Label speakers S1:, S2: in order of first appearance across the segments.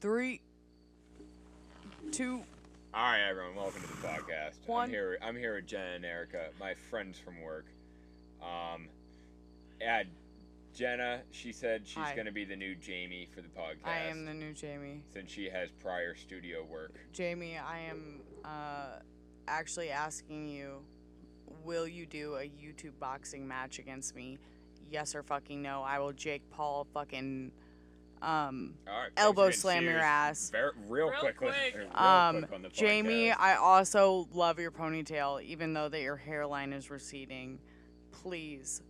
S1: three, two.
S2: All right, everyone, welcome to the podcast.
S1: One.
S2: I'm here. I'm here with Jen and Erica, my friends from work. Um, and Jenna, she said she's
S1: Hi.
S2: going to be the new Jamie for the podcast.
S1: I am the new Jamie.
S2: Since she has prior studio work.
S1: Jamie, I am uh, actually asking you, will you do a YouTube boxing match against me? Yes or fucking no. I will Jake Paul fucking um,
S2: All right.
S1: elbow
S2: Benjamin
S1: slam your
S2: Sears,
S1: ass.
S2: Very, real,
S3: Real
S2: quickly.
S3: quick.
S2: real
S1: Um,
S2: quick on the
S1: Jamie,
S2: podcast.
S1: I also love your ponytail, even though that your hairline is receding. Please.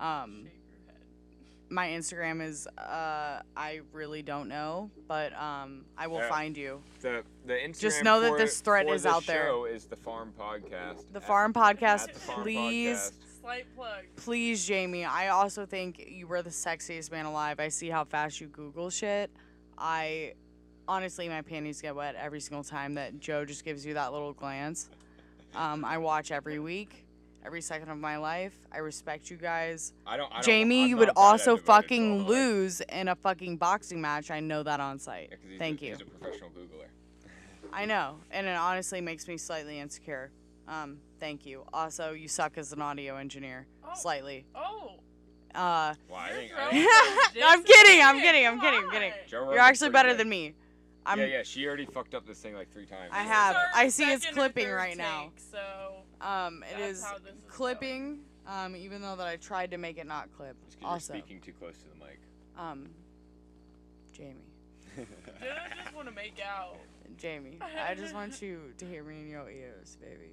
S1: Um,
S3: Shave your head.
S1: my Instagram is uh, I really don't know, but um, I will
S2: Yeah.
S1: find you.
S2: the the Instagram
S1: Just know that
S2: for-
S1: this thread
S2: for
S1: is
S2: this
S1: out there.
S2: Show is the Farm Podcast.
S1: The
S2: at-
S1: Farm
S2: at
S1: Podcast,
S2: the Farm
S1: please.
S2: Podcast.
S3: Slight plug.
S1: Please, Jamie. I also think you were the sexiest man alive. I see how fast you Google shit. I honestly, my panties get wet every single time that Joe just gives you that little glance. Um, I watch every week, every second of my life. I respect you guys.
S2: I don't. I don't
S1: Jamie,
S2: I'm
S1: you
S2: not
S1: would
S2: that
S1: also
S2: devoted to all
S1: fucking
S2: the way.
S1: lose in a fucking boxing match. I know that on site.
S2: Yeah, 'cause he's
S1: Thank
S2: a,
S1: you.
S2: He's a professional Googler.
S1: I know, and it honestly makes me slightly insecure. Um, thank you. Also, you suck as an audio engineer,
S3: Oh.
S1: slightly.
S3: Oh,
S1: Uh,
S2: Well, I
S3: You're
S2: think, I
S3: throwing
S2: think
S1: I'm kidding. I'm kidding. I'm
S3: Come
S1: kidding. I'm kidding.
S3: on.
S2: Joe
S1: You're
S2: Rogan's
S1: actually
S2: pretty
S1: better
S2: good.
S1: than me. I'm.
S2: yeah, yeah. She already fucked up this thing like three times.
S1: I
S2: so-
S1: have.
S3: This is our
S1: I see it's
S3: second or
S1: clipping
S3: third
S1: right now.
S3: take, So
S1: Um, it
S3: That's
S1: is
S3: how this is
S1: clipping. Um, even though that I tried to make it not clip.
S2: It's 'cause
S1: Also,
S2: you're speaking too close to the mic.
S1: um, Jamie,
S3: did I just want to make out?
S1: Jamie, I just want you to hear me in your ears, baby.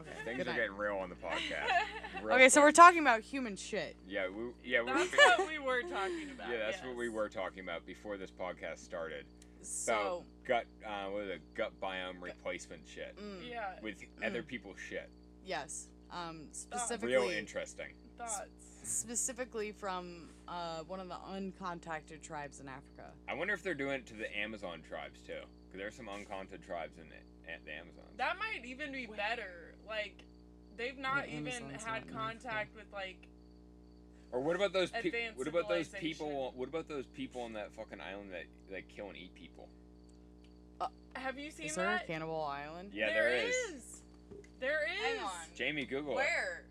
S1: Okay.
S2: Things
S1: good
S2: are
S1: night.
S2: getting real on the podcast. Real
S1: Okay, so we're
S2: quick.
S1: talking about human shit.
S2: Yeah, we. Yeah, we.
S3: that's what we were talking about.
S2: Yeah, that's what we
S3: yes.
S2: were talking about before this podcast started.
S1: So,
S2: Gut, uh, what is it? Gut biome replacement shit
S1: mm,
S3: Yeah.
S2: with other people's shit.
S1: yes. Um,
S2: Real
S1: specifically,
S2: interesting.
S3: Thoughts.
S1: specifically from uh, one of the uncontacted tribes in Africa.
S2: I wonder if they're doing it to the Amazon tribes too, because there's some uncontent tribes in the, at the Amazon.
S3: That might even be better. Like, they've not
S1: The
S3: even
S1: Amazon's not
S3: had
S1: in
S3: contact with like.
S2: Or what about those? Pe-
S3: Advanced
S2: what about those people?
S3: civilization.
S2: What about those people on that fucking island that that kill and eat people?
S3: Have you seen
S1: Is there a
S3: that?
S1: cannibal island?
S2: Yeah,
S3: there is. There is.
S1: Hang on.
S2: Jamie, Google it.
S1: Where?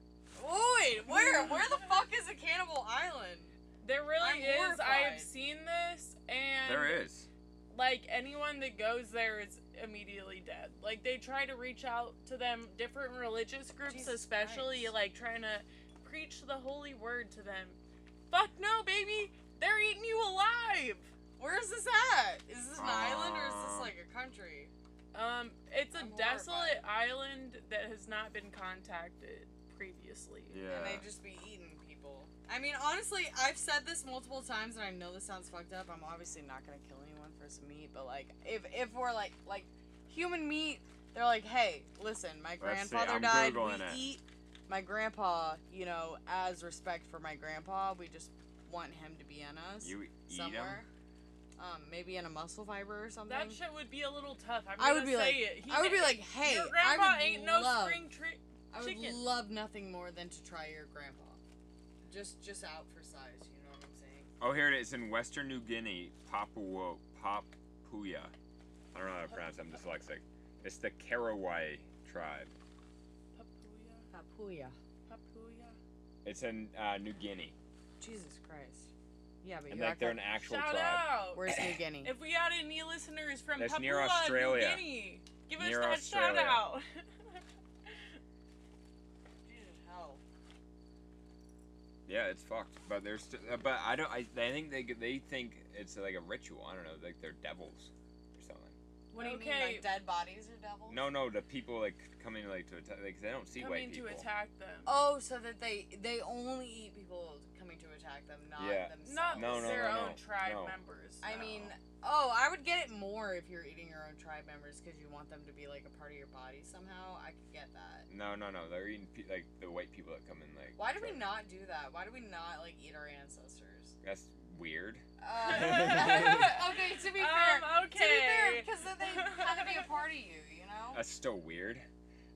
S1: Wait, where? Where the fuck is a cannibal island?
S3: There really
S1: I'm
S3: is. I
S1: horrified.
S3: have seen this, and
S2: There is.
S3: like anyone that goes there is immediately dead. Like they try to reach out to them, different religious groups,
S1: Jesus
S3: especially
S1: Christ.
S3: like trying to preach the holy word to them. Fuck no, baby, they're eating you alive.
S1: Where is this at? Is this an island or is this like a country?
S3: Um, it's a
S1: I'm
S3: desolate island that has not been contacted previously.
S1: And they just be eating people. I mean, honestly, I've said this multiple times, and I know this sounds fucked up. I'm obviously not gonna kill anyone for some meat, but like, if if we're like like human meat, they're like, hey, listen, my
S2: Let's see,
S1: grandfather
S2: I'm
S1: died.
S2: Googling
S1: we
S2: it.
S1: eat my grandpa. You know, as respect for my grandpa, we just want him to be in us.
S2: You eat 'em?
S1: somewhere. Um, maybe in a muscle fiber or something.
S3: That shit would be a little tough. I'm
S1: I
S3: gonna
S1: would be
S3: say
S1: like-
S3: it. He
S1: I would be
S3: did-
S1: like, hey,
S3: your grandpa
S1: I would
S3: ain't no
S1: love,
S3: spring tree.
S1: I would
S3: chicken."
S1: love nothing more than to try your grandpa. Just, just out for size. You know what I'm saying?
S2: Oh, here it is in Western New Guinea, Papua, Papuya. I don't know how to pronounce. it, I'm dyslexic. It's the Karawai tribe.
S3: Papuya,
S1: Papuya.
S3: papuya.
S2: It's in uh, New Guinea,
S1: Jesus Christ. Yeah, but
S2: and
S1: you
S2: like
S1: act
S2: they're an
S1: like,
S2: actual
S3: Shout
S2: tribe.
S3: out.
S1: where's New Guinea?
S3: If we had any listeners from
S2: That's
S3: Papua
S2: near Australia.
S3: New Guinea, give
S2: Near
S3: us that
S2: Australia.
S3: shout out.
S1: Jesus, hell.
S2: Yeah, it's fucked. But there's, st- uh, but I don't. I, I think they they think it's like a ritual. I don't know, like they're devils or something.
S1: What do you mean, like
S3: Okay.
S1: dead bodies are devils?
S2: No, no, the people like coming like to attack, like they don't see white
S3: Coming to
S2: people.
S3: attack them.
S1: Oh, so that they they only eat people coming to attack them, not
S2: Yeah.
S1: themselves.
S3: Not
S2: No, no,
S3: their
S2: no,
S3: own
S2: no,
S3: tribe
S2: no.
S3: members.
S1: I
S3: no.
S1: mean, oh, I would get it more if you're eating your own tribe members because you want them to be like a part of your body somehow. I could get that.
S2: No, no, no, they're eating pe- like the white people that come in like.
S1: Why do we
S2: try-
S1: not do that? Why do we not like eat our ancestors?
S2: That's weird.
S1: Uh, okay, to be fair,
S3: Um,
S1: to be fair,
S3: okay.
S1: because then they kind of be a part of you, you know.
S2: That's still weird.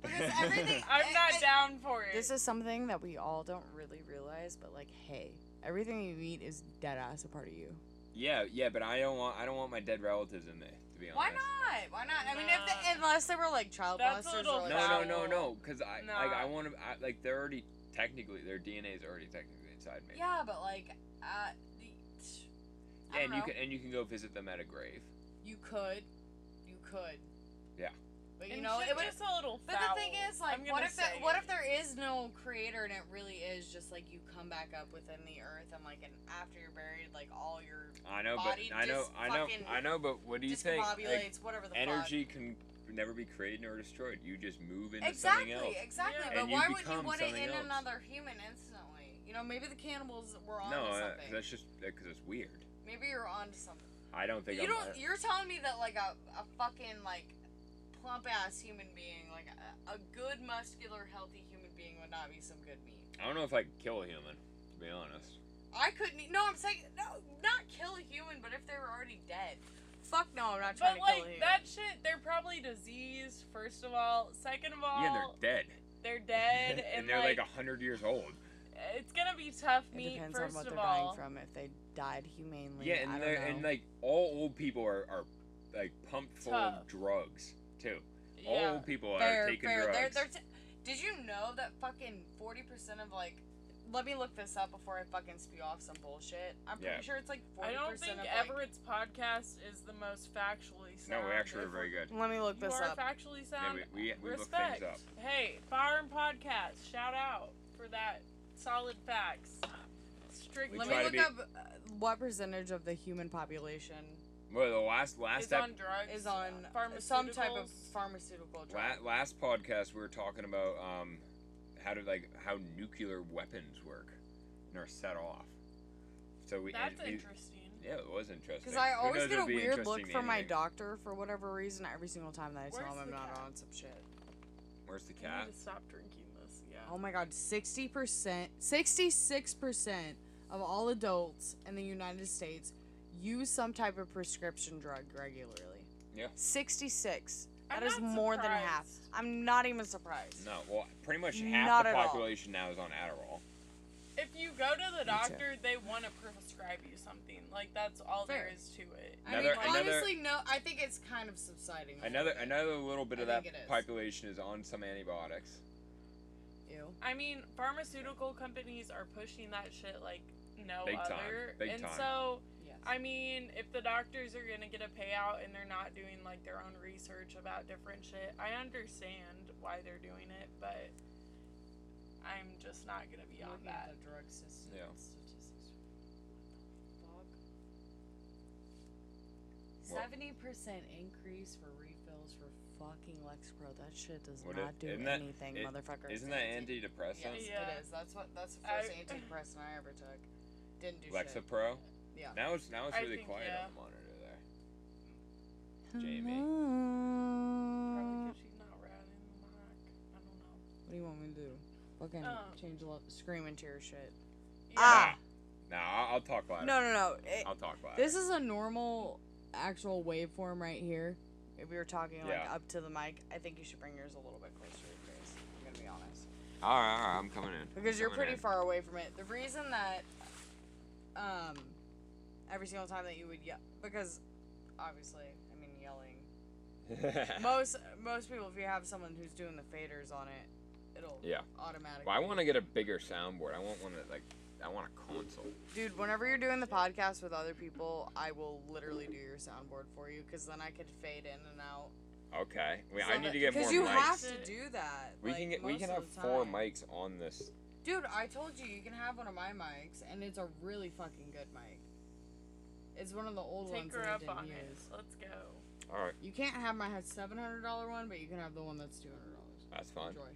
S1: Because everything-
S3: I'm not
S1: I- I-
S3: down for it.
S1: This is something that we all don't really realize, but like, hey, everything you eat is dead ass a part of you.
S2: Yeah, yeah, but I don't want I don't want my dead relatives in there. To be honest.
S1: Why not? Why not? I mean, if
S3: Nah.
S1: the,
S4: Unless they were like child
S3: That's a
S4: busters
S3: little
S4: or like
S2: No, no,
S3: foul.
S2: no, no. Because I like I
S3: Nah.
S2: want to like they're already technically their DNA is already technically inside me.
S1: yeah, but like, uh, the, I don't
S2: And you
S1: know.
S2: can and you can go visit them at a grave.
S1: you could, you could.
S2: Yeah.
S1: But you
S3: And
S1: know,
S3: shit
S1: it would.
S3: gets a little
S1: But
S3: foul,
S1: the thing is,
S3: I'm
S1: like, what
S3: gonna
S1: if the,
S3: say.
S1: what if there is no creator and it really is just like you come back up within the earth and like and after you're buried, like all your
S2: I know,
S1: Body
S2: but I know,
S1: just
S2: I know,
S1: fucking
S2: I know. But what do you think? Like,
S1: discombobulates, whatever the
S2: energy can never be created nor destroyed. You just move into
S1: fuck. Exactly,
S2: something else.
S1: exactly.
S3: Yeah.
S1: But
S2: And you
S1: why would you
S2: become
S1: want it
S2: something
S1: in
S2: else.
S1: another human instantly? You know, maybe the cannibals were onto
S2: No, uh, 'cause
S1: something.
S2: that's just because it's weird.
S1: Maybe you're onto something.
S2: I don't think
S1: You
S2: I'm.
S1: don't. You're telling me that like a, a fucking like plump ass human being, like a, a good muscular healthy human being, would not be some good meat.
S2: I don't know if I could kill a human. To be honest.
S1: I couldn't. e- No, I'm saying no, not kill a human, but if they were already dead, fuck no, I'm not trying to
S3: But
S1: kill a
S3: like
S1: human.
S3: that shit, they're probably diseased. First of all, second of all,
S2: Yeah, they're dead.
S3: they're dead, and,
S2: they're like
S3: like,
S2: a hundred years old.
S3: it's gonna be tough
S4: It
S3: meat.
S4: depends on
S3: First
S4: what
S3: of
S4: they're
S3: all,
S4: dying from. If they died humanely,
S2: Yeah,
S4: I
S2: and
S4: don't
S2: they're
S4: know.
S2: and like all old people are, are like pumped full
S3: Tough.
S2: of drugs too. All
S3: yeah.
S2: old people
S1: fair,
S2: are taking
S1: fair.
S2: drugs.
S1: They're, they're t- Did you know that fucking forty percent of like. Let me look this up before I fucking spew off some bullshit. I'm pretty
S2: Yeah.
S1: sure it's like 40%
S3: I don't think
S1: of, like-
S3: Everett's podcast is the most factually sound.
S2: no, we actually are
S3: If
S2: very good.
S4: Let me look
S3: You
S4: this
S3: are
S4: up.
S3: factually
S2: Yeah,
S3: sound.
S2: we we, we look
S3: Respect.
S2: things up.
S3: Hey, Farm Podcast, shout out for that solid facts. Strictly.
S2: We
S1: Let me
S2: try to
S1: look
S2: be-
S1: up
S4: Uh, what percentage of the human population
S2: Well, the last last
S3: is on drugs.
S1: is on some type of pharmaceutical drug.
S2: La- last podcast, we were talking about um, how to like how nuclear weapons work and are set off. So we.
S3: That's
S2: and we-
S3: interesting.
S2: yeah, it was interesting.
S4: because I
S2: Who
S4: always
S2: knows
S4: get a
S2: it'll be
S4: weird
S2: interesting
S4: look
S2: to
S4: from my
S2: anything.
S4: doctor for whatever reason every single time that I tell
S3: Where's
S4: him I'm
S3: the
S4: not
S3: cat?
S4: on some shit.
S2: Where's the
S3: I
S2: cat?
S3: need to stop drinking this. Yeah.
S1: Um,
S4: Oh my god, sixty percent, sixty-six percent of all adults in the United States use some type of prescription drug regularly.
S2: Yeah.
S4: Sixty-six.
S3: I'm
S4: That is
S3: not
S4: more than half.
S3: surprised.
S4: I'm not even surprised.
S2: No, well, pretty much
S4: Not
S2: half the
S4: at all.
S2: population now is on Adderall.
S3: If you go to the
S4: too.
S3: doctor, they want to prescribe you something. Like that's all
S1: Fair.
S3: there is to it.
S1: I
S2: Another-
S1: mean,
S2: another-
S1: honestly, no. I think it's kind of subsiding. a little
S2: Another
S1: bit.
S2: another little bit
S1: I
S2: of that
S1: think it is.
S2: population is on some antibiotics.
S4: Ew.
S3: I mean, pharmaceutical companies are pushing that shit like no
S2: Big time.
S3: other.
S2: Big
S3: and
S2: time.
S3: so,
S1: Yes.
S3: I mean, if the doctors are gonna get a payout and they're not doing like their own research about different shit, I understand why they're doing it, but I'm just not gonna be on
S1: Looking at
S3: that.
S1: the drug system
S2: Yeah.
S1: statistics.
S2: Well-
S1: Seventy
S4: percent increase for refills for fucking Lexapro. That shit does
S2: What
S4: not
S2: if-
S4: do
S2: isn't that-
S4: anything,
S2: it-
S4: motherfucker.
S2: Isn't that antidepressant?
S1: Yes,
S3: Yeah.
S1: it is. That's what. That's the
S3: I-
S1: first antidepressant I ever took. Didn't do shit.
S2: Lexapro.
S1: Yeah.
S2: Now it's now it's
S3: I
S2: really
S3: think,
S2: quiet
S3: yeah.
S2: on the monitor there. Jamie.
S4: Jamie.
S3: Probably 'cause she's not riding the mic. I don't know.
S4: What do you want me to do? Fucking
S3: Um.
S4: change the lo- scream into your shit.
S3: Yeah.
S4: Ah!
S2: Nah, I'll, I'll talk
S4: No,
S2: louder.
S4: no, no. It,
S2: I'll talk louder.
S4: this is a normal, actual waveform right here. If we were talking like
S2: Yeah.
S4: up to the mic, I think you should bring yours a little bit closer to your face. I'm gonna be honest,
S2: All right, all right, I'm coming in.
S4: because you're
S2: Coming
S4: pretty
S2: in.
S4: far away from it. The reason that, um, every single time that you would yell, because obviously, I mean, yelling. most most people, if you have someone who's doing the faders on it, it'll
S2: Yeah.
S4: automatically.
S2: well, I want to get a bigger soundboard. I want one that like I want a console.
S4: Dude, whenever you're doing the podcast with other people, I will literally do your soundboard for you because then I could fade in and out.
S2: Okay. Wait,
S4: So
S2: I need
S4: that-
S2: to get more
S4: you
S2: mics.
S4: have to do that.
S2: we
S4: like,
S2: can get we
S4: most
S2: can
S4: of
S2: have
S4: the
S2: four
S4: time.
S2: mics on this.
S4: Dude, I told you you can have one of my mics, and it's a really fucking good mic. It's one of the old
S3: Take
S4: ones
S3: her
S4: that I
S3: up
S4: didn't
S3: on
S4: use.
S3: it. Let's go.
S2: All right,
S4: You can't have my seven hundred dollar one, but you can have the one that's two hundred dollars.
S2: that's fine.
S4: Enjoy.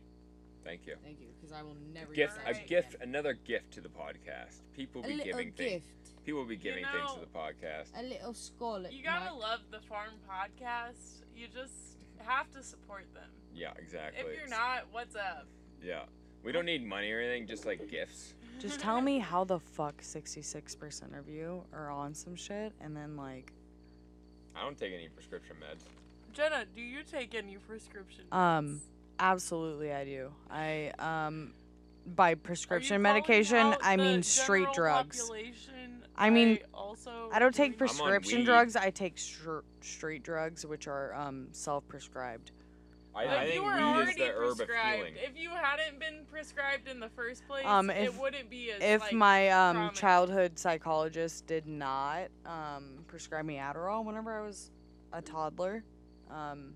S2: Thank you.
S4: Thank you, because I will never.
S2: Gift
S4: use
S2: a
S4: that
S3: Alright.
S4: shit
S2: gift
S4: again.
S2: another gift to the podcast. People
S4: A
S2: be
S4: little
S2: giving things.
S4: gift.
S2: People be giving things to
S3: know-
S2: the podcast.
S4: A little scarlet.
S3: You gotta
S4: mug.
S3: love the farm podcast. You just have to support them.
S2: Yeah, exactly.
S3: If you're not, what's up?
S2: Yeah. We don't need money or anything, just like gifts.
S4: Just tell me how the fuck 66% of you are on some shit and then like
S2: I don't take any prescription meds.
S3: Jenna, do you take any prescription?
S4: Um,
S3: meds?
S4: absolutely I do. I um by
S3: Are you
S4: prescription
S3: calling
S4: medication,
S3: out
S4: I
S3: the
S4: mean straight
S3: general
S4: drugs.
S3: population
S1: I mean,
S3: also
S1: I don't take
S3: doing-
S2: pres-
S1: prescription
S2: weed.
S1: drugs. I take str- street drugs, which are um, self-prescribed.
S2: I,
S3: But
S2: I
S3: you
S2: think
S3: were
S2: weed is
S3: already
S2: the herb of healing.
S3: prescribed. If you hadn't been prescribed in the first place,
S1: Um,
S3: it
S1: if-
S3: wouldn't be as
S1: If
S3: like,
S1: my um,
S3: prominent.
S1: childhood psychologist did not um, prescribe me Adderall whenever I was a toddler, um,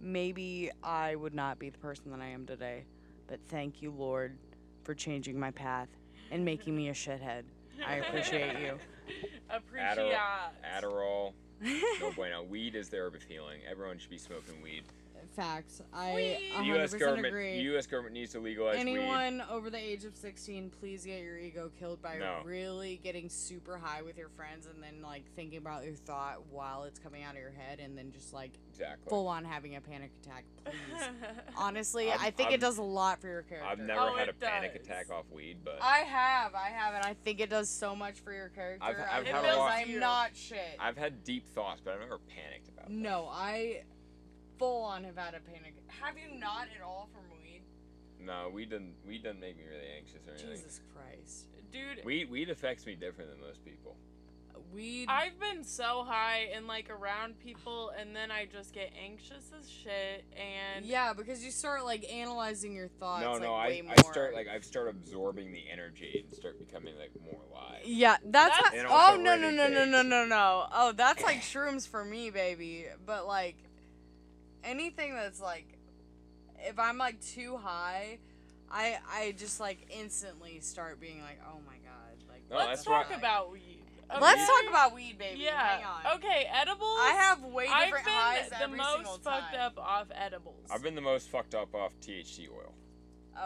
S1: maybe I would not be the person that I am today. But thank you, Lord, for changing my path and making me a shithead. I appreciate you.
S3: Appreciate.
S2: Adderall, no bueno. Weed is the herb of healing. Everyone should be smoking weed.
S1: Facts. I
S3: Whee!
S2: The
S1: 100%
S2: U.S. government,
S1: agree.
S2: U.S. government needs to legalize weed.
S1: Anyone over the age of 16, please get your ego killed by
S2: No.
S1: really getting super high with your friends and then like thinking about your thought while it's coming out of your head and then just like
S2: Exactly.
S1: full on having a panic attack, please. Honestly, i
S2: I'm-
S1: think
S2: I'm-
S1: it does a lot for your character.
S2: I've never
S3: Oh,
S2: had a
S3: it
S2: panic
S3: does.
S2: attack off weed, but
S5: I have, I have, and
S1: and
S5: I.
S1: I think it does so much for your character.
S2: I've- I've
S1: think
S2: had a
S1: because
S2: lot-
S1: I'm
S5: am
S3: You.
S5: not shit.
S2: I've had deep thoughts, but I've never panicked about them.
S1: no, I
S5: full on have had a panic. Have you not at all from weed?
S2: No, weed doesn't. Weed doesn't make me really anxious or anything.
S1: Jesus Christ.
S3: Dude,
S2: Weed weed affects me different than most people.
S1: Weed
S3: I've been so high and like around people, and then I just get anxious as shit. And
S1: Yeah, because you start like analyzing your
S5: Oh,
S1: thoughts
S2: no,
S1: like
S2: no,
S1: way
S2: I,
S1: more.
S2: I start like I start absorbing the energy and start becoming like more alive.
S1: Yeah, that's,
S3: That's-
S2: And
S1: how-
S2: also
S1: oh no no
S2: really
S1: no no
S2: big.
S1: no no no. Oh, that's like shrooms for me, baby. But like anything that's like if I'm like too high, I I just like instantly start being like, "Oh my god." Like
S2: No,
S3: let's
S2: that's why-
S3: talk about weed.
S1: Let's
S2: weed-
S1: talk about weed, baby.
S3: Yeah.
S1: Hang on.
S3: Okay, edibles.
S1: I have way
S3: I've
S1: different
S3: been
S1: highs
S3: the
S1: every
S3: most
S1: single
S3: fucked
S1: time.
S3: up off edibles.
S2: I've been the most fucked up off THC oil.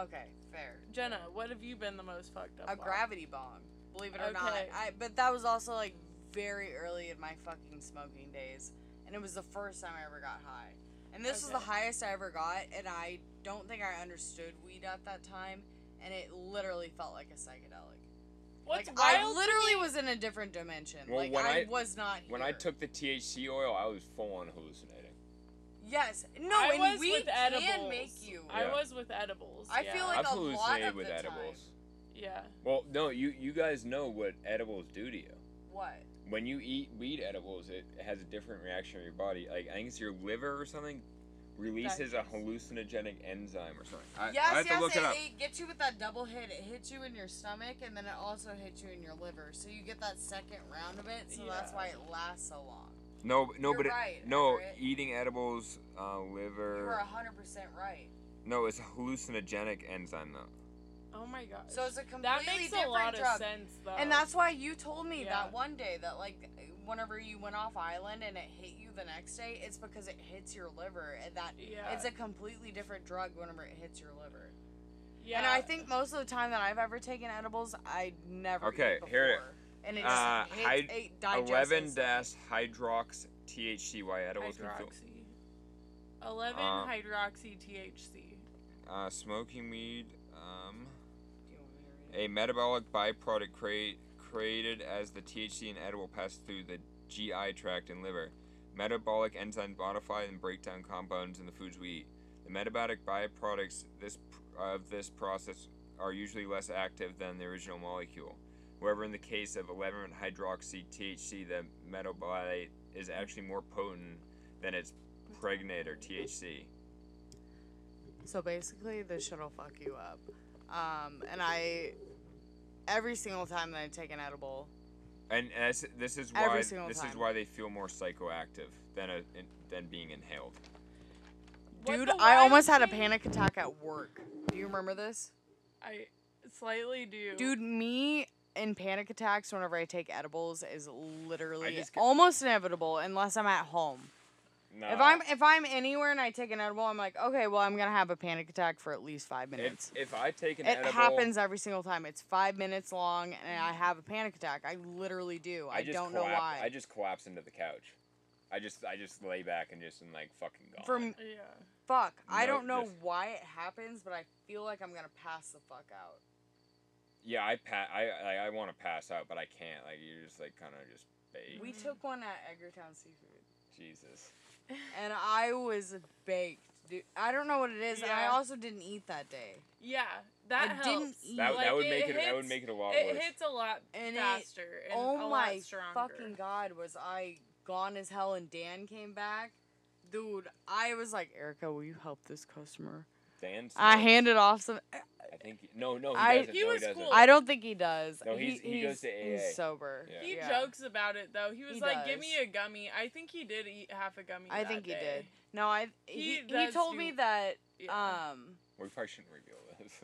S5: Okay, fair.
S3: Jenna, what have you been the most fucked up?
S1: A
S3: off?
S1: gravity bomb, believe it or not.
S3: Okay.
S1: I but that was also like very early in my fucking smoking days, and it was the first time I ever got high. And this was
S3: Okay.
S1: the highest I ever got, and I don't think I understood weed at that time, and it literally felt like a psychedelic.
S3: What's
S1: like, I
S3: wild?
S1: literally was in a different dimension.
S2: Well,
S1: like
S2: when
S1: I,
S2: I-
S1: was not.
S2: When I
S1: here.
S2: took the THC oil, I was full on hallucinating.
S1: yes, no,
S3: I
S1: and
S3: was
S1: weed
S3: with edibles.
S1: can make you.
S2: Yeah.
S3: I was with edibles.
S5: I
S3: yeah.
S5: feel like
S2: I've
S5: a lot
S2: hallucinated
S5: of
S2: with
S5: the time.
S2: edibles.
S3: yeah.
S2: Well, no, you you guys know what edibles do to you.
S5: What?
S2: When you eat weed edibles, it has a different reaction in your body. Like I think it's your liver or something releases a
S3: Digest.
S2: hallucinogenic enzyme or something. I,
S5: yes,
S2: I have
S5: yes,
S2: to look
S5: it,
S2: it up.
S5: it gets you with that double hit. It hits you in your stomach, and then it also hits you in your liver. So you get that second round of it. So that's
S3: Yeah.
S5: why it lasts so long.
S2: No, no,
S5: You're
S2: but it,
S5: right,
S2: no
S5: Everett.
S2: eating edibles, uh,
S5: You are
S2: liver.
S5: hundred percent right.
S2: No, it's a hallucinogenic enzyme though.
S3: Oh my gosh.
S5: So it's a
S3: that
S5: completely
S3: makes
S5: different
S3: a lot
S5: drug.
S3: of sense though.
S5: And that's why you told me
S3: Yeah.
S5: that one day that like whenever you went off island and it hit you the next day, it's because it hits your liver and that
S3: yeah.
S5: it's a completely different drug whenever it hits your liver.
S3: yeah.
S5: And I think most of the time that I've ever taken edibles, I never ate
S2: Okay,
S5: before.
S2: here-
S5: and it just
S2: uh,
S5: hits,
S2: hyd-
S5: it digests
S2: Eleven
S5: instantly.
S2: dash hydrox THCY edibles can feel-
S3: hydroxy. Eleven
S2: Uh,
S1: Um,
S3: hydroxy THC.
S2: uh, smoking weed. Um,
S5: Do you want me to read it?
S2: a metabolic byproduct create, created as the THC in edible E pass through the GI tract and liver. Metabolic enzymes modify and break down compounds in the foods we eat. The metabolic byproducts this pr- of this process are usually less active than the original molecule. However, in the case of 11 hydroxy THC, the metabolite is actually more potent than its pregnator THC.
S1: So basically, this shit will fuck you up. Um, and I, every single time that I take an edible,
S2: And as, this is
S1: Every
S2: why this
S1: single
S2: is
S1: time.
S2: why they feel more psychoactive than a, in, than being inhaled.
S3: What
S1: dude,
S3: the
S1: I
S3: wild
S1: almost had a
S3: thing-
S1: panic attack at work. Do you remember this?
S3: I slightly do.
S1: Dude, me and panic attacks whenever I take edibles is literally
S2: just get-
S1: almost inevitable unless I'm at home.
S2: No,
S1: If I'm if I'm anywhere and I take an edible, I'm like, okay, well, I'm gonna have a panic attack for at least five
S2: if,
S1: minutes.
S2: if I take an
S1: it
S2: edible, Mm.
S1: happens every single time. It's five minutes long, and I have a panic attack. I literally do. I,
S2: just
S1: don't know
S2: collapse,
S1: why.
S2: I just collapse into the couch. I just I just lay back and just am like fucking gone.
S1: From-
S3: Yeah.
S1: Fuck. I
S2: No,
S1: don't know
S2: just-
S1: why it happens, but I feel like I'm gonna pass the fuck out.
S2: yeah, I pa- I I, I want to pass out, but I can't. Like you're just like kind of just Hey,
S1: We took one at Edgartown Seafood,
S2: Jesus.
S1: and I was baked. Dude, I don't know what it is. and I
S3: Yeah.
S1: also didn't eat that day.
S3: Yeah, that
S1: I
S3: helps.
S1: didn't eat.
S2: That,
S3: Like,
S2: that would
S3: it
S2: make it, that would
S3: hits-
S2: make it a lot
S3: It
S2: worse.
S3: hits a lot
S1: And it-
S3: faster and a
S1: oh
S3: lot
S1: my
S3: stronger.
S1: fucking god, was I gone as hell? And Dan came back, dude. I was like, Erica, will you help this customer?
S2: Dan's
S4: I
S2: no,
S4: handed off some.
S2: I think he- no, no, he
S4: I-
S2: doesn't.
S3: He
S2: no,
S3: was
S2: he doesn't.
S3: cool.
S4: I don't think he does.
S2: No, he's- he goes to AA.
S4: He's sober.
S2: Yeah.
S3: He
S4: Yeah.
S3: jokes about it though. He was
S1: He
S3: like, "Give
S1: does.
S3: me a gummy." I think he did eat half a gummy.
S4: I
S3: that
S4: think he
S3: day.
S4: did. No, I he,
S3: He
S4: he,
S3: does
S4: told
S3: do-
S4: me that
S3: Yeah.
S4: um
S2: We probably shouldn't reveal this.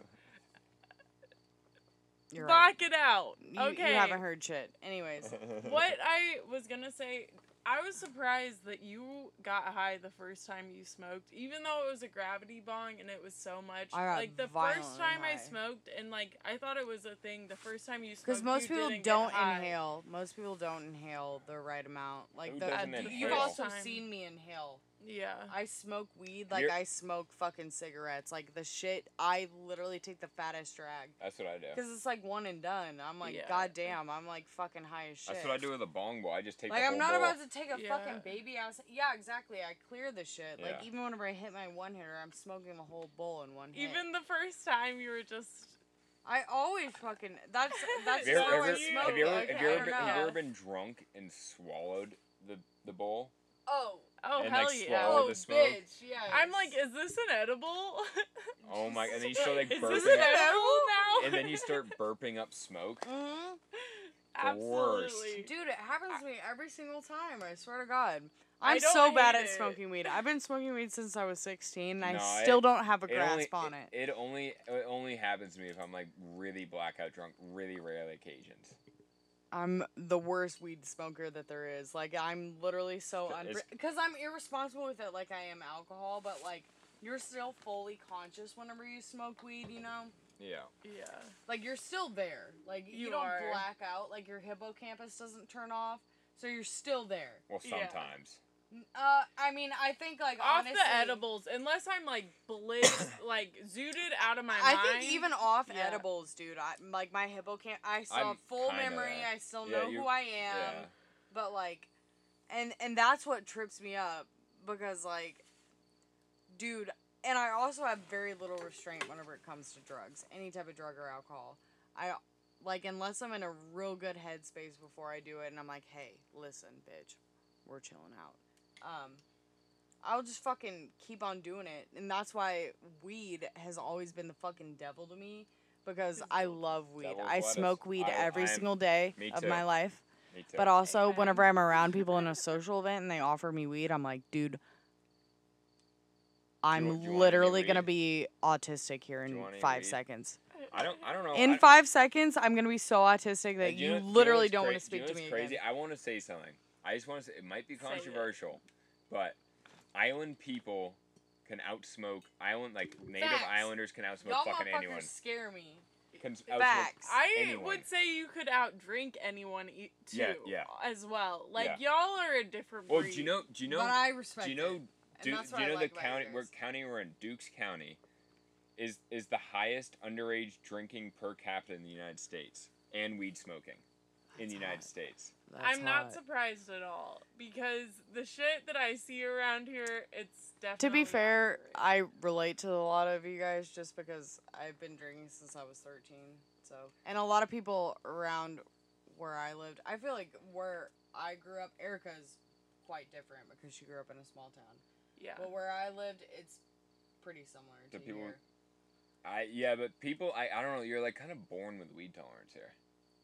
S4: you're right.
S3: Block it out.
S4: You,
S3: okay.
S4: you haven't heard shit. Anyways,
S3: what I was gonna say, I was surprised that you got high the first time you smoked, even though it was a gravity bong and it was so much.
S4: I got
S3: like the
S4: violently
S3: first time I
S4: high.
S3: smoked, and like I thought it was a thing. The first time you smoked,
S4: because most
S3: you
S4: people
S3: didn't get
S4: don't
S3: high.
S4: inhale. Most people don't inhale the right amount. Like
S2: Who
S4: the,
S2: doesn't
S4: uh,
S2: inhale?
S4: you've
S1: You've
S2: Hell.
S1: also
S3: Time.
S1: seen me inhale.
S3: Yeah.
S1: I smoke weed like
S2: You're-
S1: I smoke fucking cigarettes. Like the shit, I literally take the fattest drag.
S2: That's what I do.
S1: Cause it's like one and done. I'm like,
S3: Yeah.
S1: god damn, I'm like fucking high as shit.
S2: That's what I do with a bong bowl. I just take.
S1: Like
S2: the
S1: I'm
S2: whole
S1: not
S2: bowl.
S1: about to take a
S3: Yeah.
S1: fucking baby ass. Yeah, exactly. I clear the shit. Like
S2: Yeah.
S1: even whenever I hit my one hitter, I'm smoking the whole bowl in one hit.
S3: Even the first time you were just
S1: I always fucking. That's that's
S2: Have you
S1: how
S2: ever,
S1: I
S2: ever-
S1: smoke.
S2: have you ever,
S1: like,
S2: have you
S1: I
S2: ever,
S1: don't
S2: been, have you
S1: know.
S2: ever been drunk and swallowed the the bowl?
S1: Oh,
S3: oh
S2: And,
S3: hell
S2: like,
S3: yeah.
S2: swallow
S1: oh,
S2: the
S1: bitch,
S2: smoke.
S1: yeah.
S3: I'm like, is this an edible?
S2: Oh my! And then you start like
S3: is
S2: burping,
S3: this an
S2: up,
S3: edible now?
S2: and then you start burping up smoke.
S1: hmm
S3: Absolutely.
S1: Dude, it happens to me every single time. I swear to God.
S3: I
S4: I'm
S3: don't
S4: so bad
S3: hate
S4: at
S3: it.
S4: smoking weed. I've been smoking weed since I was 16. and I
S2: No,
S4: still
S2: it-
S4: don't have a
S2: It only,
S4: grasp on it.
S2: it only it only happens to me if I'm like really blackout drunk, really rare occasions.
S4: I'm the worst weed smoker that there is. Like I'm literally so
S2: It's-
S4: unpre-
S2: it's-
S1: Because I'm irresponsible with it, like I am alcohol, but like you're still fully conscious whenever you smoke weed, you know?
S2: Yeah.
S3: Yeah.
S1: Like you're still there. Like you,
S3: You
S1: don't
S3: are.
S1: black out. Like your hippocampus doesn't turn off. So you're still there.
S2: Well,
S3: Yeah.
S2: sometimes.
S1: Uh, I mean, I think like
S3: Off
S1: honestly,
S3: the edibles, unless I'm like blitz, like zooted out of my
S1: I
S3: mind.
S1: think even off
S3: Yeah.
S1: edibles, dude. I like my hippocamp. I still
S2: I'm
S1: have full
S2: kinda
S1: memory.
S2: there.
S1: I still
S2: Yeah,
S1: know
S2: you-
S1: who I am.
S2: yeah.
S1: but like and and that's what trips me up because like dude and i also have very little restraint whenever it comes to drugs any type of drug or alcohol i like unless i'm in a real good headspace before i do it and i'm like hey listen bitch we're chilling out um i'll just fucking keep on doing it and that's why weed has always been the fucking devil to me because i love weed
S2: Devil's
S4: I
S2: lettuce.
S4: smoke weed
S2: I-
S4: every
S2: I am-
S4: single day
S2: Me
S4: of
S2: too.
S4: my life.
S2: Me too.
S4: But also,
S3: Amen.
S4: whenever I'm around people in a social event and they offer me weed, I'm like, dude, I'm
S2: want- do you want any
S4: literally gonna
S2: weed?
S4: be autistic here
S2: Do you
S4: in
S2: want any
S4: five
S2: weed?
S4: seconds.
S2: I don't. I don't know. I,
S4: In five seconds, I'm gonna be so autistic
S2: Hey,
S4: that
S2: do
S4: you
S2: know- do know
S4: literally
S2: what's
S4: don't want
S2: cra-
S4: to
S2: do
S4: speak
S2: you know
S4: to
S2: what's
S4: me
S2: Crazy.
S4: again.
S2: I want to say something. I just want to say it might be
S3: Say it.
S2: controversial, but island people can outsmoke island like native
S1: Facts.
S2: islanders can outsmoke
S1: y'all
S2: fucking
S1: motherfuckers
S2: anyone.
S1: scare me
S2: Can outsmoke
S4: Facts.
S3: I
S2: anyone.
S3: would say you could outdrink anyone e- too,
S2: Yeah, yeah.
S3: as well. Like y'all are a different breed.
S2: Well, do you know? Do you know?
S1: but i respect
S2: do you know?
S1: it. And
S2: Do,
S1: that's
S2: do
S1: what
S2: you
S1: I
S2: know
S1: like
S2: the
S1: about
S2: county?
S1: yours.
S2: We're county. We're in Dukes County. Is is the highest underage drinking per capita in the United States and weed smoking in the
S4: That's
S2: United
S4: hot.
S2: States.
S4: That's
S3: I'm not
S4: hot.
S3: surprised at all because the shit that I see around here, it's
S4: To
S3: definitely.
S4: be fair,
S3: accurate.
S4: I relate to a lot of you guys just because I've been drinking since I was 13. So, and a lot of people around where I lived, I feel like where I grew up, Erica's quite different because she grew up in a small town.
S3: yeah.
S4: But where I lived, it's pretty similar to
S2: The people-
S4: here.
S2: I yeah, but people, I, I don't know. You're like kind of born with weed tolerance here,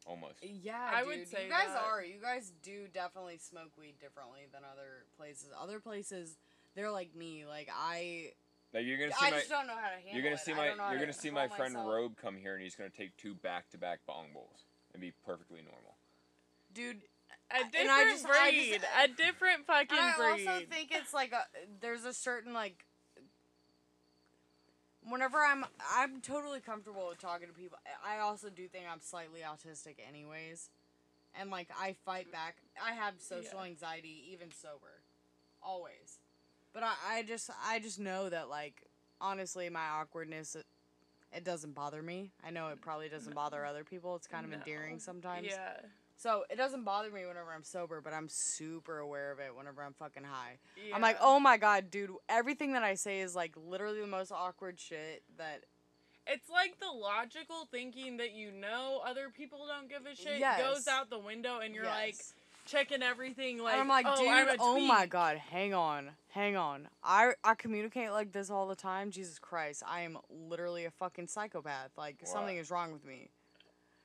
S2: almost.
S4: Yeah,
S3: I
S4: dude,
S3: would say
S4: you guys
S3: that.
S4: are. You guys do definitely smoke weed differently than other places. Other places, they're like me. Like I,
S2: Like you're gonna see
S4: I
S2: my,
S4: just don't know how to handle
S2: you're gonna
S4: it.
S2: see
S4: I
S2: my,
S4: don't know how
S2: you're
S4: to
S2: gonna see my
S4: control
S2: friend
S4: myself.
S2: Robe come here, and he's gonna take two back to back bong bowls and be perfectly normal.
S4: dude.
S3: a
S4: and
S3: different
S4: I just- I just-
S3: breed, a different fucking
S4: I
S3: breed.
S4: also think it's like a there's a certain like whenever I'm I'm totally comfortable with talking to people. I also do think I'm slightly autistic anyways. And like I fight back. I have social
S3: Yeah.
S4: anxiety even sober. Always. But I, I just I just know that like honestly my awkwardness it, it doesn't bother me. I know it probably doesn't bother other people. It's kind of
S3: No.
S4: endearing sometimes.
S3: yeah.
S1: So it doesn't bother me whenever I'm sober, but I'm super aware of it whenever I'm fucking high. I'm
S3: Yeah.
S1: like, oh my god, dude, everything that I say is like literally the most awkward shit that
S3: It's like the logical thinking that you know other people don't give a shit
S1: Yes.
S3: goes out the window, and you're like
S1: Yes.
S3: checking everything. Like,
S1: and I'm like,
S3: oh,
S1: dude,
S3: I'm a
S1: oh my
S3: tweak."
S1: god, hang on, hang on. I I communicate like this all the time. Jesus Christ, I am literally a fucking psychopath. Like something
S2: Why?
S1: is wrong with me.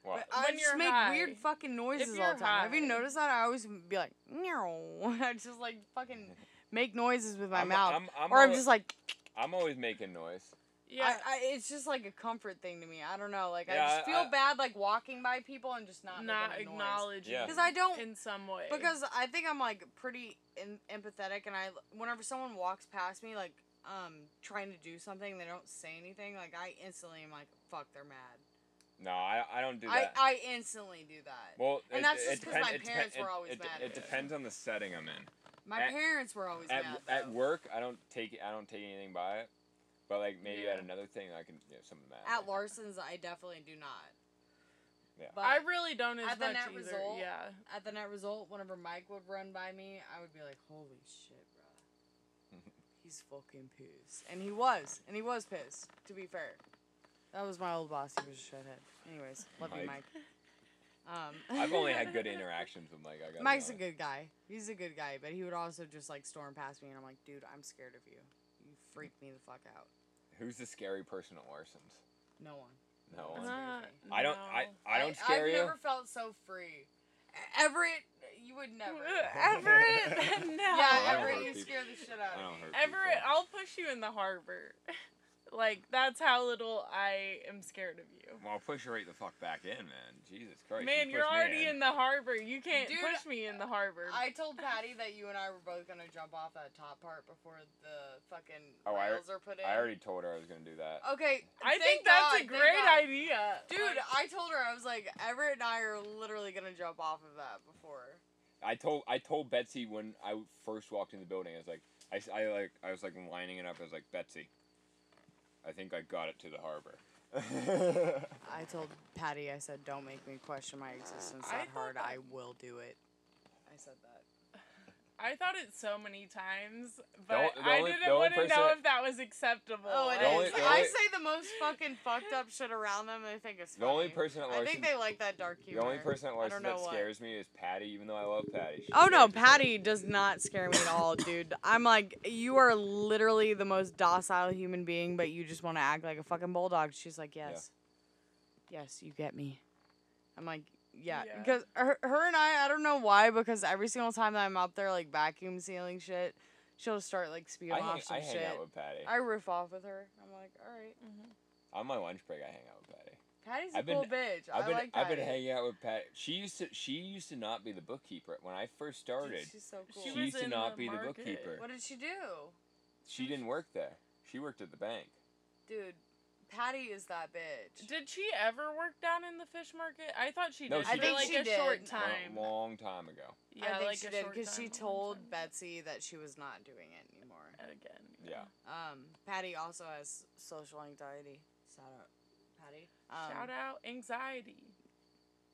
S2: Why?
S1: But I
S3: When
S1: just
S3: you're
S1: make
S3: high.
S1: weird fucking noises all
S3: you're
S1: the time. Have you
S3: high.
S1: noticed that? I always be like, no. I just like fucking make noises with my
S2: I'm-
S1: mouth,
S2: I'm- I'm
S1: or I'm
S2: al-
S1: just like,
S2: I'm always making noise.
S3: Yeah,
S1: I, I, it's just like a comfort thing to me. I don't know. Like
S2: Yeah,
S1: I
S2: I-
S1: just feel
S2: I-
S1: bad like walking by people and just not
S3: not
S1: making a noise.
S3: acknowledging
S2: Yeah.
S1: because I don't
S3: in some way.
S1: because I think I'm like pretty in- empathetic, and I whenever someone walks past me like um trying to do something, they don't say anything. Like I instantly am like, fuck, they're mad.
S2: No, I, I don't do
S1: I
S2: that.
S1: I instantly do that.
S2: well,
S1: and
S2: it,
S1: that's
S2: it
S1: just 'cause
S2: depen-
S1: my
S2: it depen-
S1: parents were
S2: it-
S1: always
S2: it,
S1: mad
S2: It
S1: at it.
S2: depends on the setting I'm in.
S1: My
S2: at-
S1: parents were always
S2: At,
S1: mad.
S2: at
S1: though.
S2: work, I don't take I don't take anything by it, but like maybe
S3: Yeah.
S2: at another thing, I can yeah, something mad.
S1: At
S2: like-
S1: Larson's, I definitely do not.
S2: Yeah.
S1: But
S3: I really don't as
S1: at the
S3: much
S1: net
S3: either.
S1: result-
S3: yeah,
S1: at the net result, whenever Mike would run by me, I would be like, "Holy shit, bro, he's fucking pissed," and he was, and he was pissed. To be fair, that was my old boss. He was a shithead. Anyways, love you,
S2: Mike.
S1: Mike. Um,
S2: I've only had good interactions with Mike. I got
S1: Mike's a good guy. He's a good guy, but he would also just like storm past me, and I'm like, "Dude, I'm scared of you. You freak me the fuck out."
S2: Who's the scary person at Larson's?
S1: No one.
S2: No
S1: Uh,
S2: one.
S3: Uh,
S2: I don't. I,
S3: no.
S2: I don't scare
S1: I've
S2: you.
S1: never felt so free. Everett, you would never.
S3: Everett, no.
S1: yeah,
S2: I don't
S1: Everett,
S2: hurt
S1: you
S2: people.
S1: scare the shit out of
S2: I don't
S1: me.
S2: hurt
S3: Everett,
S2: people.
S3: I'll push you in the harbor. like that's how little I am scared of you.
S2: Well, I'll push you right the fuck back in, man. Jesus Christ.
S3: Man,
S2: you
S3: you're
S2: pushed me
S3: already in the harbor. You can't
S1: Dude,
S3: push me in the harbor.
S1: I told Patty that you and I were both gonna jump off that top part before the fucking
S2: Oh, I-
S1: rails are put in.
S2: I already told her I was gonna do that.
S1: Okay.
S3: I
S1: thank
S3: think that's
S1: God,
S3: a
S1: thank
S3: great
S1: God.
S3: idea.
S1: Dude,
S3: Like,
S1: I told her I was like Everett and I are literally gonna jump off of that before.
S2: I told I told Betsy when I first walked in the building. I was like, I, s- I, like I was like lining it up. I was like, Betsy, I think I got it to the harbor.
S1: I told Patty I said don't make me question my existence
S3: I that thought hard. that- I
S1: will do it. I said that.
S3: I thought it so many times,
S2: o-
S3: but
S2: the
S3: I
S2: only- the
S3: didn't
S2: only
S3: want to know
S2: person-
S3: if that was acceptable.
S1: Oh, it
S3: Like,
S1: is.
S2: The only- the
S1: I
S2: only-
S1: say the most fucking fucked up shit around them. They think it's
S2: the only
S1: funny.
S2: person at
S1: I
S2: Larson,
S1: think they like that dark
S2: the
S1: humor.
S2: only person at
S1: I don't
S2: Larson
S1: know
S2: that
S1: what.
S2: scares me is Patty. Even though I love Patty. She
S1: Oh no,
S2: scares the shit out of
S1: Patty does not scare me at all, dude. I'm like, you are literally the most docile human being, but you just want to act like a fucking bulldog. She's like, yes, yes, you get me. I'm like, yeah,
S3: Yeah.
S1: because her, her and I, I don't know why, because every single time that I'm up there like vacuum sealing shit, she'll start like
S2: me.
S1: spewing
S2: I hang,
S1: off
S2: I
S1: some
S2: hang
S1: shit.
S2: out with Patty.
S1: I riff off with her. I'm like, all right,
S3: Mhm.
S2: On my lunch break, I hang out with Patty.
S1: Patty's a
S2: I've been-
S1: cool bitch.
S2: I've
S1: I
S2: been
S1: like
S2: I've
S1: Patty.
S2: been hanging out with Patty. She used to she used to not be the bookkeeper when I first
S1: Dude,
S2: started.
S1: She's so cool.
S3: She
S2: She
S3: was
S2: used to
S3: in
S2: not
S3: the
S2: be the
S3: market.
S2: bookkeeper.
S1: what did she do?
S2: She didn't work there. She worked at the bank.
S1: Dude, Patty is that bitch.
S3: Did she ever work down in the fish market? I thought she did.
S2: No, she
S3: for
S2: did.
S3: like
S1: She
S3: a
S1: did.
S3: short
S1: Well,
S2: Long-
S3: time.
S2: long time ago.
S3: yeah,
S1: I think
S3: like
S1: she
S3: a
S1: did
S3: short
S1: because she
S3: time, long
S1: told
S3: time.
S1: Betsy that she was not doing it anymore.
S3: again.
S2: Yeah.
S1: Um, Patty also has social anxiety. Shout out, Patty. Um,
S3: Shout out anxiety.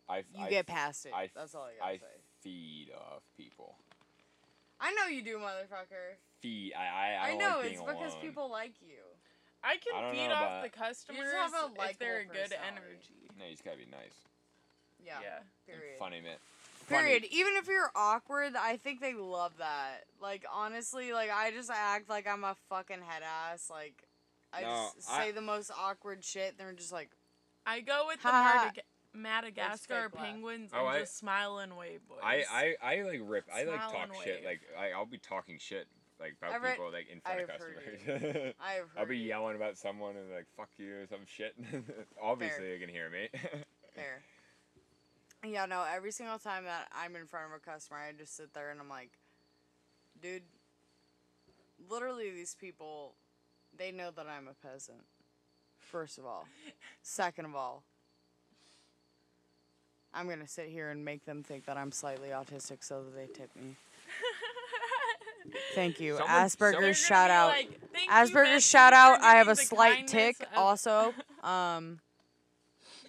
S2: I,
S1: You
S2: I-
S1: get past it.
S2: I,
S1: That's all I gotta
S2: I
S1: say.
S2: feed off people.
S1: I know you do, motherfucker.
S2: Feed. I. I, I
S1: I,
S2: don't
S1: know
S2: like being
S1: it's because
S2: alone.
S1: people like you.
S3: I
S2: I
S3: can
S2: don't
S3: feed
S2: know
S3: off
S2: about-
S3: the
S2: You
S3: customers
S1: have a
S3: if they're a
S1: likable
S3: good
S1: personality.
S3: energy.
S2: No, you just gotta be nice.
S1: Yeah.
S2: and
S1: Period.
S2: Funny man.
S1: Period. Even if you're awkward, I think they love that. Like honestly, like I just act like I'm a fucking head ass. Like I
S2: No,
S1: just
S2: I-
S1: say the most awkward shit. They're just like,
S3: I go with the
S1: Ha.
S3: Mardig- Madagascar
S1: fake laugh.
S3: penguins
S2: Oh,
S3: and
S2: I-
S3: just smile and wave, boys.
S2: I, I, I like rip. I like
S3: Smile
S2: talk
S3: and
S2: shit.
S3: wave.
S2: Like I, I'll be talking shit like about
S1: Everett,
S2: people like in front of
S1: I've heard
S2: customers.
S1: I have. Heard
S2: I'll be
S1: you."
S2: yelling about someone and like fuck you or some shit. Obviously they can hear me.
S1: Fair. Yeah, no, every single time that I'm in front of a customer, I just sit there and I'm like, dude, literally these people, they know that I'm a peasant. First of all. Second of all, I'm going to sit here and make them think that I'm slightly autistic so that they tip me. Thank you.
S2: Someone- someone- You're
S1: Asperger's shout
S3: They're
S1: out.
S3: gonna be like, "Thank you,
S1: Asperger's
S3: Betsy,
S1: shout
S3: for
S1: out. I have
S3: doing
S1: a
S3: the
S1: slight
S3: kindness
S1: tick
S3: of-"
S1: also. Um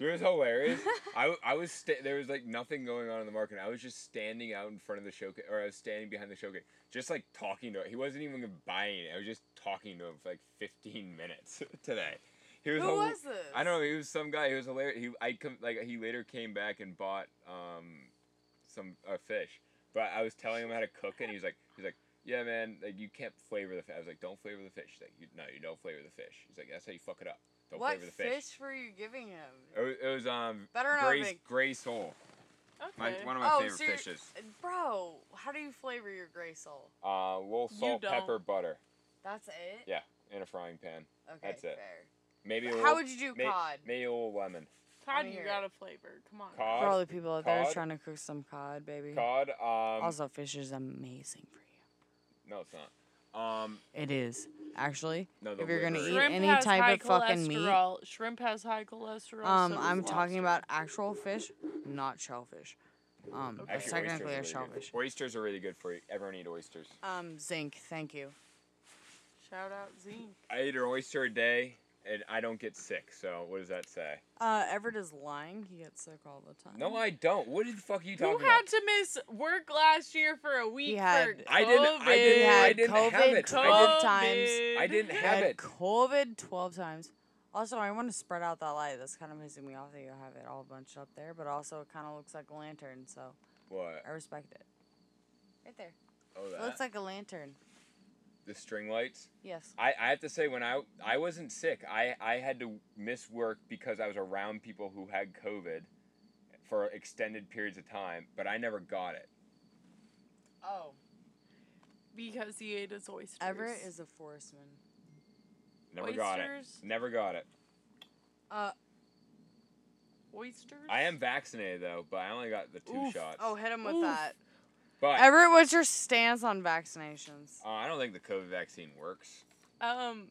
S2: It was hilarious. I, w- I was sta- there was like nothing going on in the market. I was just standing out in front of the showcase, or I was standing behind the showcase, just like talking to. He wasn't even buying it. I was just talking to him for like fifteen minutes today. He
S6: Who
S2: was, hol-
S6: was this?
S2: I don't know. He was some guy. He was hilarious. He I come like he later came back and bought um some uh, fish, but I was telling him how to cook it. and He's like he's like yeah man like you can't flavor the fish. I was like don't flavor the fish. He's like you, no you don't flavor the fish. He's like that's how you fuck it up. Don't
S6: What
S2: flavor the
S6: fish.
S2: fish.
S6: were you giving him?
S2: It was, it was um
S6: Better not
S2: gray
S6: make-
S2: gray sole. My,
S3: Okay.
S2: one of my
S6: Oh,
S2: favorite
S6: so you're-
S2: fishes.
S6: Bro, how do you flavor your gray sole?
S2: Uh, a little
S3: You
S2: salt,
S3: don't.
S2: pepper, butter
S6: That's it?
S2: Yeah, in a frying pan.
S6: Okay,
S2: that's it.
S6: fair.
S2: Maybe a little,
S6: How would you do
S2: may-
S6: cod?
S2: Maybe a little lemon.
S3: Cod,
S6: Wanna
S3: you
S6: hear
S3: got
S6: it.
S3: a flavor. Come on.
S2: Cod.
S1: For all the people out there
S2: cod?
S1: trying to cook some cod, baby.
S2: Cod. Um,
S1: Also, fish is amazing for you.
S2: no, it's not. Um,
S1: It is actually.
S2: no, the
S1: If you're gonna
S2: liver.
S1: eat Shrimp any has type high of fucking meat.
S3: meat. Shrimp has high cholesterol.
S1: Um,
S3: so does
S1: I'm talking about
S3: lobster.
S1: actual fish, not shellfish. Um,
S3: Okay.
S1: it's
S2: Actually, oysters,
S1: technically
S2: are
S1: a
S2: really good.
S1: shellfish.
S2: oysters are really good for you. Everyone eat oysters.
S1: Um, zinc. Thank you.
S3: Shout out Zine.
S2: I eat an oyster a day, and I don't get sick. So what does that say?
S1: Uh, Everett is lying. He gets sick all the time.
S2: No, I don't. What the fuck are you
S3: Who
S2: talking
S3: had
S2: about?
S3: to miss work last year for a week for
S1: had-
S3: COVID?
S2: I didn't- I
S1: He
S2: didn't-
S1: had
S2: I didn't have
S1: COVID
S2: it.
S1: twelve
S2: I
S1: times.
S2: I didn't
S1: He
S2: have
S1: had
S2: it.
S1: COVID twelve times. Also, I want to spread out that light. That's kind of pissing me off that you have it all bunched up there, but also it kind of looks like a lantern, so
S2: What?
S1: I respect it. Right there.
S2: Oh,
S1: It
S2: that.
S1: looks like a lantern.
S2: the string lights.
S1: Yes.
S2: I, I have to say when I I wasn't sick. I, I had to miss work because I was around people who had COVID for extended periods of time, but I never got it.
S6: Oh.
S3: Because he ate his oysters.
S1: Everett is a forestman.
S2: Never got it.
S3: Oysters?
S2: Never got it.
S1: Uh,
S3: Oysters?
S2: I am vaccinated though, but I only got the two
S3: Oof.
S2: shots.
S6: Oh, hit him with
S3: Oof.
S6: that.
S2: but
S1: Everett, what's your stance on vaccinations?
S2: uh, I don't think the COVID vaccine works.
S3: Um,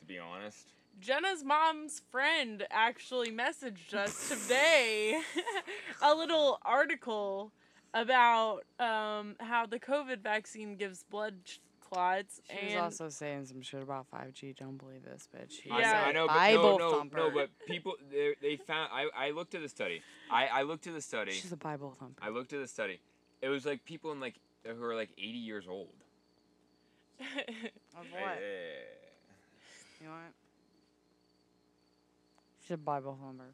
S2: To be honest,
S3: Jenna's mom's friend actually messaged us today a little article about um, how the COVID vaccine gives blood ch- clots.
S1: She was
S3: and
S1: also saying some shit about 5G. Don't believe this bitch. She's
S2: I know-
S3: Yeah.
S2: I know, but
S1: Bible
S2: no, no,
S1: thumper.
S2: no, but people they, they found. I, I looked at the study. I, I looked at the study.
S1: She's a Bible thumper.
S2: I looked at the study. It was like people in like who are like 80 years old.
S1: Of
S2: I-
S1: what?
S2: eh.
S1: You know what? She's a Bible thumper.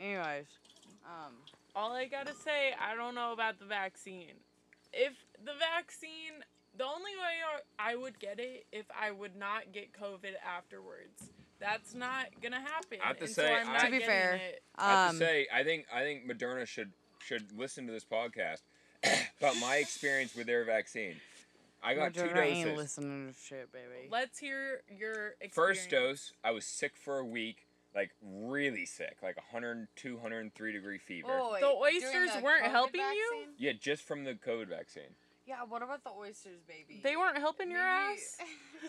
S6: Anyways, um,
S3: all I gotta say, I don't know about the vaccine. If the vaccine, the only way I- I would get it if I would not get COVID afterwards. That's not gonna happen.
S2: I have to
S3: and so
S2: say,
S3: I'm
S2: I-
S3: not
S2: To
S1: be
S3: getting
S1: fair,
S3: it.
S2: I have
S1: Um,
S2: to say, I think I think Moderna should should listen to this podcast about my experience with their vaccine. I got two
S1: Moderna ain't
S2: doses.
S1: listening to shit, baby.
S3: Let's hear your experience.
S2: First dose, I was sick for a week, like really sick, like 102, 103 degree fever.
S6: oh, wait,
S3: The
S6: doing
S3: oysters weren't
S6: COVID
S3: helping you?
S6: vaccine?
S2: Yeah, just from the COVID vaccine.
S6: Yeah, what about the oysters, baby?
S3: They weren't helping your
S6: Maybe-
S3: ass.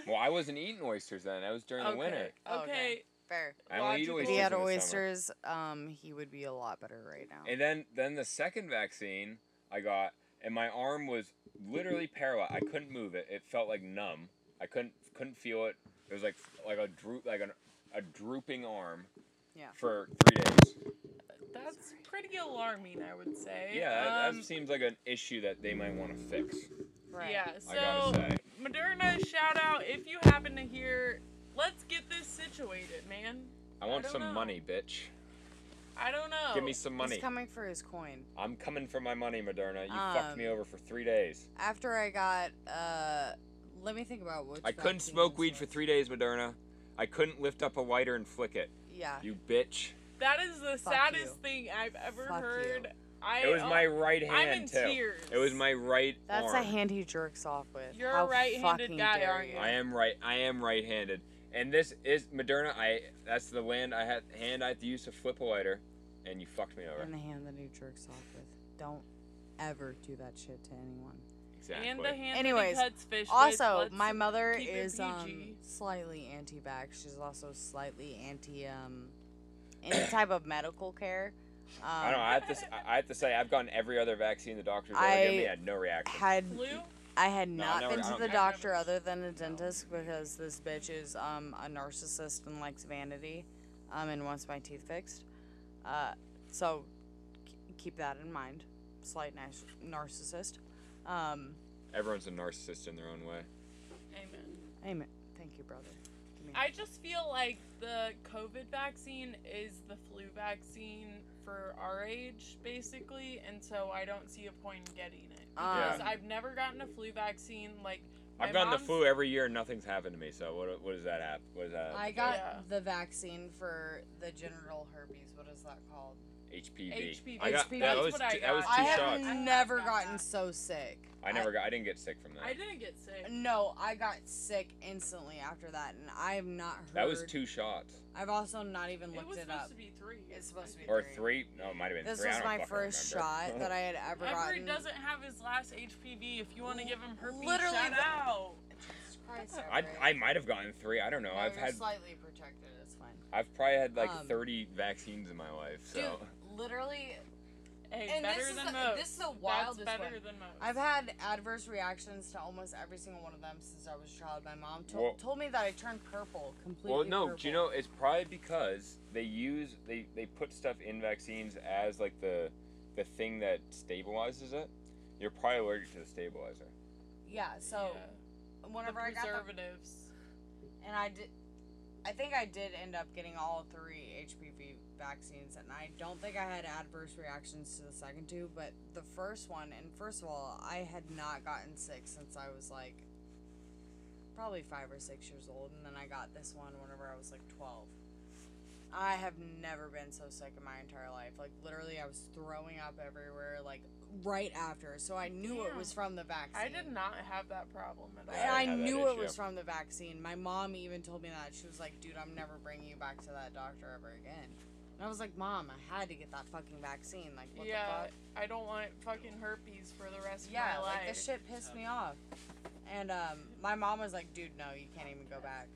S2: Well, I wasn't eating oysters then. That was during the winter.
S3: Okay.
S6: Okay. Fair.
S2: I only eat
S3: Logical.
S2: oysters.
S1: If he had
S2: in the summer.
S1: oysters, um, he would be a lot better right now.
S2: And then then the second vaccine I got, and my arm was literally paralyzed. I couldn't move it. It felt like numb. I couldn't couldn't feel it. It was like like a droop like an, a drooping arm.
S1: Yeah.
S2: For three days.
S3: That's pretty alarming, I would say.
S2: Yeah, that,
S3: Um,
S2: that seems like an issue that they might want to fix.
S1: right.
S3: Yeah,
S2: I gotta
S3: so
S2: say.
S3: Moderna shout out if you happen to hear, let's get this situated, man.
S2: I want
S3: don't
S2: some
S3: know. Oh,
S2: money, bitch.
S3: I don't know.
S2: Give me some money.
S1: He's coming for his coin.
S2: I'm coming for my money, Moderna. You fucked me
S1: Um,
S2: over for three days.
S6: After I got, uh, let me think about which.
S2: I couldn't
S6: vaccine
S2: smoke
S6: this
S2: weed for
S6: was.
S2: three days, Moderna. I couldn't lift up a lighter and flick it.
S6: Yeah.
S2: You bitch.
S3: That is the
S1: Fuck
S3: saddest
S1: you.
S3: thing I've ever
S1: Fuck you.
S3: heard. I um,
S2: It was my right
S3: oh, I'm
S2: hand
S3: in
S2: too.
S3: tears.
S2: It was my right
S1: That's
S2: arm.
S1: a hand he jerks off with.
S3: You're a
S1: How
S3: right-handed
S1: fucking
S3: guy,
S1: dare
S3: aren't you?
S2: I am right. I am right-handed, and this is Moderna. I that's the land I had hand I had to use to flip a lighter, and you fucked me over.
S1: And the hand that he jerks off with. Don't ever do that shit to anyone.
S2: Exactly.
S3: and the hand
S1: Anyways,
S3: that he cuts fish with,
S1: Also,
S3: let's-
S1: my mother
S3: keep it
S1: is um,
S3: PG.
S1: slightly anti-vax. She's also slightly anti um, any type of medical care. Um,
S2: I don't know. I have to. s- I- I have to say, I've gotten every other vaccine the doctors ever given me.
S1: I
S2: I had no reaction.
S1: Um, had
S3: flu.
S1: I had
S2: No,
S1: not
S2: never-
S1: been
S2: I
S1: to
S2: don't
S1: the
S2: get
S3: it. I've
S1: doctor
S3: never-
S1: other than a dentist because this bitch is um, a narcissist and likes vanity.
S4: um, and wants my teeth fixed. Uh, so k- keep that in mind. Slight nas- narcissist. Um,
S2: Everyone's a narcissist in their own way.
S3: Amen.
S4: amen. Thank you, brother. Give me-
S3: I just feel like the COVID vaccine is the flu vaccine for our age, basically, and so I don't see a point in getting it.
S1: Um,
S3: Because
S2: Yeah.
S3: I've never gotten a flu vaccine. Like
S2: I've
S3: My
S2: gotten the
S3: mom's-
S2: flu every year and nothing's happened to me. So what, what does that have? What is that?
S1: I got
S3: Yeah.
S1: the vaccine for the genital herpes. What is that called?
S2: HPV.
S3: HPV.
S2: I got
S3: HPV,
S2: that
S3: that's
S2: was
S3: what I
S2: two, that was two
S3: got.
S1: I
S2: shots.
S1: have
S3: I have
S1: never
S3: got
S1: gotten
S3: that.
S1: so sick.
S2: I never got. I didn't get sick from that.
S3: I didn't get sick.
S1: No, I got sick instantly after that, and I have not heard.
S2: That was two shots
S1: I've also not even
S3: It
S1: looked
S3: was
S1: it,
S3: supposed
S1: up.
S3: to be three.
S1: It's supposed to be
S2: or
S1: Three.
S2: three. No, it might have been
S1: This
S2: three. I
S1: was
S2: don't
S1: my
S2: fucking
S1: first
S2: remember.
S1: shot that I had ever
S3: Everett
S1: gotten.
S3: doesn't have his last HPV. If you want to give him herpes,
S1: Literally
S3: shout
S1: the-
S3: out.
S1: Jesus Christ,
S2: I,
S1: Everett.
S2: I might have gotten three. I don't know.
S1: No,
S2: I've
S1: you're
S2: had
S1: slightly protected. It's fine.
S2: I've probably had like
S1: Um,
S2: 30 vaccines in my life. So
S1: Dude, literally,
S3: Hey,
S1: and
S3: better
S1: this is
S3: than
S1: the,
S3: most.
S1: this is the
S3: That's
S1: wildest
S3: better
S1: one.
S3: than most.
S1: I've had adverse reactions to almost every single one of them since I was a child. My mom to-
S2: Well-
S1: told me that I turned purple completely.
S2: well, no. Do
S1: purple.
S2: you know? It's probably because they use they they put stuff in vaccines as like the the thing that stabilizes it. You're probably allergic to the stabilizer.
S1: Yeah. So
S3: Yeah. the
S1: whenever I got them,
S3: preservatives.
S1: and I did, I think I did end up getting all three HPV vaccines, and I don't think I had adverse reactions to the second two, but the first one, and first of all, I had not gotten sick since I was like probably five or six years old, and then I got this one whenever I was like twelve. I have never been so sick in my entire life. Like literally, I was throwing up everywhere. Like right after, so I knew it
S3: Yeah.
S1: was from the vaccine.
S3: I did not have that problem at all.
S2: Yeah,
S1: And
S2: I
S1: I
S2: had that
S1: knew it
S2: issue.
S1: was from the vaccine. My mom even told me that. She was like, dude, I'm never bringing you back to that doctor ever again. And I was like, mom, I had to get that fucking vaccine. Like, what
S3: yeah,
S1: the fuck?
S3: I don't want fucking herpes for the rest
S1: Yeah,
S3: of my
S1: like
S3: life.
S1: this shit pissed me off. And um, my mom was like, dude, no, you can't even go back.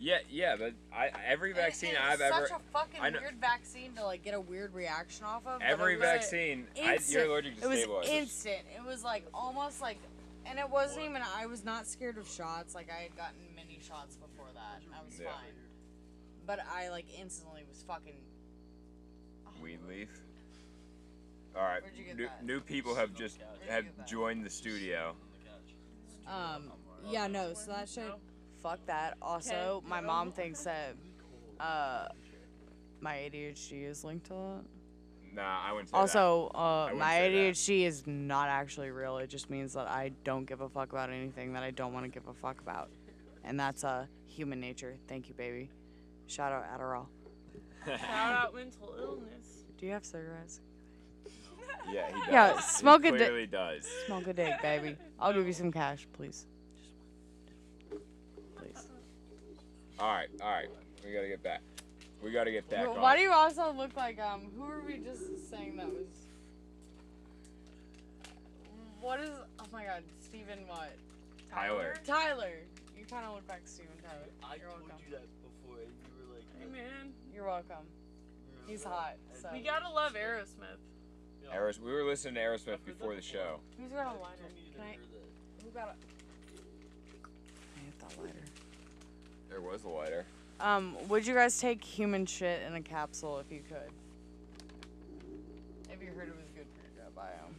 S2: Yeah, yeah. But I every
S1: And- and
S2: vaccine
S1: it's
S2: I've ever
S1: such a fucking
S2: I know-
S1: weird vaccine to like get a weird reaction off of. but
S2: every
S1: it was,
S2: vaccine I, you're
S1: instant-
S2: allergic to
S1: It was
S2: stabilizers.
S1: instant. It was like almost like, and it wasn't even. I was not scared of shots. Like I had gotten many shots before that. And I was
S2: Yeah.
S1: fine. But I like instantly was fucking.
S2: Weed leaf. All right,
S1: Where'd you get
S2: new,
S1: that?
S2: new people have just
S1: you
S2: have
S1: get that?
S2: joined the studio.
S1: Um. Yeah. No. So that shit.
S4: Fuck that. Also,
S3: Okay.
S4: my mom thinks that uh, my ADHD is linked to that.
S2: Nah, I wouldn't say that.
S4: Also, uh,
S2: wouldn't
S4: my
S2: say that.
S4: ADHD is not actually real. It just means that I don't give a fuck about anything that I don't want to give a fuck about, and that's uh, human nature. Thank you, baby. Shout out Adderall.
S3: Shout out mental illness.
S4: Do you have cigarettes?
S2: yeah, he does.
S4: Yeah, smoke
S2: he
S4: a di-
S2: clearly does.
S4: Smoke a dick, baby. I'll give you some cash, please. Just one. Please.
S2: All right, all right. We gotta get back. We gotta get back on.
S1: Why do you also look like um? Who were we just saying that was? What is? Oh my God, Steven what?
S2: Tyler.
S1: Tyler. You kind of look like Steven Tyler.
S7: I
S1: You're
S7: told
S1: welcome.
S7: you that before, and you were like,
S3: Hey, man.
S1: You're welcome. He's hot. So.
S3: We gotta love Aerosmith.
S2: Aeros- we were listening to Aerosmith before the show.
S1: Who's got a lighter? Can I? Who got a?
S4: I hit that lighter.
S2: There was a lighter.
S4: Um, would you guys take human shit in a capsule if you could?
S1: Have you heard it was good for your gut biome?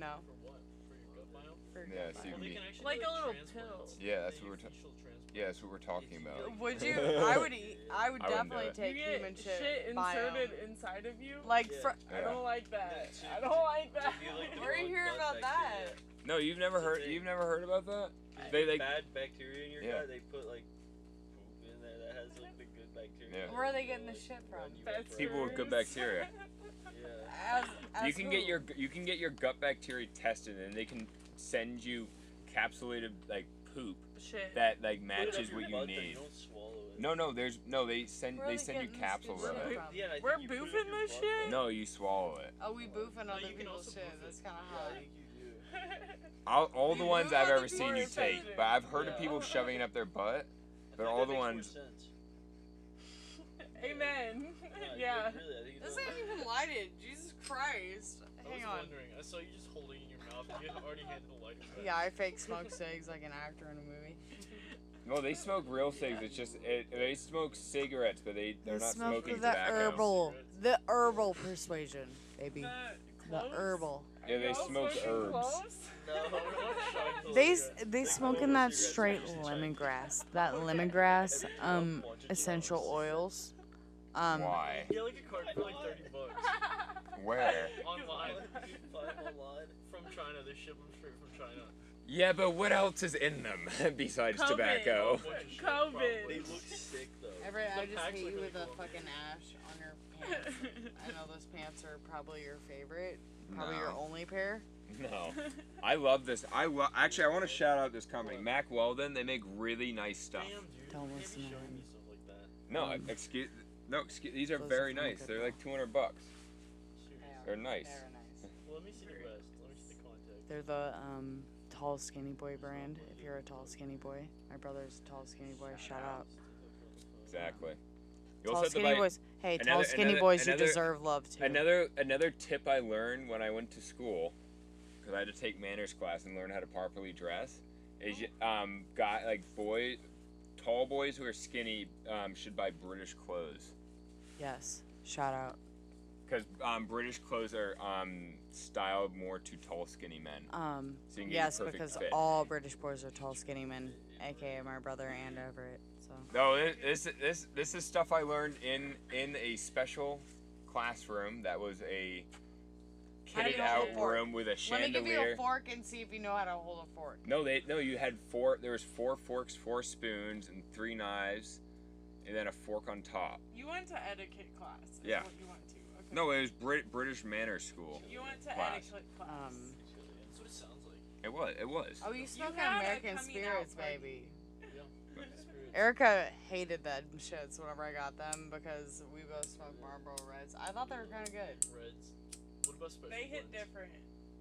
S1: No.
S7: For what? For your gut biome?
S1: For your
S2: Yeah,
S1: gut
S2: so you
S7: Well,
S2: can
S7: they
S2: be,
S7: can actually
S3: Like
S7: do,
S3: a little
S7: transplants.
S3: pill.
S2: Yeah, that's
S7: They
S2: what we're
S7: do
S2: ta-
S7: facial transplants.
S2: yeah, that's what we're talking about.
S1: biome. Would you? I would eat. I would
S2: I wouldn't do
S1: definitely
S2: it.
S1: take
S3: you get
S1: human shit.
S3: shit, inserted
S1: biome.
S3: inside of you.
S1: Like
S7: Yeah.
S1: fr-
S3: I
S2: Yeah.
S3: don't like that.
S7: Yeah,
S3: I
S7: to-
S3: don't like that.
S7: to be like the
S1: Where do you
S7: wrong
S1: hear
S7: gut
S1: about
S7: bacteria.
S2: No, you've never
S7: It's a
S2: heard.
S7: thing.
S2: You've never heard about that?
S7: If
S2: They,
S7: you have
S2: like-
S7: bad bacteria in your
S2: Yeah.
S7: gut. They put like poop in there that has like the good bacteria.
S2: Yeah.
S1: Where are they
S7: They'll,
S1: getting the
S7: like,
S1: shit
S7: run
S1: from?
S7: you
S3: That's
S7: up
S2: People with good
S3: gross.
S2: bacteria.
S7: Yeah.
S1: As, as
S2: you can get
S1: who?
S2: your you can get your gut bacteria tested, and they can send you capsulated like poop
S3: shit.
S2: that like
S7: Put it up
S2: matches
S7: your
S2: what
S7: butt,
S2: you
S7: then
S2: need.
S7: don't swallow it.
S2: No, no, there's no. They send
S1: Where are
S2: they
S1: they
S2: send you
S1: getting this good
S2: capsules
S1: shit
S2: of it.
S1: from?
S7: Yeah, and I think
S3: We're
S7: you put it up
S3: boofing
S7: your
S3: this
S7: butt,
S3: shit?
S7: then-
S2: No, you swallow it.
S1: Oh, we boof on
S7: No,
S1: other
S7: you can
S1: people's
S7: also
S1: shit.
S7: boof it.
S1: That's kind of
S7: Yeah,
S1: hot.
S7: I think you do.
S2: I'll, all the
S1: You
S2: ones
S1: know
S2: I've
S1: the
S2: ever
S1: people
S2: seen
S3: are
S2: you take,
S3: infected.
S2: but I've heard of
S7: Yeah.
S2: people shoving it up their butt. But
S7: I think
S2: all
S7: that
S2: the
S7: makes more
S2: ones-
S7: sense.
S3: Amen.
S7: No, like,
S3: yeah.
S7: really, I think it
S1: This
S7: does.
S1: ain't even lighted. Jesus Christ.
S7: I was
S1: Hang on.
S7: wondering. I saw you just holding it in your mouth. and You had already handed the lighter. back.
S1: Yeah, I fake smoke cigs like an actor in a movie.
S2: No, they smoke real cigs. It's just it, they smoke cigarettes, but they they're
S1: They
S2: not
S1: smoke
S2: smoking
S1: the
S2: tobacco.
S1: herbal, the herbal persuasion, baby, the
S3: cloves?
S1: herbal.
S2: Yeah, they
S3: Y'all
S2: smoke
S3: smoking
S2: herbs.
S3: cloves?
S7: No, no, no,
S4: They
S7: cigarettes.
S4: s- they smoking that straight lemongrass, that lemongrass um essential oils. Um,
S2: Why?
S7: Get like a card for like 30 bucks.
S2: Where?
S7: Online. You buy them online from China. They ship them straight from China.
S2: Yeah, but what else is in them besides
S3: Coven.
S2: tobacco?
S7: Bunch of shit,
S3: COVID.
S7: probably. They look sick though.
S1: Everett, I
S7: The
S1: just
S7: pack's
S1: hit
S7: like
S1: you
S7: really
S1: with a
S7: cool.
S1: fucking ash on your pants. I know those pants are probably your favorite, probably your
S2: No.
S1: only pair.
S2: No, I love this. I lo- actually I want to shout out this company, Mac Weldon. They make really nice stuff.
S7: Damn, dude.
S4: Don't
S7: you can't
S4: listen
S7: be
S4: to
S7: showing
S4: him.
S7: me stuff like that.
S2: No,
S4: Um,
S2: excuse. No, excuse. These are
S1: Those
S2: very
S1: are from
S2: nice. They're
S1: Goodwill.
S2: like 200 bucks.
S7: Seriously.
S2: They're nice.
S1: They're nice.
S7: Well, Let me see the rest. Let me see the contact.
S4: They're the um, tall skinny boy brand. If you're a tall skinny boy, my brother's a tall skinny boy. Shout out.
S2: Exactly. You
S4: Tall
S2: also have to
S4: skinny
S2: buy-
S4: boys. Hey, tall
S2: another-
S4: skinny
S2: another-
S4: boys,
S2: another-
S4: you deserve love too.
S2: Another another tip I learned when I went to school, because I had to take manners class and learn how to properly dress, is you- um guy like boy, tall boys who are skinny um, should buy British clothes
S4: yes, shout out.
S2: because um, British clothes are um, styled more to tall skinny men.
S4: Um,
S2: So you can get your
S4: yes,
S2: perfect
S4: because
S2: fit.
S4: all British boys are tall skinny men, aka my brother and Everett. So
S2: No, thi- this this this is stuff I learned in in a special classroom that was a kitted
S1: you
S2: out
S1: hold a fork?
S2: room with a
S1: Let me
S2: chandelier.
S1: give you a fork and see if you know how to hold a fork.
S2: No, they no. You had four. There was four forks, four spoons, and three knives, and then a fork on top.
S3: You went to etiquette class. is
S2: Yeah.
S3: What you went to. Okay.
S2: No, it was Brit- British Manor School.
S3: You went to
S2: class.
S3: etiquette class.
S4: Um,
S7: That's what it sounds like.
S2: It was. It was.
S1: Oh, you smoke
S3: had a
S1: American
S3: coming
S1: spirits,
S3: out party.
S1: baby.
S7: Yeah. Spirits.
S1: Erica hated that shits whenever I got them because we both smoked Marlboro Reds. I thought they were kind of good.
S7: Reds. What about special
S3: they hit
S7: blends?
S3: different.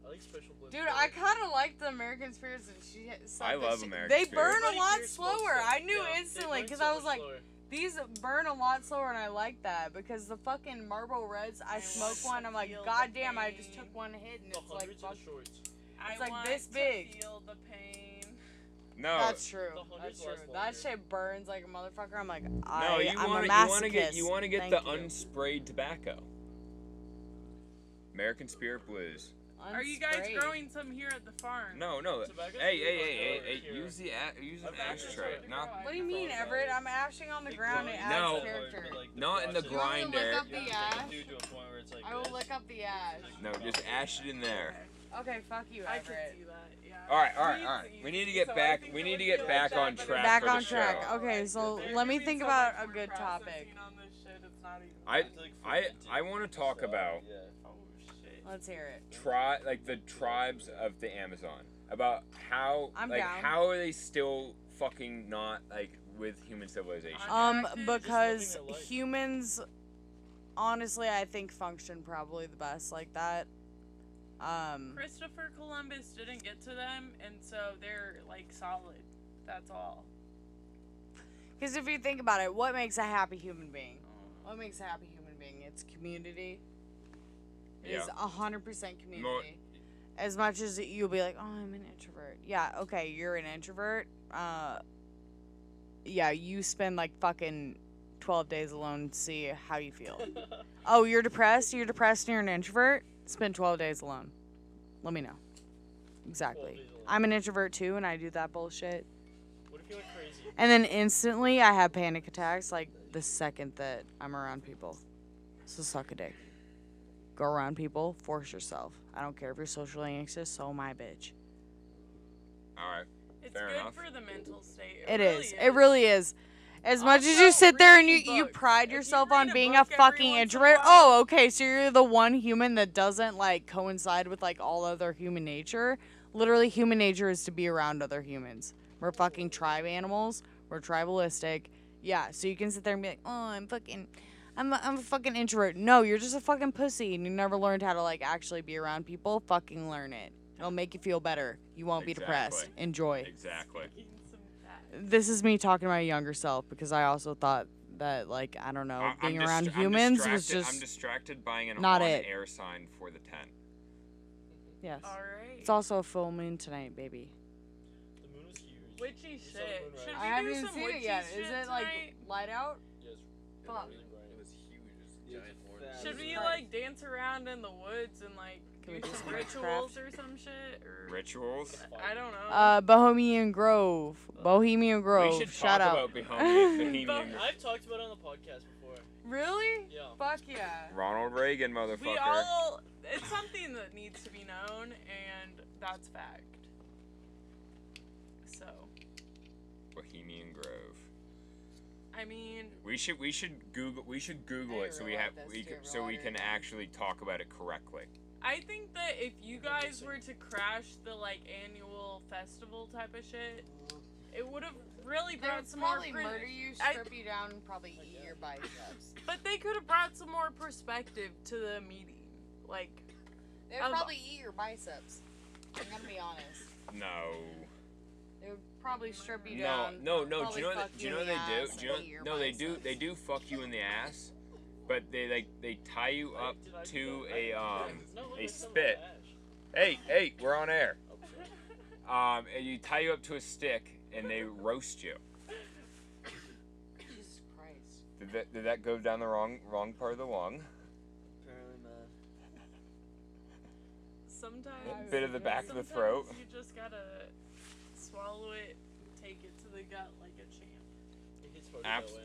S7: I like special blends.
S1: Dude,
S7: better.
S1: I kind of like the American spirits, and she hit- said
S2: I
S1: that
S2: love
S1: she-
S2: American
S1: They
S2: Spirits.
S1: burn a
S7: Like
S1: lot
S7: beer smells
S1: slower.
S7: good.
S1: I knew
S7: Yeah, they
S1: instantly
S7: burn
S1: because
S7: so
S1: I
S7: much
S1: was like,
S7: slower.
S1: these burn a lot slower, and I like that because the fucking Marlboro Reds. I
S3: I
S1: smoke one,
S3: want to
S1: I'm like,
S3: feel the
S1: god damn, I just
S3: pain.
S1: took one hit, and
S7: The
S1: it's like,
S7: hundreds
S1: fuck.
S7: and shorts.
S3: I
S1: like
S3: want
S1: this
S3: to
S1: big.
S3: Feel the pain.
S2: no.
S1: That's true.
S7: The hundreds
S1: That's true.
S7: last
S1: That
S7: longer.
S1: shit burns like a motherfucker. I'm like, I,
S2: no, you
S1: I'm
S2: want
S1: a
S2: you
S1: masochist.
S2: want to get you want to get
S1: Thank
S2: the
S1: you.
S2: unsprayed tobacco. American Spirit Blues.
S3: Are you guys
S1: Unsprayed.
S3: growing some here at the farm?
S2: No, no.
S7: Tobacco's
S2: Hey,
S7: really
S2: hey,
S7: popular
S2: hey, hey,
S7: here.
S2: hey! Use the a- use an
S7: I've actually
S2: ashtray.
S7: tried to
S2: Not
S7: grow
S1: What do you mean,
S7: Frogs.
S1: Everett? I'm ashing on the
S7: Big
S1: ground. It
S7: frogs.
S1: adds
S2: No.
S1: character.
S7: Like the
S2: not in the
S7: frogs.
S1: You want me to
S2: grinder.
S1: lick up the
S7: You have to
S1: ash?
S7: take it, dude, to a point where it's like
S1: I will
S7: this.
S1: lick up the ash.
S2: no, just ash it in there.
S1: Okay, fuck you,
S3: I could
S1: Everett.
S3: see that. Yeah.
S2: All right, all right,
S3: Weed's
S2: all right. We
S3: easy,
S2: need to get
S3: so I
S2: back-
S3: think
S2: we
S3: it
S2: need
S3: would
S2: to get
S3: feel
S2: back
S3: bad,
S2: on
S3: but it's
S2: track
S1: Back
S2: for the
S1: on track.
S2: show.
S1: Okay, so
S3: There
S1: let
S3: could
S1: me
S3: be
S1: think
S3: so
S1: about
S3: much
S1: a
S3: word
S1: good topic.
S3: processing on this shit, it's not even-
S2: I-
S7: It's like
S2: I
S7: fermented
S2: I want to talk
S7: stuff.
S2: about
S7: Yeah.
S3: Oh, shit.
S1: Let's hear it.
S2: tri like the tribes of the Amazon about how
S1: I'm
S2: like
S1: down.
S2: how are they still fucking not like with human civilization?
S3: I'm-
S1: Um,
S3: Interactive, just
S1: because
S7: living their life.
S1: humans, honestly, I think function probably the best like that. Um,
S3: Christopher Columbus didn't get to them, and so they're like solid. That's all.
S1: because if you think about it, what makes a happy human being? What makes a happy human being? It's community. It is
S2: Yeah.
S1: a hundred percent community. As much as you'll be like, oh, I'm an introvert. Yeah, okay, you're an introvert. Uh, yeah, you spend like fucking twelve days alone. to See how you feel. oh, you're depressed. You're depressed. and You're an introvert. Spend twelve days alone. Let me know. Exactly.
S7: days alone.
S1: I'm an introvert too, and I do that bullshit.
S7: What if you went crazy?
S1: And then instantly, I have panic attacks like the second that I'm around people. So suck a dick. Go around people, force yourself. I don't care if you're socially anxious, so my bitch.
S2: All right.
S3: It's
S2: Fair
S3: good
S2: enough.
S3: for the mental state.
S1: It
S3: really
S1: is. It really is. As much as you
S3: Also,
S1: sit there and you,
S3: read the
S1: you
S3: book.
S1: pride
S3: If you
S1: yourself
S3: read
S1: on
S3: a
S1: being a,
S3: book every
S1: fucking
S3: once in a
S1: introvert,
S3: while-
S1: oh, okay, so you're the one human that doesn't like coincide with like all other human nature. Literally, human nature is to be around other humans. We're fucking tribe animals. We're tribalistic. Yeah, so you can sit there and be like, oh, I'm fucking, I'm a, I'm a fucking introvert. No, you're just a fucking pussy and you never learned how to like actually be around people. Fucking learn it. It'll make you feel better. You won't be depressed.
S2: Exactly.
S1: Enjoy
S2: Exactly.
S3: Taking some fat.
S1: this is me talking to my younger self because I also thought that like I don't know
S2: I- I'm
S1: being
S2: dist-
S1: around
S2: I'm
S1: humans was
S2: distracted- I'm
S1: just
S2: distracted buying an
S1: not it.
S2: on-air sign for the tent.
S1: yes.
S3: All right.
S1: It's also a full moon tonight, baby.
S7: The moon was huge.
S3: Witchy
S7: saw the
S3: shit.
S7: moon
S3: Should we
S7: rise.
S1: I haven't
S3: do
S1: even
S3: some
S1: seen
S3: witchy
S1: it yet.
S3: shit
S1: Is it like
S3: tonight?
S1: light out?
S7: Yes.
S1: Fuck.
S8: It was huge. It was a
S7: Yeah,
S8: giant
S7: it's
S8: orange.
S7: fat.
S3: Should we
S1: Right.
S3: like dance around in the woods and like
S4: Can we
S3: do
S4: do
S3: some
S4: some
S3: rituals or some shit? Or
S2: Rituals?
S3: I don't know.
S4: Uh, Bohemian Grove. Bohemian Grove.
S2: we should
S4: Shout
S2: talk
S4: out.
S2: about Bohemian. Bohemian.
S7: Fuck, I've talked about it on the podcast before.
S1: Really?
S7: Yeah.
S1: Fuck yeah.
S2: Ronald Reagan,
S3: we
S2: motherfucker.
S3: all. It's something that needs to be known, and that's fact. So,
S2: Bohemian Grove.
S3: I mean,
S2: We should we should Google we should Google
S1: I
S2: it so we
S1: really
S2: have
S1: like
S2: we
S1: this
S2: c-
S1: shit,
S2: so we can
S1: Ronald.
S2: actually talk about it correctly.
S3: I think that if you
S7: Like you
S3: guys
S7: said.
S3: were to crash the like annual festival type of shit, it would have really
S1: They
S3: brought
S1: would
S3: some more.
S1: probably
S3: crit-
S1: murder you,
S3: I-
S1: strip you down, and probably eat your biceps.
S3: But they could have brought some more perspective to the meeting. Like,
S1: They would
S3: Um,
S1: probably eat your biceps. I'm gonna be honest.
S2: No.
S1: They would probably strip you
S2: No,
S1: down.
S2: no, no. Do
S1: probably
S2: you know
S1: fuck
S2: what, do you
S1: in
S2: know what
S1: the
S2: they do?
S1: ass
S2: Do you know
S1: and eat your
S2: No, they do
S1: biceps.
S2: they do fuck you in the ass, but they like they tie you up
S7: Did I do
S2: to
S7: that?
S2: a um
S7: No, look,
S2: a
S7: it's on my
S2: spit.
S7: ash.
S2: hey, hey, we're on air.
S7: Okay.
S2: Um and you tie you up to a stick and they roast you.
S1: Jesus Christ.
S2: Did that, did that go down the wrong wrong part of the lung?
S7: Apparently not.
S3: sometimes.
S2: bit of the back of the
S3: sometimes
S2: throat.
S3: You just gotta swallow it, take it to the gut like a champ.
S7: It hits hard
S2: Abs-
S7: to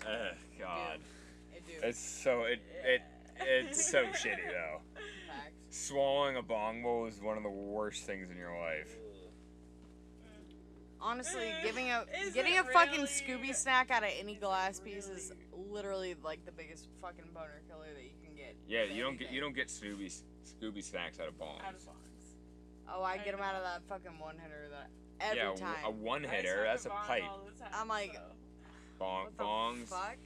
S7: go in.
S2: Ugh, God.
S1: It do.
S2: It's so it it it's so shitty though.
S1: Fact.
S2: Swallowing a bong bowl is one of the worst things in your life.
S7: Ugh.
S1: Honestly, giving a
S3: Is
S1: getting
S3: it
S1: a fucking
S3: really-
S1: Scooby snack out of any
S3: is it
S1: glass piece is
S3: really-
S1: literally like the biggest fucking boner killer that you can get.
S2: Yeah,
S1: with
S2: you don't get you
S1: anything.
S2: don't get Scooby Scooby snacks out of bongs.
S3: Out of box.
S1: Oh, I
S3: I
S1: get them
S3: know.
S1: out of that fucking one hitter that every
S2: yeah, a-
S1: time.
S2: a one
S3: I
S2: hitter.
S3: smoke
S2: That's a
S3: bong
S2: pipe.
S3: all the time,
S1: I'm like-
S3: so.
S2: Bong
S1: what the
S2: bongs.
S1: fuck?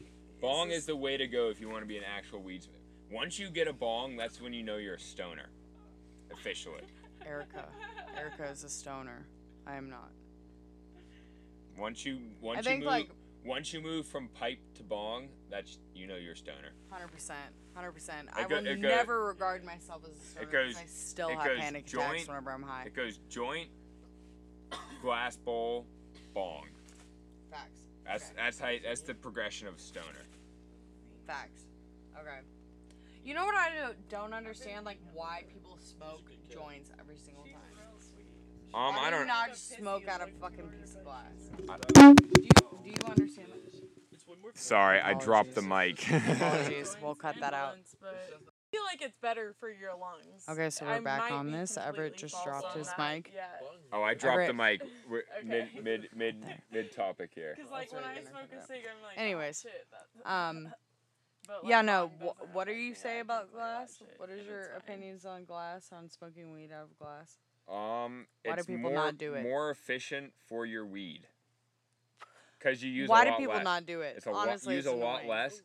S2: Bong
S1: This
S2: is the way to go if you want to be an actual weedsman. Once you get a bong, that's when you know you're a stoner, officially.
S1: Erica. Erica is a stoner. I am not.
S2: Once you once
S1: I think
S2: you move
S1: like
S2: once you move from pipe to bong, that's you know you're a stoner.
S1: hundred percent, hundred percent. I
S2: go-
S1: will
S2: it go-
S1: never regard myself as a stoner
S2: goes-
S1: because I still
S2: it
S1: have
S2: goes
S1: panic
S2: joint-
S1: attacks whenever I'm high.
S2: It goes joint, glass bowl, bong.
S1: Facts.
S2: That's
S1: Okay.
S2: that's how that's the progression of stoner.
S1: Facts. Okay. You know what I don't- don't understand? Like why people smoke joints every single
S3: She's
S1: time.
S3: real sweet.
S2: Um,
S1: Why
S2: I
S1: do you
S2: don't.
S1: not
S3: Like a
S1: just
S3: pissy
S1: smoke out a
S3: looking
S1: fucking
S3: order,
S1: piece of
S3: but
S1: glass?
S3: she's
S1: Do you, do you understand? that?
S7: It's one more.
S2: Sorry, I
S1: Apologies.
S2: dropped the mic.
S1: Apologies. We'll
S3: Joints
S1: cut
S3: and
S1: that out.
S3: bones, but I feel like it's better for your lungs.
S1: Okay, so we're
S3: I
S1: back
S3: might
S1: on
S3: be
S1: this. Everett
S3: completely
S1: just
S3: false
S1: dropped
S3: on
S1: his
S3: that,
S1: mic.
S3: Yeah.
S2: oh, I dropped the mic We're
S3: Okay.
S2: mid mid mid mid topic here.
S3: Because like
S1: That's
S3: when
S1: what
S3: I
S1: you're
S3: smoke
S1: gonna
S3: a cig, I'm like. oh,
S1: Anyways,
S3: shit, that's-
S1: Um,
S3: But,
S1: yeah,
S3: like,
S1: no.
S3: mine doesn't
S1: Wh- what
S3: have
S1: do you
S3: anything
S1: say
S3: I
S1: about
S3: can say like
S1: glass?
S3: shit,
S1: What is
S3: and
S1: your
S3: it's fine.
S1: opinions on glass on smoking weed out of glass?
S2: Um,
S4: Why do
S2: it's
S4: people
S2: more,
S4: not do it?
S2: More efficient for your weed. Cause you use
S4: Why
S2: a
S4: do
S2: lot
S4: people
S2: less.
S4: not do it?
S2: It's a
S4: Honestly,
S2: lot, use
S4: it's
S2: a lot
S4: annoying.
S2: less.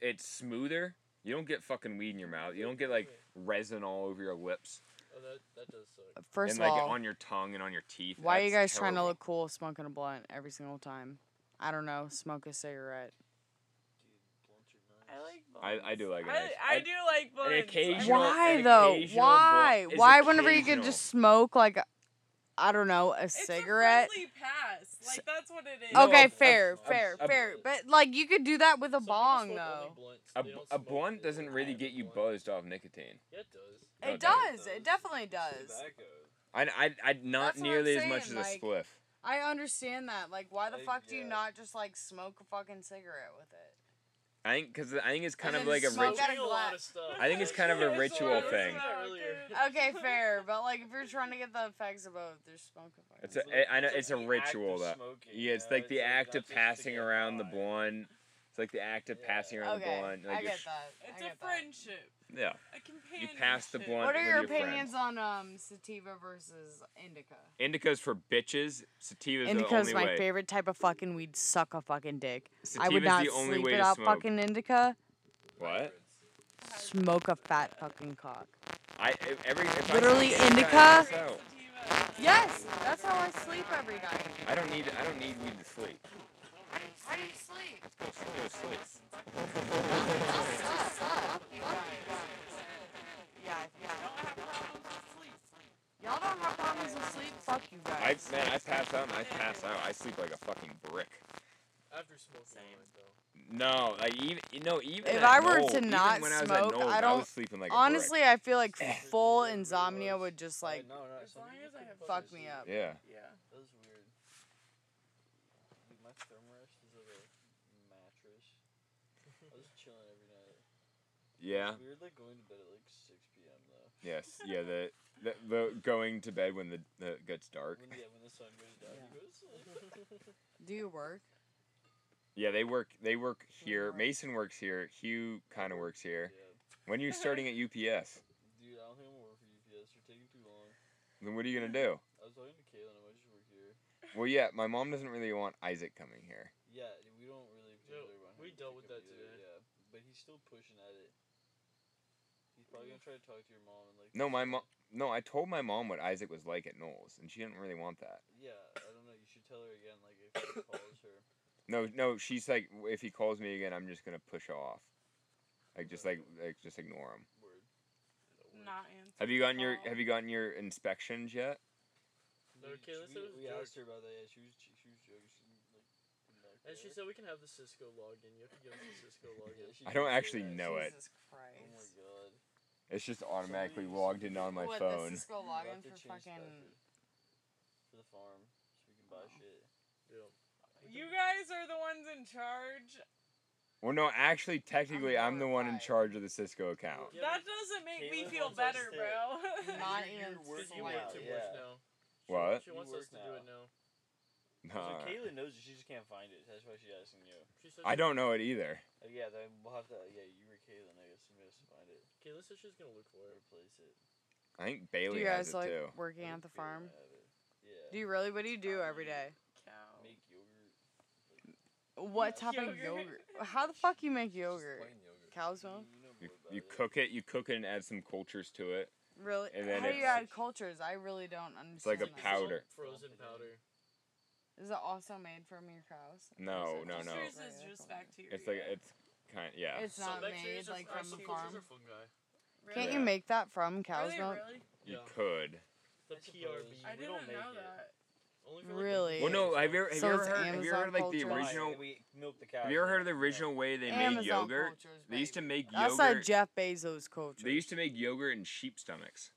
S2: It's smoother. You don't get fucking weed in your mouth. You don't get like resin all over your lips
S7: Oh, that, that does suck.
S4: First
S2: and
S4: of
S2: like
S4: all,
S2: on your tongue and on your teeth.
S4: why are you guys
S2: That's
S4: trying to
S2: terrible.
S4: look cool smoking a blunt every single time? I don't know. Smoke a cigarette.
S3: I like
S2: I-
S3: blunts.
S2: I do like a
S3: I,
S2: nice-
S3: I,
S2: I-
S3: do like blunts. I-
S2: occasional-
S4: Why
S2: an
S4: though?
S2: occasional
S4: Why?
S2: blunt is
S4: Why? Whenever you could
S2: occasional.
S4: just smoke like, I don't know, a
S3: It's
S4: cigarette.
S3: A friendly pass. Like that's what it is.
S2: No,
S4: okay,
S2: a-
S4: fair,
S7: a-
S4: fair,
S2: a-
S4: fair. But like, you could do that with a bong though.
S2: A, a blunt doesn't really get you buzzed off nicotine.
S7: Yeah, it does.
S2: No,
S1: It
S2: it doesn't.
S1: does. It definitely does.
S2: I, I, I not
S1: That's what I'm
S2: nearly as much
S1: saying,
S2: as
S1: like-
S2: a spliff.
S1: I understand that. Like, why the
S7: Like,
S1: fuck do you
S7: yeah.
S1: not just like smoke a fucking cigarette with it?
S2: I think because I think it's kind
S1: And
S2: of
S1: then
S2: like a
S1: smoke
S2: rich.
S1: out
S7: a lot of
S1: glass.
S7: stuff.
S2: I think it's kind of a
S7: It's
S2: ritual
S7: lot of
S2: thing.
S7: stuff earlier.
S1: Okay, fair. But like, if you're trying to get the effects of both, there's smoke. a fucking
S2: It's a-
S7: like-
S2: I know
S7: like
S2: it's a
S7: the act
S2: ritual,
S7: of
S2: though.
S7: smoking,
S2: Yeah, it's
S7: you know?
S2: like the act
S7: not
S2: of
S7: just to get
S2: passing around the
S7: high.
S2: blunt. It's like the act of
S7: Yeah.
S2: passing around
S1: Okay,
S2: the blunt. Like
S1: I
S2: you're-
S1: get that.
S3: It's
S1: I
S3: a
S1: get that.
S3: friendship,
S2: Yeah.
S3: a companionship.
S2: pass the blunt.
S1: What are
S2: with
S1: your
S2: your friends.
S1: opinions on um sativa versus indica?
S2: Indica's for bitches. Sativa's
S4: Indica's
S2: the only
S4: my
S2: way.
S4: favorite type of fucking weed. Suck a fucking dick.
S2: Sativa's
S4: I would not
S2: the only
S4: sleep
S2: way to
S4: without
S2: smoke.
S4: fucking indica.
S2: What?
S4: Smoke a fat fucking cock.
S2: I if- every if I
S4: Literally
S2: smoke
S4: indica?
S2: I pass out.
S1: Yes, that's how I sleep every night.
S2: I don't need I don't need weed to sleep.
S1: How do you sleep?
S2: Go to sleep.
S1: Yeah, yeah. Y'all don't have problems with sleep? Fuck you
S2: I
S1: guys.
S2: man, I pass out and I pass out. I sleep like a fucking brick.
S8: After smoking
S7: Same.
S8: one, though.
S2: No, like even you know even
S1: If
S2: at
S1: I were
S2: Knoll-
S1: to
S2: even
S1: not
S2: when I, was
S1: smoke,
S2: at Knoll,
S1: I
S2: I
S1: don't-
S2: was sleeping like a brick.
S1: Honestly, I feel like
S2: Eh.
S1: full insomnia would just like
S7: no, no,
S8: As
S7: so
S8: long
S7: you
S8: as
S7: could
S8: I have
S7: compose
S1: fuck
S7: this
S1: me
S7: shit.
S1: up.
S2: yeah.
S8: Yeah.
S7: That was weird. Dude, my thermarest is like a mattress. I was chilling every night.
S2: Yeah.
S7: We were like going to bed at like 6 p.m. though.
S2: Yes. Yeah. The, the the going to bed when the, the gets dark.
S7: When, yeah, when the sun goes down,
S1: Yeah.
S7: you go to sleep.
S1: Do you work?
S2: Yeah. They work. They work here.
S1: Yeah.
S2: Mason works here. Hugh kind of works here.
S7: Yeah.
S2: When are you starting at UPS?
S7: Dude, I don't think I'm gonna work for UPS. You're taking too long.
S2: Then what are you gonna do?
S7: I was talking to Kaylin. I might just work here.
S2: Well, yeah. My mom doesn't really want Isaac coming here.
S7: Yeah, we don't really.
S8: No,
S7: particularly want him
S8: we
S7: to
S8: dealt
S7: pick
S8: with
S7: up
S8: that
S7: either,
S8: today.
S7: Yeah, but he's still pushing at it. He's probably gonna try to talk to your mom and like.
S2: No, my mom.
S7: mom.
S2: No, I told my mom what Isaac was like at Knowles, and she didn't really want that.
S7: Yeah, I don't know. You should tell her again, like if he calls her.
S2: No, no. She's like, if he calls me again, I'm just gonna push off. Like just like like just ignore him.
S7: Word. That'll work.
S3: Not answer.
S2: Have you gotten
S1: Um,
S2: your
S3: Call.
S2: Have you gotten your inspections yet?
S8: No,
S7: We- we-
S8: Kaylin said it
S7: We
S8: was a
S7: asked her
S8: joke.
S7: about that. Yeah, she was she was joking. She didn't, like. come back
S8: And she
S7: there.
S8: said we can have the Cisco login. You have to give us the Cisco
S7: Yeah,
S8: login.
S7: she
S2: I
S7: did
S2: don't
S7: say
S2: actually
S7: that.
S2: know it.
S9: Jesus
S7: Oh my
S9: Christ.
S7: god.
S2: It's just automatically logged in on my
S9: what,
S2: phone.
S9: the Cisco
S7: We'll
S9: login
S7: have
S9: for
S7: to change that
S9: fucking.
S7: For, for the farm, so we can buy
S9: Oh.
S7: shit.
S8: Yeah.
S3: You guys are the ones in charge.
S2: Well, no, actually, technically, I'm, the one in
S9: horrified.
S2: charge of the Cisco account.
S8: Yeah,
S3: that
S8: but
S3: doesn't make me
S7: Caitlin
S3: feel
S7: wants us
S3: better,
S7: to-
S3: bro.
S9: Not
S8: You-
S9: even
S8: you work-
S7: slightly.
S8: You work too much
S7: Yeah.
S8: now. She-
S2: What?
S8: She
S7: You
S8: wants us
S7: work
S8: to do it now.
S2: No,
S7: So Kayla knows it. She just can't find it. That's why she's asking you.
S8: She said
S2: I don't know it either.
S7: Uh, yeah, then we'll have to. Yeah, you were Kaylin. I guess somebody has to find it
S8: Kayla said she's gonna look for
S7: or
S8: it.
S7: replace it.
S2: I think
S1: Do
S2: Bailey
S1: you
S2: has
S1: guys like
S2: it too.
S1: working
S7: I
S1: at the
S7: think
S1: farm?
S7: Kaylin have it. Yeah.
S1: Do you really? What do you do every day?
S3: Cow.
S7: make yogurt?
S1: What type of yogurt?
S3: Yogurt.
S1: How the fuck you make yogurt?
S7: plain yogurt.
S1: Cow's milk?
S7: You, know
S2: You,
S7: more about
S2: you
S7: it.
S2: cook it, you cook it, and add some cultures to it.
S1: Really?
S2: And then
S1: How do you
S2: it's-
S1: add cultures? I really don't understand.
S2: like a
S1: that.
S2: pow- powder.
S8: Frozen powder.
S1: Is it also made from your cows?
S2: No,
S1: Is it
S2: no,
S1: just
S2: no.
S1: yours?
S3: Cultures is just bacteria.
S2: It's like it's kind of yeah.
S1: It's not
S8: Some
S1: made
S8: bacterias are-
S1: like
S8: are-
S1: from the
S8: some cultures
S1: farm.
S8: are fungi.
S2: Really?
S1: Can't you make that from cow's milk?
S3: Really?
S2: You
S8: Yeah.
S2: could.
S8: The
S7: I suppose.
S8: PRB.
S3: I
S7: We don't
S3: didn't
S7: make
S3: know
S7: it.
S3: that.
S8: Only for like the
S1: Really?
S2: Well, no.
S8: big
S2: Have you ever, have
S1: So
S2: you ever
S1: it's
S2: heard? Have you ever heard
S1: Amazon
S2: like the
S1: culture?
S7: Why?
S2: original?
S7: We milk the cow.
S2: Have you ever heard of the original way they made
S1: Amazon
S2: yogurt?
S1: Cultures,
S2: They used to
S1: baby.
S2: make
S1: That's
S2: yogurt.
S1: not Jeff Bezos' culture.
S2: They used to make yogurt in sheep stomachs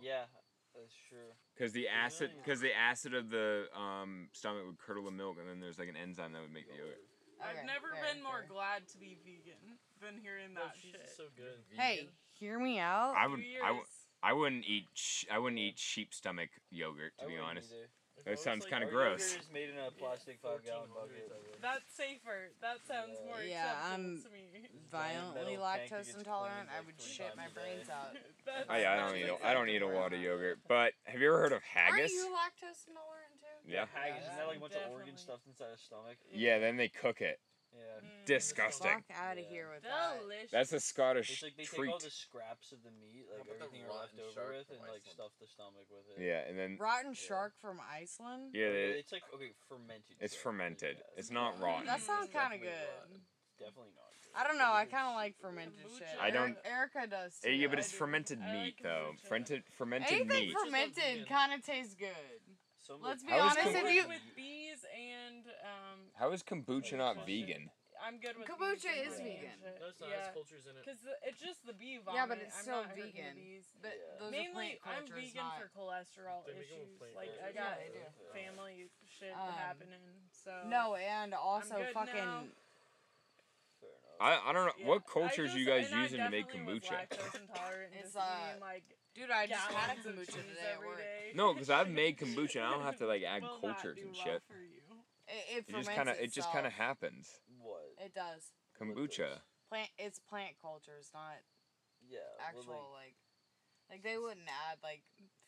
S7: Yeah, that's true.
S2: because the acid,
S7: Really?
S2: because the acid of the um, stomach would curdle the milk, and then there's like an enzyme that would make the yogurt.
S3: I've
S1: Okay,
S3: never
S1: fair,
S3: been more
S1: fair.
S3: glad to be vegan than hearing
S8: No,
S3: that
S8: she's
S3: shit.
S8: just so good.
S1: Hey, hear me out.
S2: I
S3: Oh, Two
S2: would. I would.
S3: years.
S2: I wouldn't eat. Sh- I wouldn't eat sheep stomach yogurt, to be honest.
S8: If
S2: That
S8: I was,
S2: sounds
S8: like,
S2: kinda
S8: our
S2: gross.
S7: Yogurt is made in a plastic five gallon bucket.
S8: 1400s, I would.
S3: That's safer. That sounds more
S1: Yeah,
S3: acceptable
S1: I'm-
S3: to me.
S7: This giant
S1: Violently
S7: metal tank that
S1: lactose
S7: gets
S1: intolerant,
S7: cleaned,
S1: I
S7: like,
S1: would
S7: 20
S1: shit
S7: times
S1: my
S7: a
S1: brains
S7: day.
S1: out.
S3: That's
S2: Oh, yeah, I don't
S3: not
S2: eat.
S3: acceptable.
S2: I don't eat a lot of yogurt. But have you ever heard of haggis?
S1: lactose intolerant too?
S2: Yeah.
S7: Haggis, isn't that like a bunch of
S3: Definitely.
S7: organ stuffed inside a stomach?
S2: Yeah. Then they cook it.
S7: Yeah.
S3: Mm.
S2: Disgusting.
S1: Fuck out of
S7: Yeah.
S1: here with that.
S3: Delicious.
S2: That's a Scottish
S7: It's like they
S2: treat.
S7: take all the scraps of the meat,
S8: How
S7: like
S8: about the
S7: everything you're
S8: rotten
S7: left over
S8: shark
S7: with,
S8: from
S7: and like
S8: Iceland?
S7: stuff the stomach with it.
S2: Yeah, and then
S1: Rotten shark from Iceland?
S2: yeah,
S7: Okay,
S2: they,
S7: It's like okay, fermented.
S2: it's
S7: shark,
S2: fermented.
S7: yeah,
S2: It's not raw.
S1: That
S3: Mm,
S1: sounds
S7: it's
S1: kind of
S7: definitely
S1: good.
S7: rotten. Definitely not. good.
S1: I don't know. I kind of like fermented
S3: Kombucha.
S1: shit.
S2: I don't-
S1: Eri- Erica does too.
S2: eh, Yeah, but
S3: I
S2: it's
S3: do.
S2: fermented
S3: I
S2: meat
S3: like
S2: though.
S3: kombucha.
S2: Fermented fermented
S1: Anything
S2: meat.
S8: Just like
S1: fermented
S8: vegan.
S1: kind of tastes good.
S7: Some
S1: Let's be
S2: How
S1: honest,
S2: is
S3: I'm
S2: kombu-
S1: if
S3: good
S1: you
S3: with bees and um,
S2: How is kombucha not
S3: Kombucha.
S2: vegan?
S3: I'm good with
S1: Kombucha
S3: bees and
S1: is
S3: honey
S1: vegan.
S3: and shit.
S8: No, it's not.
S3: Yeah,
S8: It's cultures in it.
S3: because it's just the bee vomit.
S1: Yeah, but it's
S3: I'm
S1: still
S3: not hurting the
S1: vegan.
S3: bees.
S1: But
S7: Yeah.
S1: those are
S3: Mainly,
S1: plant
S3: I'm
S1: cultures,
S3: vegan
S1: not-
S3: for cholesterol
S8: They're
S3: issues.
S8: vegan with plant
S3: Like I
S8: cultures.
S3: got
S1: Yeah, they do.
S3: family shit
S1: Um,
S3: happening. So
S1: No, and also
S3: good
S1: fucking.
S3: now.
S7: Fair enough.
S2: I, I don't know
S3: Yeah.
S2: what
S3: I
S2: cultures you guys
S3: just- and I
S2: using to make
S3: definitely was
S2: kombucha.
S3: lactose intolerant,
S1: It's,
S3: just
S1: uh,
S3: eating, like
S1: Dude, I just had a
S3: gallons of
S1: kombucha
S3: cheese
S1: today at
S3: every
S1: work.
S3: day.
S2: No, because I've made kombucha. and I don't have to like add
S3: Will not
S2: cultures
S3: do
S2: and
S3: well
S2: shit.
S3: for you.
S1: It, it
S2: It
S1: ferments
S2: just kind of it just kind of
S1: itself.
S2: happens.
S7: What?
S1: It does.
S2: Kombucha.
S1: Plant. It's plant cultures, not
S2: Uh,
S7: Yeah. well,
S1: actual like, like they wouldn't add like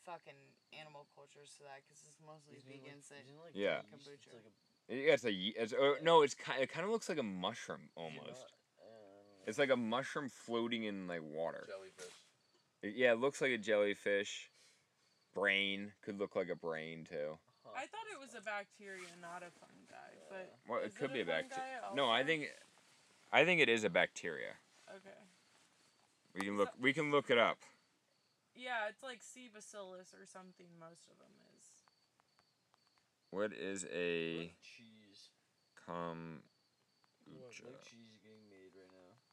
S1: fucking animal cultures to that because it's mostly
S7: like,
S1: vegan
S7: isn't
S1: shit.
S7: it like
S2: Yeah.
S7: yeast? It's
S1: Kombucha.
S7: like a-
S2: Yeah, it's a ye- it's uh, no. It's kind. It kind of looks like a mushroom
S7: you know,
S2: almost.
S7: I don't know.
S2: It's like a mushroom floating in like water.
S8: Jellyfish.
S2: It- yeah, it looks like a jellyfish. Brain could look like a brain too.
S7: Huh.
S3: I thought it was a bacteria, not a fungi, but
S2: Well, it
S3: Is
S2: could
S3: it
S2: be a
S3: a
S2: bacteria.
S3: fungi
S2: No, I
S3: also?
S2: think, I think it is a bacteria.
S3: okay.
S2: We can look. We can look it up.
S3: Yeah, it's like C. bacillus or something. Most of them is.
S2: What is a
S7: cheese.
S2: kombucha?
S8: What,
S7: No cheese is getting made right now.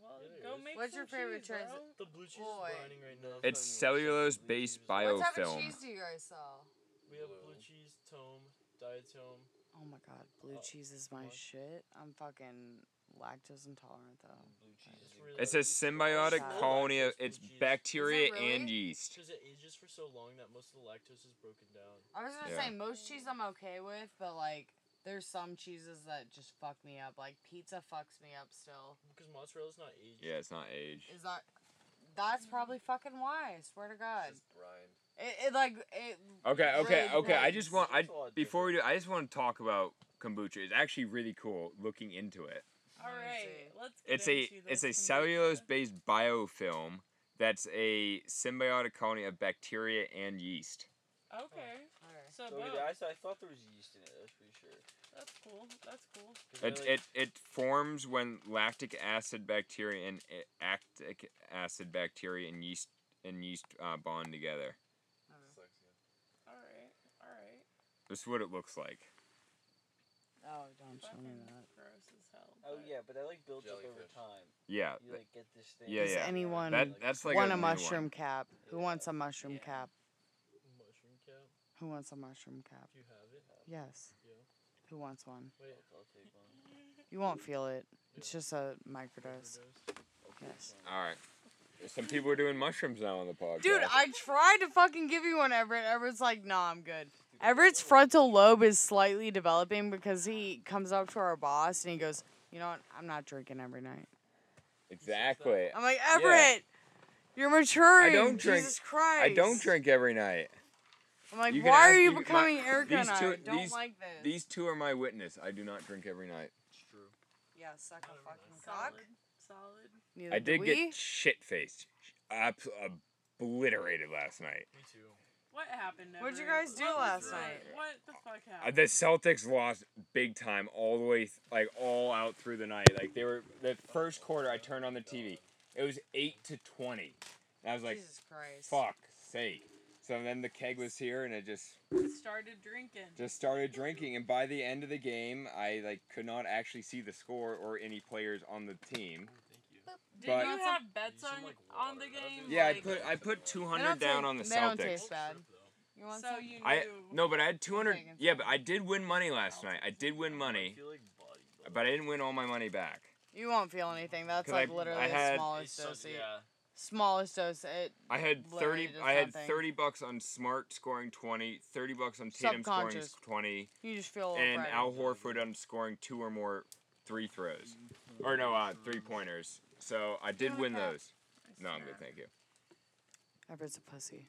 S3: Well,
S8: Yeah, there
S3: go
S8: is.
S3: make
S1: What's
S3: some
S1: your favorite
S3: cheese,
S1: trans-
S3: bro.
S8: The blue cheese
S1: Boy.
S8: is brining right now.
S2: It's cellulose-based bio-
S1: What type
S2: biofilm.
S1: of cheese do you guys sell?
S8: We have blue cheese, tome, diatome.
S4: Oh my god, blue
S2: Uh,
S8: Oh,
S4: cheese is my
S8: what?
S4: shit. I'm fucking lactose intolerant though.
S7: Blue cheese
S8: It's
S7: is
S8: really-
S2: It's a symbiotic
S4: Wow.
S2: colony of it's
S8: Blue cheese.
S2: bacteria
S1: Is that really?
S2: and yeast.
S8: Because it ages for so long that most of the lactose is broken down.
S1: I was gonna
S2: Yeah.
S1: say most cheese I'm okay with, but like there's some cheeses that just fuck me up. Like pizza fucks me up still.
S8: Because mozzarella's not aged.
S2: Yeah, it's not aged.
S1: Is that? That's probably fucking why. I swear to God.
S7: Just brined.
S1: It, it like it.
S2: Okay, okay,
S1: really
S2: okay. I
S1: depends.
S2: just want I
S8: It's a lot
S2: before we do, I just want to talk about kombucha. It's actually really cool looking into it.
S3: All
S1: Let me
S3: right,
S1: see.
S3: let's. Get
S2: It's a
S3: into
S2: it's a
S3: this kombucha.
S2: cellulose-based biofilm that's a symbiotic colony of bacteria and yeast.
S3: Okay,
S1: Alright.
S3: so
S7: So
S3: both.
S7: did I, so I thought there was yeast in it. That's pretty sure.
S3: That's cool. That's cool.
S7: 'Cause I,
S2: It
S7: like,
S2: it it forms when lactic acid bacteria and a- actic acid bacteria and yeast and yeast uh, bond together.
S3: All right. All right.
S2: This is what it looks like.
S4: Oh, don't show me
S3: Fucking
S4: that.
S3: gross as hell.
S7: Oh
S3: but-
S7: yeah, but that like builds up over
S8: Jellyfish.
S7: time.
S2: Yeah,
S7: You like get this thing.
S2: Uh, Yeah,
S7: and
S2: yeah.
S7: then
S4: anyone-
S7: you,
S2: that
S7: like,
S2: that's like
S4: want
S2: a,
S4: a
S2: new
S4: mushroom
S2: One.
S4: cap? Who wants a mushroom
S7: Yeah.
S4: cap?
S8: Mushroom cap.
S4: Who wants a mushroom cap?
S8: Do you have it?
S4: Yes.
S8: Yeah.
S4: Who wants one?
S8: Wait.
S7: I'll- I'll take one.
S4: You won't feel it. It's
S8: Yeah.
S4: just a microdose.
S8: Overdose.
S4: Yes.
S2: All right. Some people are doing mushrooms now on the podcast.
S4: Dude, I tried to fucking give you one, Everett. Everett's like, nah, I'm good. Everett's frontal lobe is slightly developing because he comes up to our boss and he goes, you know what? I'm not drinking every night.
S2: exactly.
S4: I'm like, Everett, you're maturing.
S2: don't drink-
S4: Jesus Christ.
S2: I don't drink every night.
S4: I'm like,
S2: You can
S4: why
S2: ask-
S4: are you
S2: you can- my-
S4: becoming Erica
S2: these
S4: and I?
S2: two-
S4: don't
S2: these-
S4: like this.
S2: These two are my witness. I do not drink every night.
S7: It's true.
S4: yeah, suck a fucking cock.
S3: Solid. Solid.
S4: Neither
S2: I
S4: do
S2: did
S4: we.
S2: get shit faced, obliterated last night.
S8: Me too.
S3: What happened?
S4: What'd you
S3: Everett?
S4: guys do
S3: What
S4: last
S3: was that?
S4: night?
S3: What the fuck
S2: Uh,
S3: happened?
S2: The Celtics lost big time all the way, th- like all out through the night. Like they were the first quarter. I turned on the TV. It was eight to twenty. And I was like,
S1: Jesus Christ.
S2: "Fuck sake!" So then the keg was here, and it just
S3: Started drinking.
S2: just started drinking and by the end of the game i like could not actually see the score or any players on the team
S8: Thank you.
S3: Did
S2: but-
S3: you have bets
S8: Some,
S3: on
S8: like,
S3: on the
S8: water. That
S3: game?
S8: doesn't-
S2: yeah i
S3: Like,
S2: put i put
S4: They don't
S2: 200 down
S4: taste-
S2: on the
S4: they don't
S2: celtics
S4: taste bad.
S8: Trip, though.
S1: You want
S3: so
S1: some?
S3: you knew.
S2: i no but i had 200
S1: Taking
S2: yeah
S1: some.
S2: but i did win money last night i did win
S7: I
S2: money
S7: feel like body butter.
S2: but i didn't win all my money back
S4: You won't feel anything. That's
S2: 'Cause
S4: like
S2: I-
S4: literally
S2: I had-
S4: the smallest
S7: It's such-
S4: dose. Yeah.
S7: yeah.
S4: Smallest dose. It
S2: i had
S4: Literally
S2: 30
S4: just
S2: i had
S4: nothing.
S2: 30 bucks on smart scoring 20 30 bucks on tatum scoring
S4: Subconscious.
S2: 20
S4: You just feel
S2: and
S4: oppressed.
S2: al horford on scoring two or more three throws or no uh, three pointers so i did
S4: wanna
S2: win
S4: crack?
S2: those no i'm good thank you
S4: Everett's a pussy.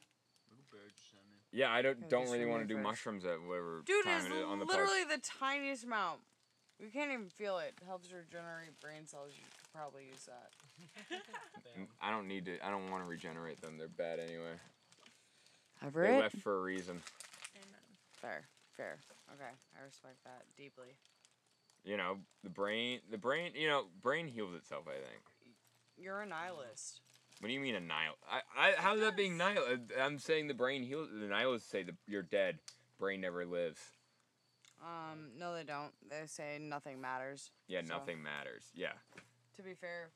S7: Little bird salmon.
S2: Yeah, I don't
S4: Okay,
S2: don't
S4: just
S2: really
S4: from
S2: want
S4: your
S2: to do
S4: first.
S2: mushrooms at whatever
S1: Dude,
S2: time
S1: it's
S2: it is on the pod-
S1: literally the tiniest amount. You can't even feel it. Helps regenerate brain cells. You could probably use that.
S2: Mm, I don't need to. I don't want to regenerate them. They're bad anyway. They
S4: Everett?
S2: left for a reason.
S1: Fair. Fair. Okay. I respect that deeply.
S2: You know, the brain. The brain. You know, brain heals itself. I think.
S1: You're a nihilist.
S2: What do you mean a nihil? I, I how's that being nihil? uh, I'm saying the brain heals. The nihilists say the, you're dead. Brain never lives.
S1: Um, no, they don't. They say nothing matters.
S2: Yeah,
S1: So-
S2: nothing matters. Yeah.
S1: To be fair,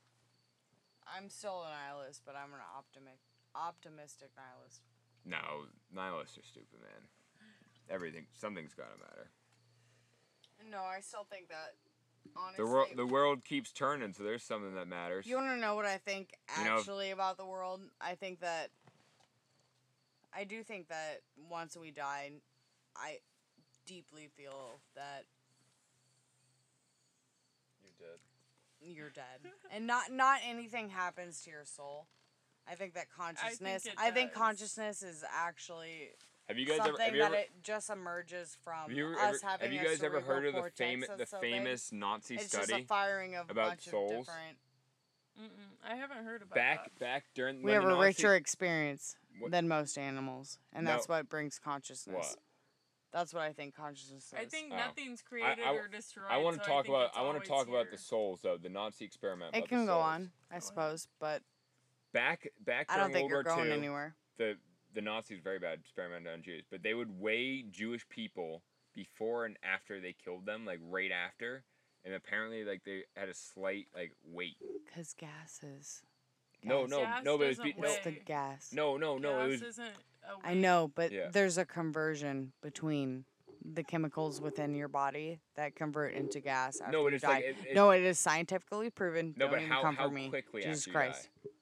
S1: I'm still a nihilist, but I'm an optimistic, optimistic nihilist.
S2: No, nihilists are stupid, man. Everything. Something's gotta matter.
S1: No, I still think that. Honestly,
S2: The world. The world keeps turning, so there's something that matters.
S1: You want to know what I think
S2: You know-
S1: actually about the world? I think that. I do think that once we die, I deeply feel that
S7: You're dead.
S1: you're dead, and not not anything happens to your soul. I think that consciousness. I
S3: it
S1: think,
S3: does.
S1: consciousness is actually
S2: have you guys
S1: something
S2: ever? Have you
S1: that
S2: ever?
S1: it just emerges from
S2: Have you,
S1: us
S2: ever,
S1: having.
S2: have you
S1: a
S2: guys ever heard
S1: cerebral
S2: of the,
S1: cortex
S2: fami-
S1: that's
S2: the
S1: so big.
S2: famous Nazi
S1: It's just a
S2: study?
S1: firing of
S2: about
S1: a bunch
S2: souls?
S1: of different.
S3: Mm-mm, I haven't heard about
S2: Back
S3: that.
S2: back during
S4: We
S2: when
S4: have
S2: the
S4: a
S2: Nazi-
S4: richer experience
S2: What-
S4: than most animals, and
S2: No.
S4: that's what brings consciousness.
S2: What?
S4: That's what I think consciousness is.
S3: I think
S2: Oh.
S3: nothing's created
S2: I-
S3: or destroyed.
S2: I want
S3: so
S2: to talk
S3: think
S2: about
S3: it's
S2: I want
S3: always
S2: to talk about
S3: here.
S2: the souls though the Nazi experiment.
S4: it
S2: about the
S4: can go
S2: souls.
S4: on, I
S3: ahead.
S4: suppose, but
S2: back back
S1: I
S2: during
S1: don't think
S2: World
S1: you're
S2: War
S1: going
S2: II,
S1: anywhere.
S2: the the Nazis very bad experiment on Jews, but they would weigh Jewish people before and after they killed them, like right after, and apparently like they had a slight like weight.
S1: Cause gases.
S2: No,
S1: Gas.
S2: no,
S3: Gas
S2: no, but it was
S3: doesn't
S2: be-
S1: It's
S2: no,
S3: weigh.
S1: the gas.
S2: no, no, no, it was
S3: Gas isn't a
S1: I know, but
S2: Yeah.
S1: there's a conversion between the chemicals within your body that convert into gas after
S2: no,
S1: you
S2: but it's
S1: die.
S2: like it, it,
S1: no, it is scientifically proven.
S2: no,
S1: Don't
S2: but
S1: even
S2: how
S1: come
S2: how
S1: for me.
S2: quickly
S1: Jesus
S2: after
S1: Christ.
S2: you die?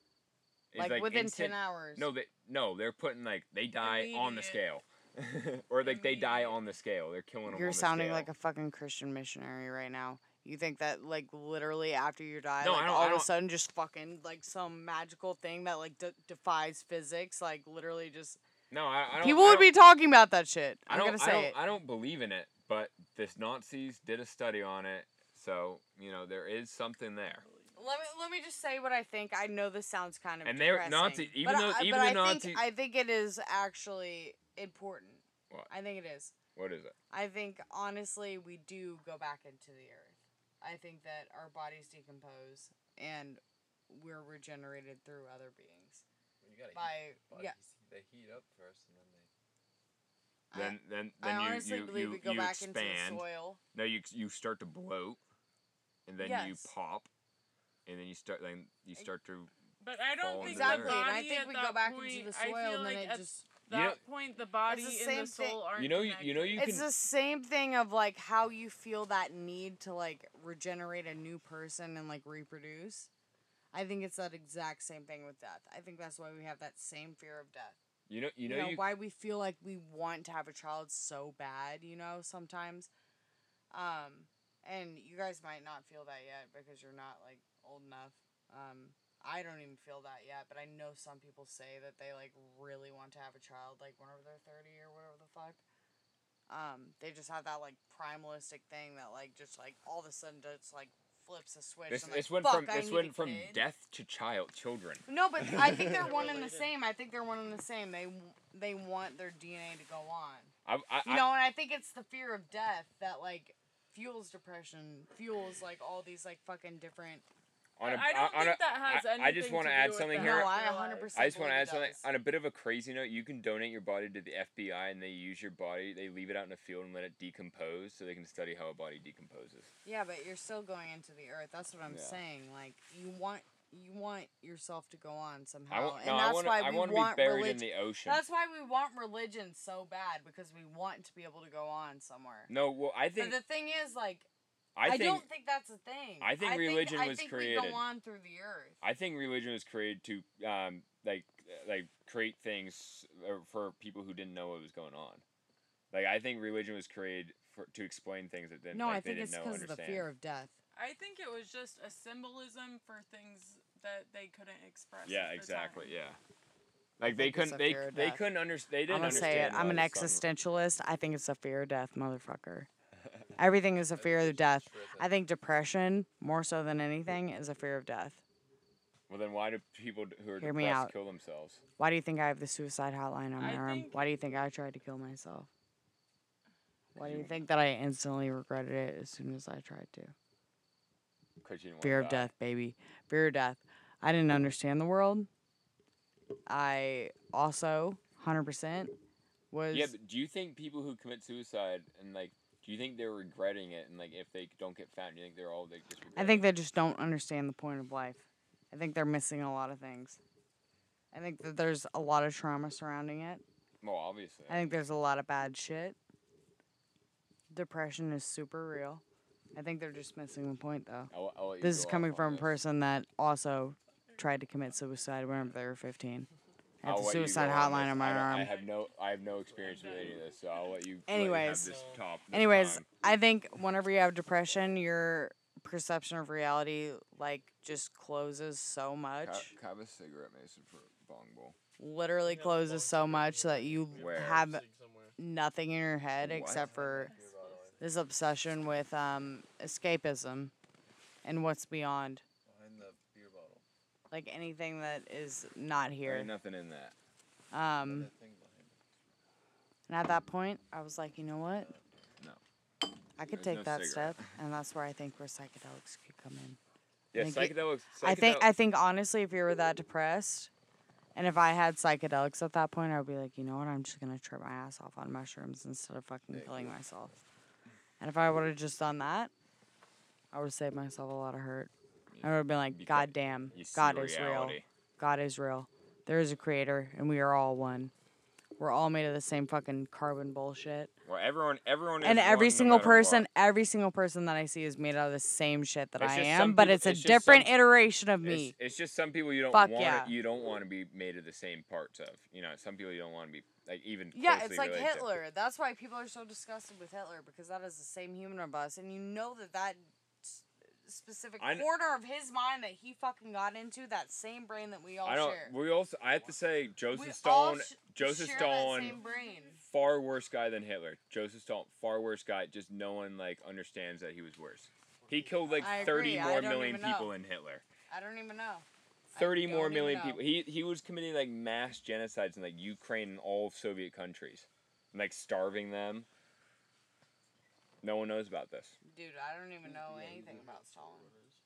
S2: It's
S1: Like, within
S2: instant-
S1: ten hours.
S2: No, they no, they're putting like they die on the
S3: Immediate.
S2: scale, or like they die
S3: Immediate.
S2: on the scale. They're killing them.
S1: You're sounding like a fucking Christian missionary right now. You think that like literally after you die,
S2: No, I
S1: like
S2: don't-
S1: all
S2: I
S1: of a
S2: don't-
S1: sudden just fucking like some magical thing that like de- defies physics, like literally just
S2: no. I, I don't,
S1: people
S2: I
S1: would
S2: don't-
S1: be talking about that shit.
S2: I
S1: I'm
S2: don't,
S1: gonna
S2: I don't,
S1: say it.
S2: I don't believe in it, but this Nazis did a study on it, so you know there is something there.
S1: Let me let me just say what I think. I know this sounds kind of
S2: And they're
S1: depressing,
S2: Nazi- even
S1: but
S2: though-
S1: I,
S2: even
S1: but
S2: the
S1: I
S2: Nazi-
S1: think I think it is actually important.
S2: What?
S1: I think it is.
S2: What is it?
S1: I think honestly we do go back into the earth. I think that our bodies decompose and we're regenerated through other beings.
S7: You gotta
S1: By
S7: heat,
S1: yeah,
S7: they heat up first and then they.
S1: I-
S2: Then then
S1: I
S2: then you
S1: honestly
S2: you
S1: believe
S2: you,
S1: we go
S2: you
S1: back
S2: expand.
S1: into the soil.
S2: No, you you start to bloat, and then you
S1: Yes.
S2: pop, and then you start then you start to
S3: But I
S2: fall
S3: don't think
S2: into
S1: Exactly,
S3: the
S1: and
S3: body
S1: I think
S3: at
S1: we
S3: that
S1: go back into
S3: point,
S1: the
S3: I
S1: soil
S3: feel
S1: and
S3: like
S1: then it
S3: at
S1: just-
S3: that
S2: You know-
S3: point the body
S1: the
S3: and
S1: same
S3: the soul
S1: thing-
S3: aren't
S2: You know you- you know you
S3: connected.
S1: it's
S2: can-
S1: the same thing of like how you feel that need to like regenerate a new person and like reproduce. I think it's that exact same thing with death. I think that's why we have that same fear of death.
S2: you know you
S1: You
S2: know
S1: know,
S2: you
S1: why we feel like we want to have a child so bad, you know, sometimes. Um and you guys might not feel that yet because you're not like old enough. Um I don't even feel that yet, but I know some people say that they like really want to have a child like whenever they're 30 or whatever the fuck um, they just have that like primalistic thing that like just like all of a sudden just like flips a switch.
S2: this
S1: and, like,
S2: this went
S1: Fuck,
S2: from
S1: I
S2: this
S1: need a
S2: went from
S1: kid."
S2: death to child children.
S1: No, but I think they're
S8: They're
S1: one and the
S8: related.
S1: same. I think they're one and the same. They w- they want their DNA to go on.
S2: I I,
S1: You know, and I think it's the fear of death that like fuels depression, fuels like all these like fucking different.
S2: I, on a,
S3: I don't
S2: on
S3: think
S2: a,
S3: that has
S2: I- I
S3: anything.
S2: just
S3: want
S2: wanna
S3: to
S2: add
S3: do with
S2: something
S3: the
S2: here.
S1: No,
S3: health
S1: I
S3: of your
S1: 100%
S3: life.
S2: I just want
S1: believe
S2: to add
S1: it
S2: something.
S1: does.
S2: On a bit of a crazy note, you can donate your body to the FBI, and they use your body. They leave it out in the field and let it decompose, so they can study how a body decomposes.
S1: Yeah, but you're still going into the earth. That's what I'm
S2: Yeah.
S1: saying. Like you want you want yourself to go on somehow,
S2: I want,
S1: and
S2: no,
S1: that's
S2: I wanna,
S1: why
S2: I
S1: we
S2: wanna
S1: want
S2: be buried
S1: religion.
S2: in the ocean.
S1: That's why we want religion so bad because we want to be able to go on somewhere.
S2: no, well, I think,
S1: But the thing is, like, I,
S2: I think,
S1: don't think that's a thing.
S2: I think religion
S1: I
S2: was
S1: think We
S2: created.
S1: go on through the earth.
S2: I think religion was created to, um, like, like create things uh, for people who didn't know what was going on. Like, I think religion was created for, to explain things that didn't.
S1: no,
S2: like,
S1: I
S2: they
S1: think
S2: didn't
S1: it's
S2: know,
S1: because of the
S2: understand.
S1: fear of death.
S3: I think it was just a symbolism for things that they couldn't express. at
S2: Yeah,
S3: the
S2: exactly.
S3: time.
S2: Yeah. Like they
S1: think it's
S2: couldn't
S1: the
S2: they
S1: fear of
S2: they
S1: death.
S2: couldn't understand they didn't
S1: I'm gonna
S2: understand.
S1: say it. I'm
S2: why
S1: an
S2: the sun-
S1: existentialist. I think it's a fear of death, motherfucker. Everything is a fear of death. I think depression, more so than anything, is a fear of death.
S2: Well, then why do people d- who are
S1: Hear me
S2: depressed
S1: out.
S2: kill themselves?
S1: Why do you think I have the suicide hotline on my
S3: I
S1: arm?
S3: think-
S1: Why do you think I tried to kill myself? Why do you think that I instantly regretted it as soon as I tried to?
S2: Because you didn't
S1: Fear
S2: want
S1: of death, baby. Fear of death. I didn't understand the world. I also 100% was.
S2: Yeah, but do you think people who commit suicide and like do you think they're regretting it and like if they don't get found, do you think they're all they just regret
S1: I think they just don't understand the point of life. I think they're missing a lot of things. I think that there's a lot of trauma surrounding it.
S2: Well, obviously.
S1: I think there's a lot of bad shit. Depression is super real. I think they're just missing the point though.
S2: I'll, I'll let you
S1: This is
S2: go
S1: coming
S2: off on
S1: from a
S2: this.
S1: person that also tried to commit suicide whenever they were 15. I
S2: I'll
S1: had the
S2: let you go
S1: suicide
S2: on
S1: hotline on
S2: this. I
S1: my
S2: don't- I
S1: arm.
S2: have no I have no experience with any of this, so I'll let you. let you
S1: Anyways.
S2: have this top. this
S1: Anyways,
S2: time.
S1: I think whenever you have depression, your perception of reality like just closes so much.
S2: Ca- have a cigarette, Mason, for bong bowl.
S1: Literally
S8: Yeah,
S1: closes
S8: box
S1: so
S8: of
S1: much that
S8: everything.
S1: you
S2: Where?
S1: have
S8: Sig somewhere.
S1: nothing in your head
S2: What?
S1: except for this obsession with um, escapism and what's beyond.
S7: Behind the beer bottle.
S1: Like anything that is not
S2: There
S1: here.
S2: ain't nothing in that.
S4: Mm.
S1: Um,
S7: That thing behind it.
S1: And at that point, I was like, you know what?
S2: No.
S1: I could take
S2: There's no
S1: that
S2: cigarette.
S1: step, and that's where I think where psychedelics could come in.
S2: Yeah,
S4: Like it-
S2: psychedelics.
S4: I think
S2: psychedel-
S4: I think honestly, if you were that depressed, and if I had psychedelics at that point, I would be like, you know what, I'm just gonna trip my ass off on mushrooms instead of fucking killing myself. And if I would have just done that, I would have saved myself a lot of hurt. I would have been like,
S2: Because
S4: God damn,
S2: you see
S4: God is real.
S2: reality.
S4: God is real. There is a creator, and we are all one. We're all made of the same fucking carbon bullshit.
S2: Well, everyone, everyone,
S4: and
S2: is
S4: every
S2: one no
S4: single
S2: matter what.
S4: person, every single person that I see is made out of the same shit that
S2: It's
S4: I
S2: just
S4: am,
S2: some
S4: but
S2: people-
S4: it's a
S2: it's just
S4: different
S2: some-
S4: iteration of
S2: It's-
S4: me.
S2: It's, just some people you don't
S4: Fuck
S2: want.
S4: yeah.
S2: You don't want to be made of the same parts of. You know, some people you don't want to be like even.
S1: Yeah,
S2: closely
S1: it's like
S2: related to.
S1: Hitler. That's why people are so disgusted with Hitler because that is the same human of us, and you know that that s- specific
S2: I kn-
S1: corner of his mind that he fucking got into that same brain that we all
S2: I don't.
S1: share.
S2: We also. I have to say,
S1: We
S2: Joseph
S1: all
S2: Stalin.
S1: sh-
S2: Joseph
S1: share
S2: Stalin.
S1: That same brain.
S2: Far worse guy than Hitler. Joseph Stalin. Far worse guy. Just no one like understands that he was worse. He killed like
S1: I
S2: thirty
S1: agree, I
S2: more
S1: don't
S2: million
S1: even know.
S2: people than Hitler.
S1: I don't even know. I
S2: 30
S1: don't
S2: more
S1: even
S2: million
S1: know.
S2: people. He he was committing like mass genocides in like Ukraine and all of Soviet countries, and like starving them. No one knows about this.
S1: Dude, I don't even know anything about Stalin.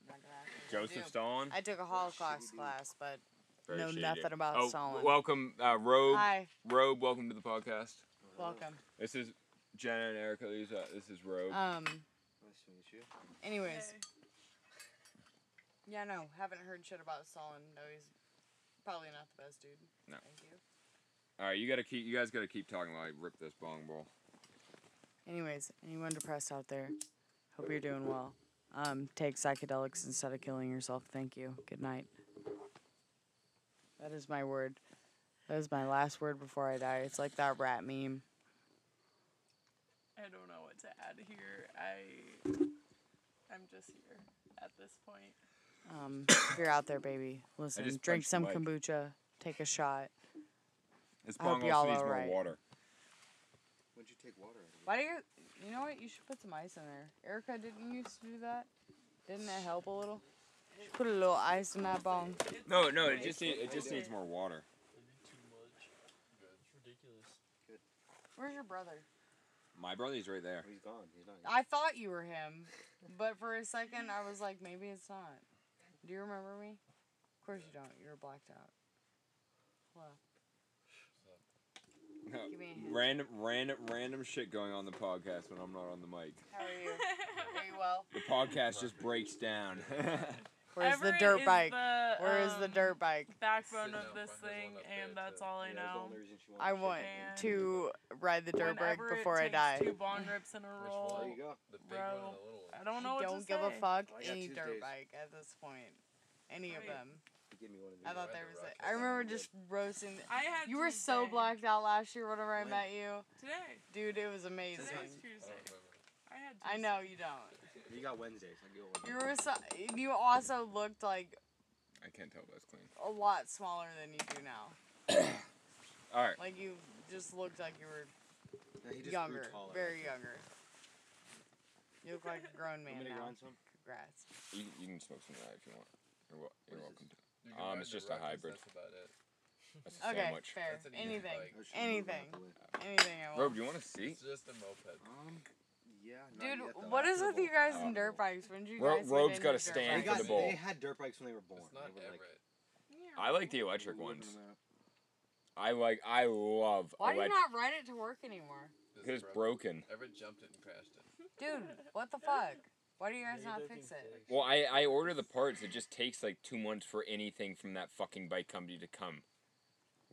S1: I'm not gonna act like I
S2: Joseph
S1: do.
S2: Stalin.
S1: I took a Holocaust class, but
S2: Very
S1: know
S2: shady.
S1: nothing about
S2: oh,
S1: Stalin.
S2: Welcome, uh, Robe.
S1: hi,
S2: Robe, welcome to the podcast.
S1: welcome.
S2: This is Jenna and Erica. These are- This is Robe.
S1: Um,
S7: Nice to meet you.
S1: anyways, yeah, no, haven't heard shit about Stalin. No, he's probably not the best dude.
S2: No.
S1: Thank you.
S2: all right, you gotta keep. You guys gotta keep talking while I rip this bong bowl.
S4: Anyways, anyone depressed out there, hope you're doing well. Um, take psychedelics instead of killing yourself. Thank you. Good night. That is my word. That is my last word before I die. It's like that rat meme.
S3: I don't know what to add here. I I'm just here at this point.
S4: Um, if you're out there, baby, listen.
S2: just
S4: Drink
S2: punched the
S4: some
S2: mic.
S4: kombucha. Take a shot.
S2: This
S4: I hope
S2: bong
S4: y'all
S2: also needs
S4: are
S2: more
S4: right.
S2: water.
S7: When'd you take water out of it?
S1: Why do you? You know what? You should put some ice in there. Erica didn't used to do that. Didn't it help a little? She Put a little ice in that bong.
S2: No, no, it just need, it just needs more water.
S8: Maybe too much. It's ridiculous.
S1: Where's your brother?
S2: My brother's right there.
S7: Oh, he's gone. He's not.
S1: I thought you were him, but for a second I was like, maybe it's not. Do you remember me? Of course you don't. You're blacked out. Hello. Give me a hand.
S2: Random, random, random shit going on the podcast when I'm not on the mic.
S1: How are you? Are you well?
S2: The podcast just breaks down.
S4: Where's the
S3: Everett
S4: dirt
S3: is
S4: bike?
S3: the,
S4: Where is the
S3: um,
S4: dirt bike?
S3: Backbone
S8: Sitting
S3: of
S8: up
S3: this
S8: by his
S3: thing,
S8: one up
S3: and
S8: there,
S3: that's
S8: too.
S3: all I know.
S4: I want
S3: And
S4: to ride the dirt bike
S3: Whenever it
S4: before I
S3: takes
S4: die.
S3: Two bong rips in a
S8: Which
S7: There
S3: row.
S7: you go.
S8: The big one and
S3: Bro.
S8: the little one.
S3: I don't know
S1: I
S3: what
S1: don't
S3: to
S1: give a
S3: say.
S1: fuck
S7: I got
S1: any dirt
S7: Tuesdays.
S1: bike at this point. Any of
S3: Right.
S1: them.
S7: Give me one of these.
S1: I thought
S8: ride
S1: there
S8: the
S1: was a,
S8: rocket
S1: I
S8: down
S1: remember
S7: the
S1: just roasting.
S3: I had
S1: You were so
S3: Tuesday.
S1: blacked out last year whenever I
S7: When?
S1: met you.
S3: Today.
S1: Dude, it was amazing.
S3: Today's
S8: I
S3: Tuesday.
S8: don't remember.
S3: I had Tuesday.
S1: I know you don't.
S7: You got Wednesdays. I get
S1: You
S7: one.
S1: were so, you also looked like
S2: I can't tell if that's clean.
S1: a lot smaller than you do now.
S2: All right.
S1: Like you just looked like you were
S7: No, he just grew
S1: younger,
S7: taller.
S1: very younger. You look like a grown
S7: Want
S1: man
S7: me to
S1: now.
S7: grind some?
S1: Congrats.
S2: You, you can smoke some of that if you want. You're, wel- you're
S7: What is
S2: welcome. to.
S8: You can
S2: Um,
S8: ride
S2: it's
S8: the
S2: just a
S8: rockets,
S2: hybrid.
S8: That's about it.
S2: That's a
S1: Okay,
S2: sandwich.
S1: fair.
S8: That's an easy
S1: Anything,
S8: bike.
S7: I should move it out
S1: Anything.
S7: the way.
S1: anything I
S2: Rob,
S1: want.
S2: do you want a seat?
S8: It's just a moped.
S7: Um, yeah. not
S1: Dude,
S7: yet, though.
S1: what is with you guys
S2: Uh,
S1: and dirt bikes? When did you
S2: Ro-
S1: guys get
S2: Rogue's
S1: into
S2: got a
S1: dirt
S2: stand
S7: They,
S2: for
S1: bikes?
S7: got,
S2: the bowl.
S7: they had dirt bikes when they were born.
S8: It's not
S7: They were, like,
S2: I
S8: Everett.
S2: like the electric
S7: living
S2: ones.
S7: them out.
S2: I like. I love
S1: Why do you
S2: electric.
S1: not ride it to work anymore?
S8: This
S2: Because
S8: is
S2: it's
S8: broken.
S2: broken.
S8: Everett jumped it and crashed it.
S1: Dude, what the fuck? Why do you guys
S8: Maybe
S1: not
S8: they
S1: fix
S8: can
S1: it?
S2: Well, I I order the parts. It just takes like two months for anything from that fucking bike company to come.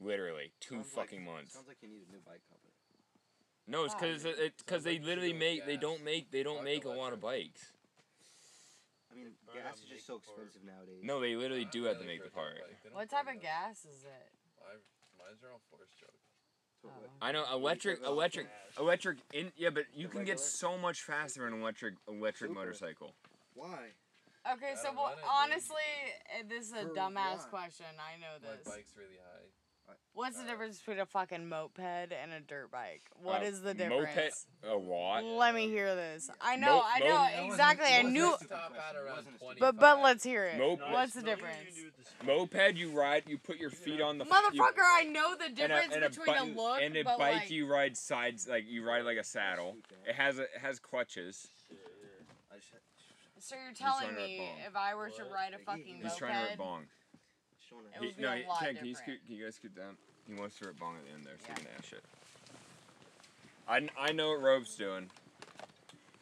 S2: Literally two
S7: Sounds like-
S2: fucking months.
S7: Sounds like you need a new bike company.
S2: No, it's because
S1: Wow.
S2: it because
S8: Sounds like
S2: they
S8: you
S2: literally
S8: should go
S2: make they
S8: gas.
S2: don't make they don't
S8: Fuck
S2: make a lot of bikes.
S7: I mean,
S8: Or
S7: gas
S8: not
S7: is just
S8: make
S7: so
S8: it for-
S7: expensive nowadays.
S2: No, they literally
S8: I
S2: do
S8: really
S2: have to make the
S8: enjoy that
S2: part.
S8: bike. They don't
S1: What type
S8: bring
S1: of
S8: that.
S1: gas is it?
S8: I- Mine's are all force choke.
S7: So what?
S2: I know electric
S7: Because-
S2: electric electric in yeah, but you
S7: The
S2: can get
S7: regular?
S2: so much faster in electric electric
S7: Super.
S2: motorcycle.
S7: Why?
S1: Okay, so
S8: Gotta
S1: well,
S8: run it, dude.
S1: honestly, eh, this is a
S7: For
S1: dumbass
S7: what?
S1: question. I know
S8: My
S1: this.
S8: bike's really high.
S1: What's the
S8: uh,
S1: difference between a fucking moped and a dirt bike? What
S2: Uh,
S1: is the
S2: moped-
S1: difference?
S2: A lot.
S1: Let me hear this. I
S2: Mo-
S1: know, I
S2: mo-
S1: know exactly. I
S7: wasn't
S1: knew,
S7: a stupid
S8: Top out
S7: question. It
S8: around
S7: wasn't a stupid-
S8: 20.
S1: but but let's hear it.
S2: Moped.
S1: What's the difference?
S2: Moped, you ride, you put your feet on the you-
S1: Motherfucker, I know the
S2: and a-
S1: difference
S2: and a
S1: between a,
S2: button-
S1: look
S2: and a
S1: but
S2: bike.
S1: like,
S2: you ride sides like you ride like a saddle. It has a, it has clutches.
S7: I just had-
S1: So you're
S2: trying to
S1: telling
S2: write
S1: me
S2: bomb.
S1: if I were to
S7: What?
S1: ride a
S10: He-
S1: fucking
S10: he's
S2: He's
S1: moped,
S2: trying to rip bong.
S10: Showing her.
S1: It
S2: He,
S1: would be
S2: no,
S1: a
S2: he-
S1: lot
S2: Ken, can you,
S1: different.
S2: scoot, can you guys scoot down? He wants to rip bong at the end there, so
S1: Yeah.
S2: we can ash it. I, kn- I know what Robe's doing.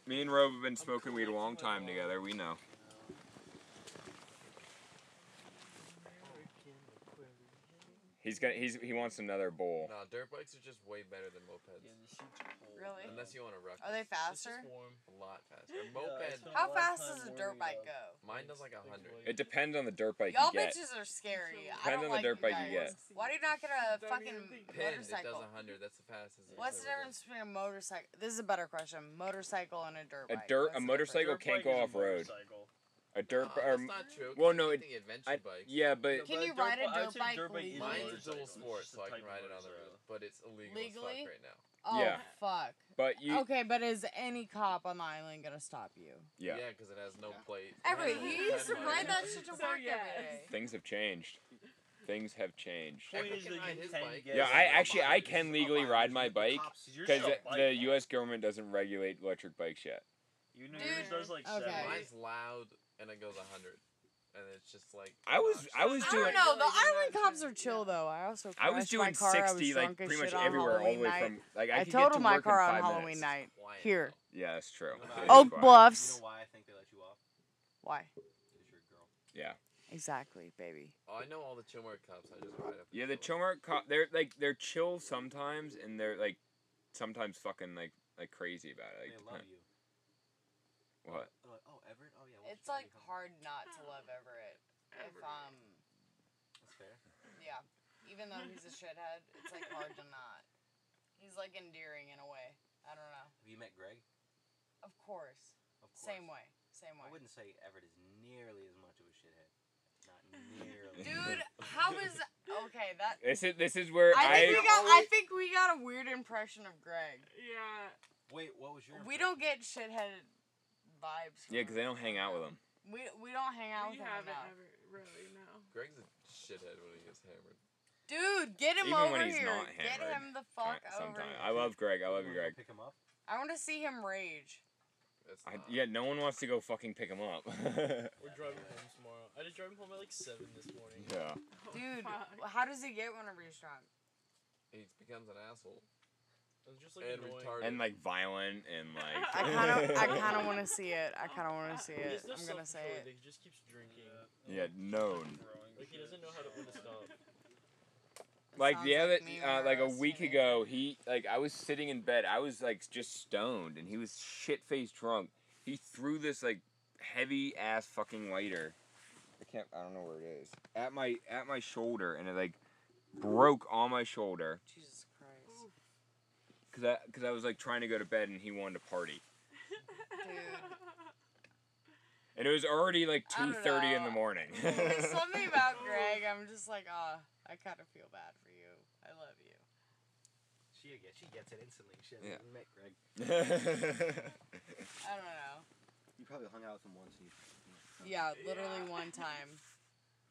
S2: Me and Robe have been smoking weed a
S7: collecting
S2: long
S7: my
S2: time
S7: bong.
S2: together. We know. He's got. He's he wants another bowl.
S8: Nah, dirt bikes are just way better than mopeds.
S7: Yeah, the seat's cold.
S1: Really?
S7: man.
S8: Unless you want to wreck.
S1: are they
S8: it.
S1: faster?
S8: A lot faster. A moped.
S7: it's not-
S1: How
S7: Well,
S1: fast
S7: I'm
S1: does a
S7: warming
S1: dirt bike
S7: up.
S1: go?
S8: Mine does like a
S7: Big
S8: hundred.
S7: boy.
S2: It depends on the dirt bike
S1: Y'all
S2: you get.
S1: bitches are scary. I
S2: Depends
S1: don't
S2: on the
S1: like
S2: dirt
S1: you
S2: bike you
S1: guys.
S2: get.
S1: Why do you not get a
S3: Don't
S1: fucking
S3: even think
S8: Pin, it does
S1: motorcycle?
S8: a hundred. That's the fastest. it's
S1: What's the
S8: ever done.
S1: difference between a motorcycle? This is a better question. Motorcycle and a dirt
S2: A
S1: bike.
S2: dirt-
S1: What's the
S2: a motorcycle
S1: difference?
S2: can't
S7: Dirt bike
S2: go off road.
S7: is a motorcycle.
S2: A dirt.
S8: Nah,
S2: or-
S8: that's Uh, not true.
S2: well,
S8: 'cause
S2: no,
S8: I think adventure
S2: I-
S8: bikes.
S2: yeah, but
S1: Can
S7: But
S1: you
S7: dirt
S1: ride a
S7: bi- I
S1: dirt
S7: said
S1: bike
S7: dirt bike is
S1: legally?
S8: Mine's a
S7: motorcycle,
S8: dual
S7: it's
S8: sport,
S7: just
S8: so
S7: a
S8: I can
S7: type of
S8: ride it on the
S7: motorcycle.
S8: road, but it's illegal as
S1: Legally?
S8: fuck right now.
S1: Oh
S2: Yeah.
S1: fuck.
S2: but you.
S1: okay, but is any cop on the island gonna stop you?
S2: Yeah.
S8: Yeah, because it has no plate.
S1: Every
S8: It has
S1: you
S8: no
S1: used to
S8: headlight.
S1: ride that shit to work
S3: So, yes.
S1: every day.
S2: Things have changed. Things have changed.
S7: Point
S8: Echo
S7: is
S8: can
S7: that
S8: ride
S7: you
S8: his
S7: can
S8: bike.
S7: get
S2: Yeah,
S7: some
S2: I
S7: of
S2: actually I
S7: those
S2: can
S7: up
S2: legally
S7: on
S2: ride
S7: the
S2: my bike
S7: cops. You're
S2: because
S7: still a
S2: the
S7: bike.
S2: U.S. government doesn't regulate electric bikes yet.
S7: You know,
S1: Dude,
S7: yours does like
S1: okay.
S7: seven.
S8: Mine's loud and it goes a hundred, and it's just like.
S2: I was I was
S1: I don't
S2: doing
S1: know. The
S3: Regulated
S1: island
S3: action,
S1: cops are chill
S3: yeah.
S1: though. I also
S2: I
S1: crashed
S2: was
S1: my
S2: doing
S1: car. I was
S2: sixty like
S1: drunk as
S2: pretty much
S1: shit on
S2: everywhere all the
S1: Halloween
S2: way
S1: night.
S2: from like I,
S1: I
S2: could get to
S1: totaled my
S2: work in
S1: car on
S2: five
S1: Halloween
S2: minutes.
S1: night. Oh,
S8: quiet,
S1: Here.
S8: though.
S2: Yeah, that's true.
S7: You know
S2: It
S7: why-
S2: is
S1: Oak
S2: quiet.
S4: Bluffs.
S7: You know why I think they let you off?
S1: Why?
S7: 'Cause you're a girl.
S1: Exactly, baby.
S8: Oh, I know all the Chilmark cops. I just ride up.
S2: Yeah, the
S8: until,
S2: Chomar co- they're like they're chill sometimes and they're like sometimes fucking like like crazy about it. Like,
S7: They love
S2: depend-
S7: you.
S2: what?
S7: They're like, oh, Everett? Oh, yeah. we'll
S1: It's
S7: just ride
S1: like
S7: you
S1: hard
S7: home."
S1: not to love Everett. If um,
S7: That's fair.
S1: yeah, even though he's a shithead, it's like hard to not. He's like endearing in a way. I don't know.
S7: Have you met Greg?
S1: Of course.
S7: Of course.
S1: Same way. Same
S7: I
S1: way.
S7: wouldn't say Everett is nearly as much of a shithead. Not nearly.
S1: Dude, how is okay? That
S2: This is this is where
S1: I think we
S2: I,
S1: got. I think we got a weird impression of Greg.
S3: Yeah.
S7: Wait, what was your?
S1: We don't get shitheaded vibes. from
S2: yeah because I don't hang out with them.
S1: We we don't hang out
S3: we
S1: with him
S3: haven't
S1: enough.
S3: ever really no.
S8: Greg's a shithead when he gets hammered.
S1: Dude, get him
S2: Even
S1: over
S2: when he's
S1: here.
S2: not
S1: get
S2: hammered,
S1: him the fuck
S2: Ki-
S1: over
S2: Sometimes
S1: here.
S2: I love Greg. I love you,
S7: You
S2: Greg.
S7: wanna go Pick him up.
S1: I want to see him rage.
S8: That's
S2: I,
S8: not-
S2: yeah, no one wants to go fucking pick him up.
S11: We're driving home tomorrow. I just drove him home at like seven this morning.
S2: yeah.
S3: Oh,
S1: Dude,
S3: fuck.
S1: how does he get whenever he's drunk?
S8: He becomes an asshole
S11: It was just like
S8: and
S11: annoying.
S8: retarded.
S2: and like violent and like
S1: I kind of I kind of want to see it. I kind of want to see
S11: He has
S1: it.
S11: no
S1: I'm gonna say
S11: self-control,
S1: it.
S11: like, He just keeps drinking.
S2: yeah no
S11: Like he doesn't know how to when to stop.
S1: It
S2: like
S1: sounds
S2: the other
S1: me
S2: uh,
S1: when
S2: like
S1: I
S2: a
S1: was
S2: week
S1: teenage.
S2: ago he like I was sitting in bed I was like just stoned and he was shit faced drunk he threw this like heavy ass fucking lighter I can't I don't know where it is at my at my shoulder and it like broke on my shoulder
S1: Jesus Christ,
S2: because I because I was like trying to go to bed and he wanted to party and it was already like
S1: I don't
S2: two thirty in the
S1: know.
S2: morning
S1: There's something about Greg. I'm just like, ah, I kind of feel bad for you. I love you.
S7: She gets, she gets it instantly. She hasn't
S2: Yeah.
S7: even met Greg.
S1: I don't know.
S11: You probably hung out with him once. And you,
S1: Yeah, literally
S3: Yeah.
S1: one time.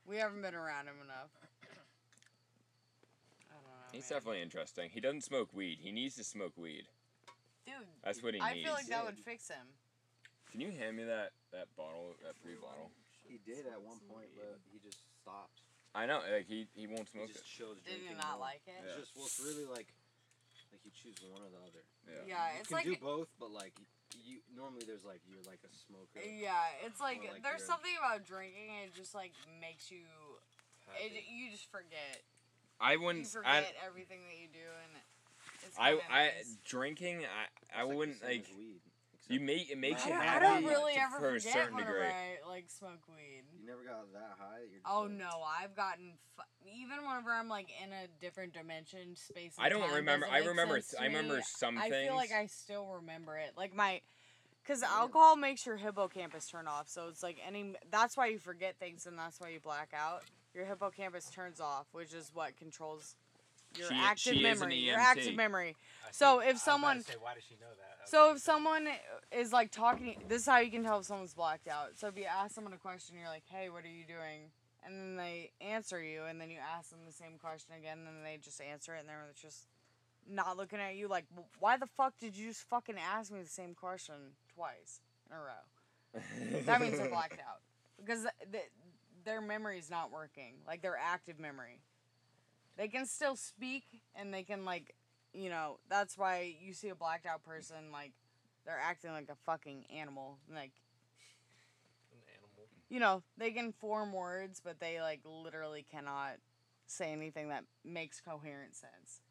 S1: We haven't been around him enough. I don't know.
S2: he's
S1: man.
S2: definitely interesting he doesn't smoke weed he needs to smoke weed
S1: Dude,
S2: that's what he
S1: I
S2: needs
S1: feel like that would
S11: Yeah.
S1: fix him.
S2: Can you hand me that that bottle, that free bottle?
S11: he did at one point, but he just stopped.
S2: I know, like he he won't
S11: He
S2: smoke it.
S11: just chose
S1: Did
S11: drinking.
S1: you not
S11: more.
S1: like it?
S11: It's
S2: Yeah.
S11: just well, it's really like, like you choose one or the other.
S1: Yeah,
S11: you
S1: it's
S11: can
S1: like
S11: do both, but like you normally there's like you're like a smoker.
S1: yeah, it's like
S11: like
S1: there's
S11: your-
S1: something about drinking. It just like makes you. It,
S8: happy.
S1: you just forget.
S2: I
S1: You
S2: wouldn't. I
S1: forget everything that you do, and it's
S2: I,
S1: kinda
S2: I
S1: nice.
S2: drinking. I I
S11: It's, the
S2: wouldn't
S11: same
S2: like.
S11: as weed, except
S2: You make it makes
S11: I
S2: you
S11: don't-
S1: I
S2: happy
S1: don't really
S2: to-
S1: ever
S2: for a
S1: forget
S2: certain
S1: whenever
S2: degree.
S1: I like smoke weed.
S11: you never got that high. You're just
S1: Oh
S11: like,
S1: no, I've gotten fu- even whenever I'm like in a different dimension space. and
S2: I don't
S1: time
S2: remember.
S1: doesn't
S2: I
S1: make
S2: remember.
S1: sense
S2: th-
S1: to
S2: I
S1: me.
S2: remember some
S1: I
S2: things.
S1: feel like I still remember it. Like my, because alcohol makes your hippocampus turn off. So it's like any. That's why you forget things, and that's why you black out. Your hippocampus turns off, which is what controls your
S2: She-
S1: active
S2: she is an E
S1: memory. Your
S2: EMT.
S1: active memory.
S7: I
S1: So if
S7: see. I was about to
S1: someone-
S7: say, why does she know that? I was
S1: So
S7: like,
S1: if someone is like talking, this is how you can tell if someone's blacked out. So if you ask someone a question, you're like, "Hey, what are you doing?" And then they answer you, and then you ask them the same question again, and then they just answer it, and they're just not looking at you like, "Why the fuck did you just fucking ask me the same question twice in a row?" That means they're blacked out because th th their memory's not working, like their active memory. They can still speak and they can like, you know, that's why you see a blacked out person like they're acting like a fucking animal, like
S11: An animal.
S1: you know, they can form words, but they like literally cannot say anything that makes coherent sense.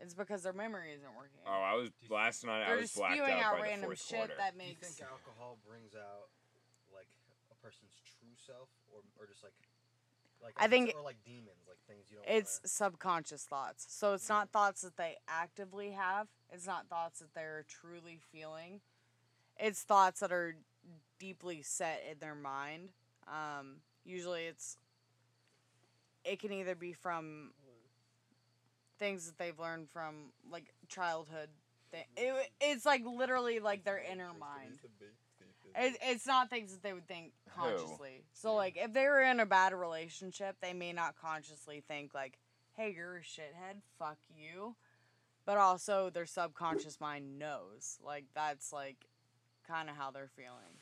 S1: It's because their memory isn't working.
S2: Oh, I was last night. I
S1: They're
S2: was
S1: just
S2: blacked
S1: spewing out
S2: out by the
S1: random
S2: fourth
S1: shit
S2: quarter.
S1: that
S7: Do you
S1: makes.
S7: think alcohol brings out like a person's true self, or or just like like
S1: I think-
S7: or like demons, like things you don't. Mm.
S1: It's subconscious thoughts. So it's not thoughts that they actively have. It's not thoughts that they're truly feeling. It's thoughts that are deeply set in their mind. Um, usually it's it can either be from things that they've learned from like childhood. Th- it, it's like literally like their inner mind. It, it's not things that they would think consciously. So like if they were in a bad relationship, they may not consciously think like, "Hey, you're a shithead. Fuck you." But also their subconscious mind knows. Like that's like kind of how they're feeling.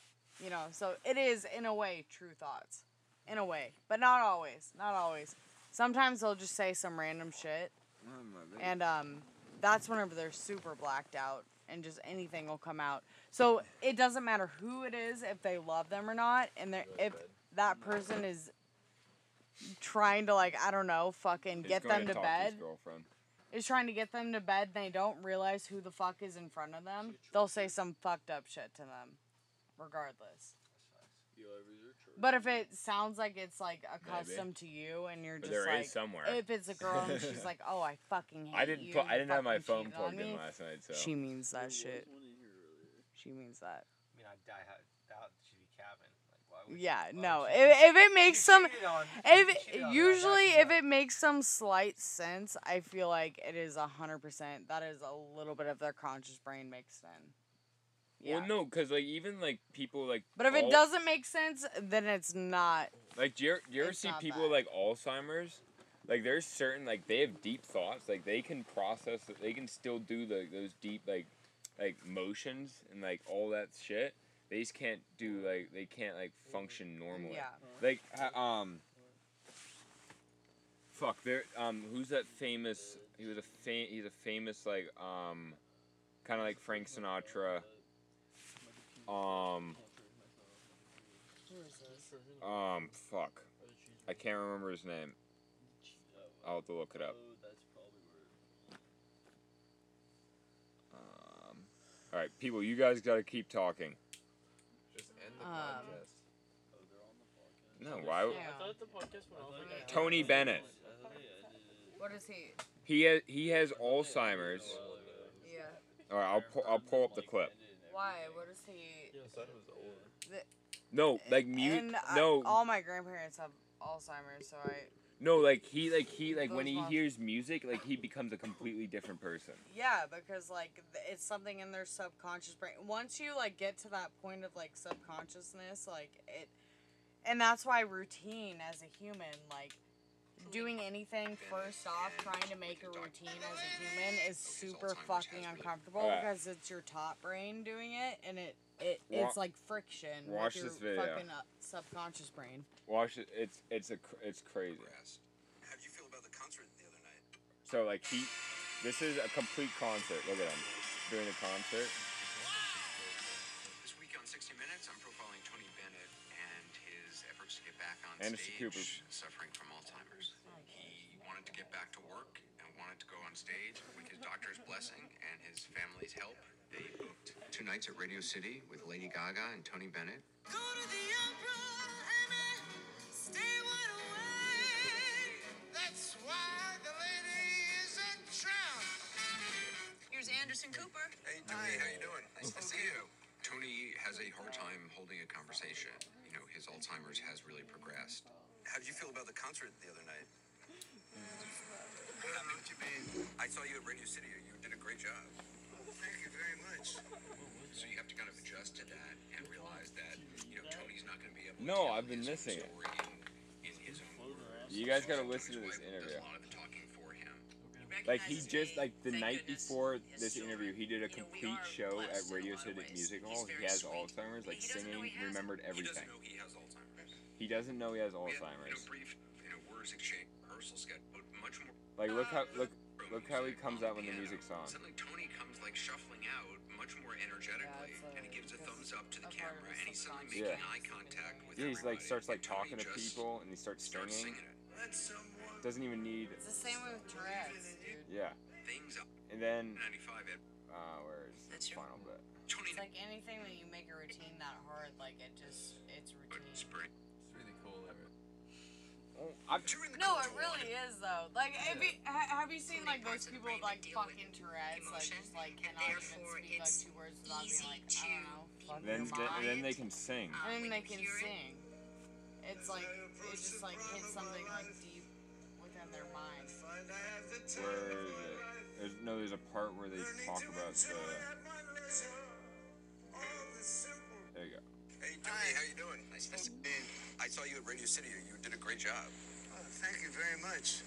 S1: You know, so it is in a way true thoughts. In a way, but not always. Not always. Sometimes they'll just say some random shit and um, that's whenever they're super blacked out and just anything will come out. So it doesn't matter who it is if they love them or not, and they're, if that person is trying to like I don't know, fucking
S2: He's
S1: get
S2: going
S1: them to
S2: talk his
S1: bed,
S2: girlfriend.
S1: is trying to get them to bed. They don't realize who the fuck is in front of them. They'll say some fucked up shit to them, regardless. But if it sounds like it's like accustomed to you and you're just
S2: But there
S1: like
S2: is somewhere.
S1: if it's a girl and she's like, "Oh, I fucking hate
S2: I didn't.
S1: you.
S2: put- I
S1: you
S2: didn't have my
S1: fucking cheated
S2: phone
S1: on
S2: plugged in
S1: me,"
S2: last night, so
S4: She means that shit. She means that.
S7: I mean, I die ha- doubt it should be Cabin. Like, why would
S1: Yeah,
S7: why would
S1: no.
S7: Oh, she-
S1: If, if it
S7: she
S1: makes some,
S7: cheated on- she cheated
S1: if
S7: on her,
S1: usually
S7: that's
S1: if
S7: right.
S1: it makes some slight sense, I feel like it is a hundred percent. That is a little bit of their conscious brain mixed in. Yeah.
S2: Well, no, because like even like people like.
S1: but if it
S2: all-
S1: doesn't make sense, then it's not.
S2: like, do you, do you ever
S1: it's
S2: see
S1: not
S2: people
S1: bad.
S2: like Alzheimer's? Like, there's certain like they have deep thoughts. Like they can process. that They can still do the those deep like like motions and like all that shit. They just can't do like they can't like function normally.
S1: Yeah.
S2: Like uh, um. Fuck there. Um, who's that famous? He was a fa- He's a famous like um, kind of like Frank Sinatra. Um, um, fuck. I can't remember his name. I'll have to look it up.
S11: Oh, that's probably where.
S2: Um, all right, people, you guys got to keep talking.
S8: Just end the
S1: Um,
S8: podcast.
S11: Oh, they're on the podcast.
S2: No, why? would-
S1: Yeah.
S11: I thought the podcast went off. like, I-
S2: Tony Bennett.
S11: I thought they ended it.
S1: What is he?
S2: He has he has Alzheimer's.
S11: Well, uh,
S1: Yeah.
S2: All right, I'll pu- I'll pull up the clip.
S1: Why? What is he?
S11: Yeah,
S8: That was old.
S2: No, like mute.
S1: And I-
S2: No,
S1: all my grandparents have Alzheimer's, so I.
S2: No, like he, like he, like
S1: Those
S2: when he
S1: ones.
S2: hears music, like he becomes a completely different person.
S1: Yeah, because like th- it's something in their subconscious brain. Once you like get to that point of like subconsciousness, like it, and that's why routine as a human, like doing anything first off, trying to make a routine as a human is super fucking uncomfortable
S2: Alright.
S1: because it's your top brain doing it, and it it
S2: Wa-
S1: it's like friction
S2: watch
S1: with your
S2: this video.
S1: fucking uh, subconscious brain.
S2: Watch it. It's it's a cr- it's crazy.
S10: How did you feel about the concert the other night?
S2: So like he, this is a complete concert. Look at him during the concert.
S10: This week on 60 Minutes, I'm profiling Tony Bennett and his efforts to get back on
S2: Anderson
S10: stage,
S2: Cooper.
S10: suffering from Alzheimer's. He wanted to get back to work and wanted to go on stage with his doctor's blessing and his family's help. They booked two nights at Radio City with Lady Gaga and Tony Bennett.
S12: Go to the opera and I stay wide awake. That's why the lady is a tramp. Here's Anderson Cooper.
S10: Hey, Tony, how you doing? Nice to see you. Tony has a hard time holding a conversation. You know, his Alzheimer's has really progressed. How did you feel about the concert the other night? I mean, I saw you at Radio City. You did a great job. Thank you very much. So you have to kind of adjust to that and realize that you know Tony's not going to be able. to
S2: No,
S10: tell
S2: I've been
S10: his own
S2: missing it.
S10: story in- in his own words.
S2: You guys gotta
S10: Sometimes
S2: listen to this
S10: his wife does
S2: interview.
S10: a lot of the talking for him. You
S2: Like he just like the night before this interview, he did a complete show at Radio City Music Hall. He has Alzheimer's, like singing, remembered
S10: He doesn't
S2: everything.
S10: know he has Alzheimer's.
S2: He doesn't know he has
S10: We had, you know,
S2: Alzheimer's.
S10: brief, you know, words exchange rehearsal schedule, much more.
S2: Like look how look
S10: from
S2: look how he
S10: music
S2: comes
S10: on
S2: out when the
S10: piano.
S2: music's on.
S10: Suddenly Tony comes like shuffling out, much more energetically,
S13: Yeah, it's,
S10: and he
S13: uh,
S10: gives a
S13: because
S10: thumbs up to the
S13: a part of
S10: camera,
S13: his
S10: and he's suddenly
S13: subconscious
S2: Yeah.
S10: making eye
S13: is even
S10: contact
S13: doing
S10: with
S2: Yeah, he's like
S10: everybody,
S2: starts like
S10: and Tony
S2: talking to
S10: just
S2: people and he starts
S10: starts
S2: singing.
S10: singing it.
S12: Let someone
S2: Doesn't even need
S13: It's the same way with Tourette's, dude.
S2: yeah.
S10: Things up.
S2: And then
S10: 95 at
S2: uh where is
S10: That's
S2: the
S10: your-
S2: final bit?
S10: Tony
S13: It's like anything that you make a routine that hard, like it just, it's routine.
S10: Spring.
S8: It's really cool. Lyra.
S2: Oh, I've
S10: During the
S13: No, it
S10: cultural
S13: really is though. Like, have you ha- have you seen like
S12: parts
S13: those
S12: of the
S13: people
S12: brain
S13: with
S12: that
S13: like
S12: deal with
S13: fucking Tourette's, like
S12: emotion,
S13: just like
S12: and
S13: cannot even
S12: therefore
S13: speak like
S12: it's
S13: two words without being
S12: easy
S13: like, I don't
S12: to
S13: know,
S12: be
S13: fuck
S2: then,
S13: your
S2: then
S13: mom.
S2: then they can sing.
S13: and then
S12: when you
S13: they can
S12: hear it-
S13: sing. It's like it just like hits something like deep within their mind.
S12: find I have the time
S2: Where
S12: of
S2: is it?
S12: my life.
S2: There's no there's a part where they
S12: Learning
S2: talk
S12: to
S2: about uh, the
S12: enjoy at my leisure all the simple
S2: there you go.
S12: Hey,
S10: Hi,
S12: Tony,
S10: how you doing? Nice to see you. I saw you at Radio City. You did a great job.
S12: how- oh, thank you very much.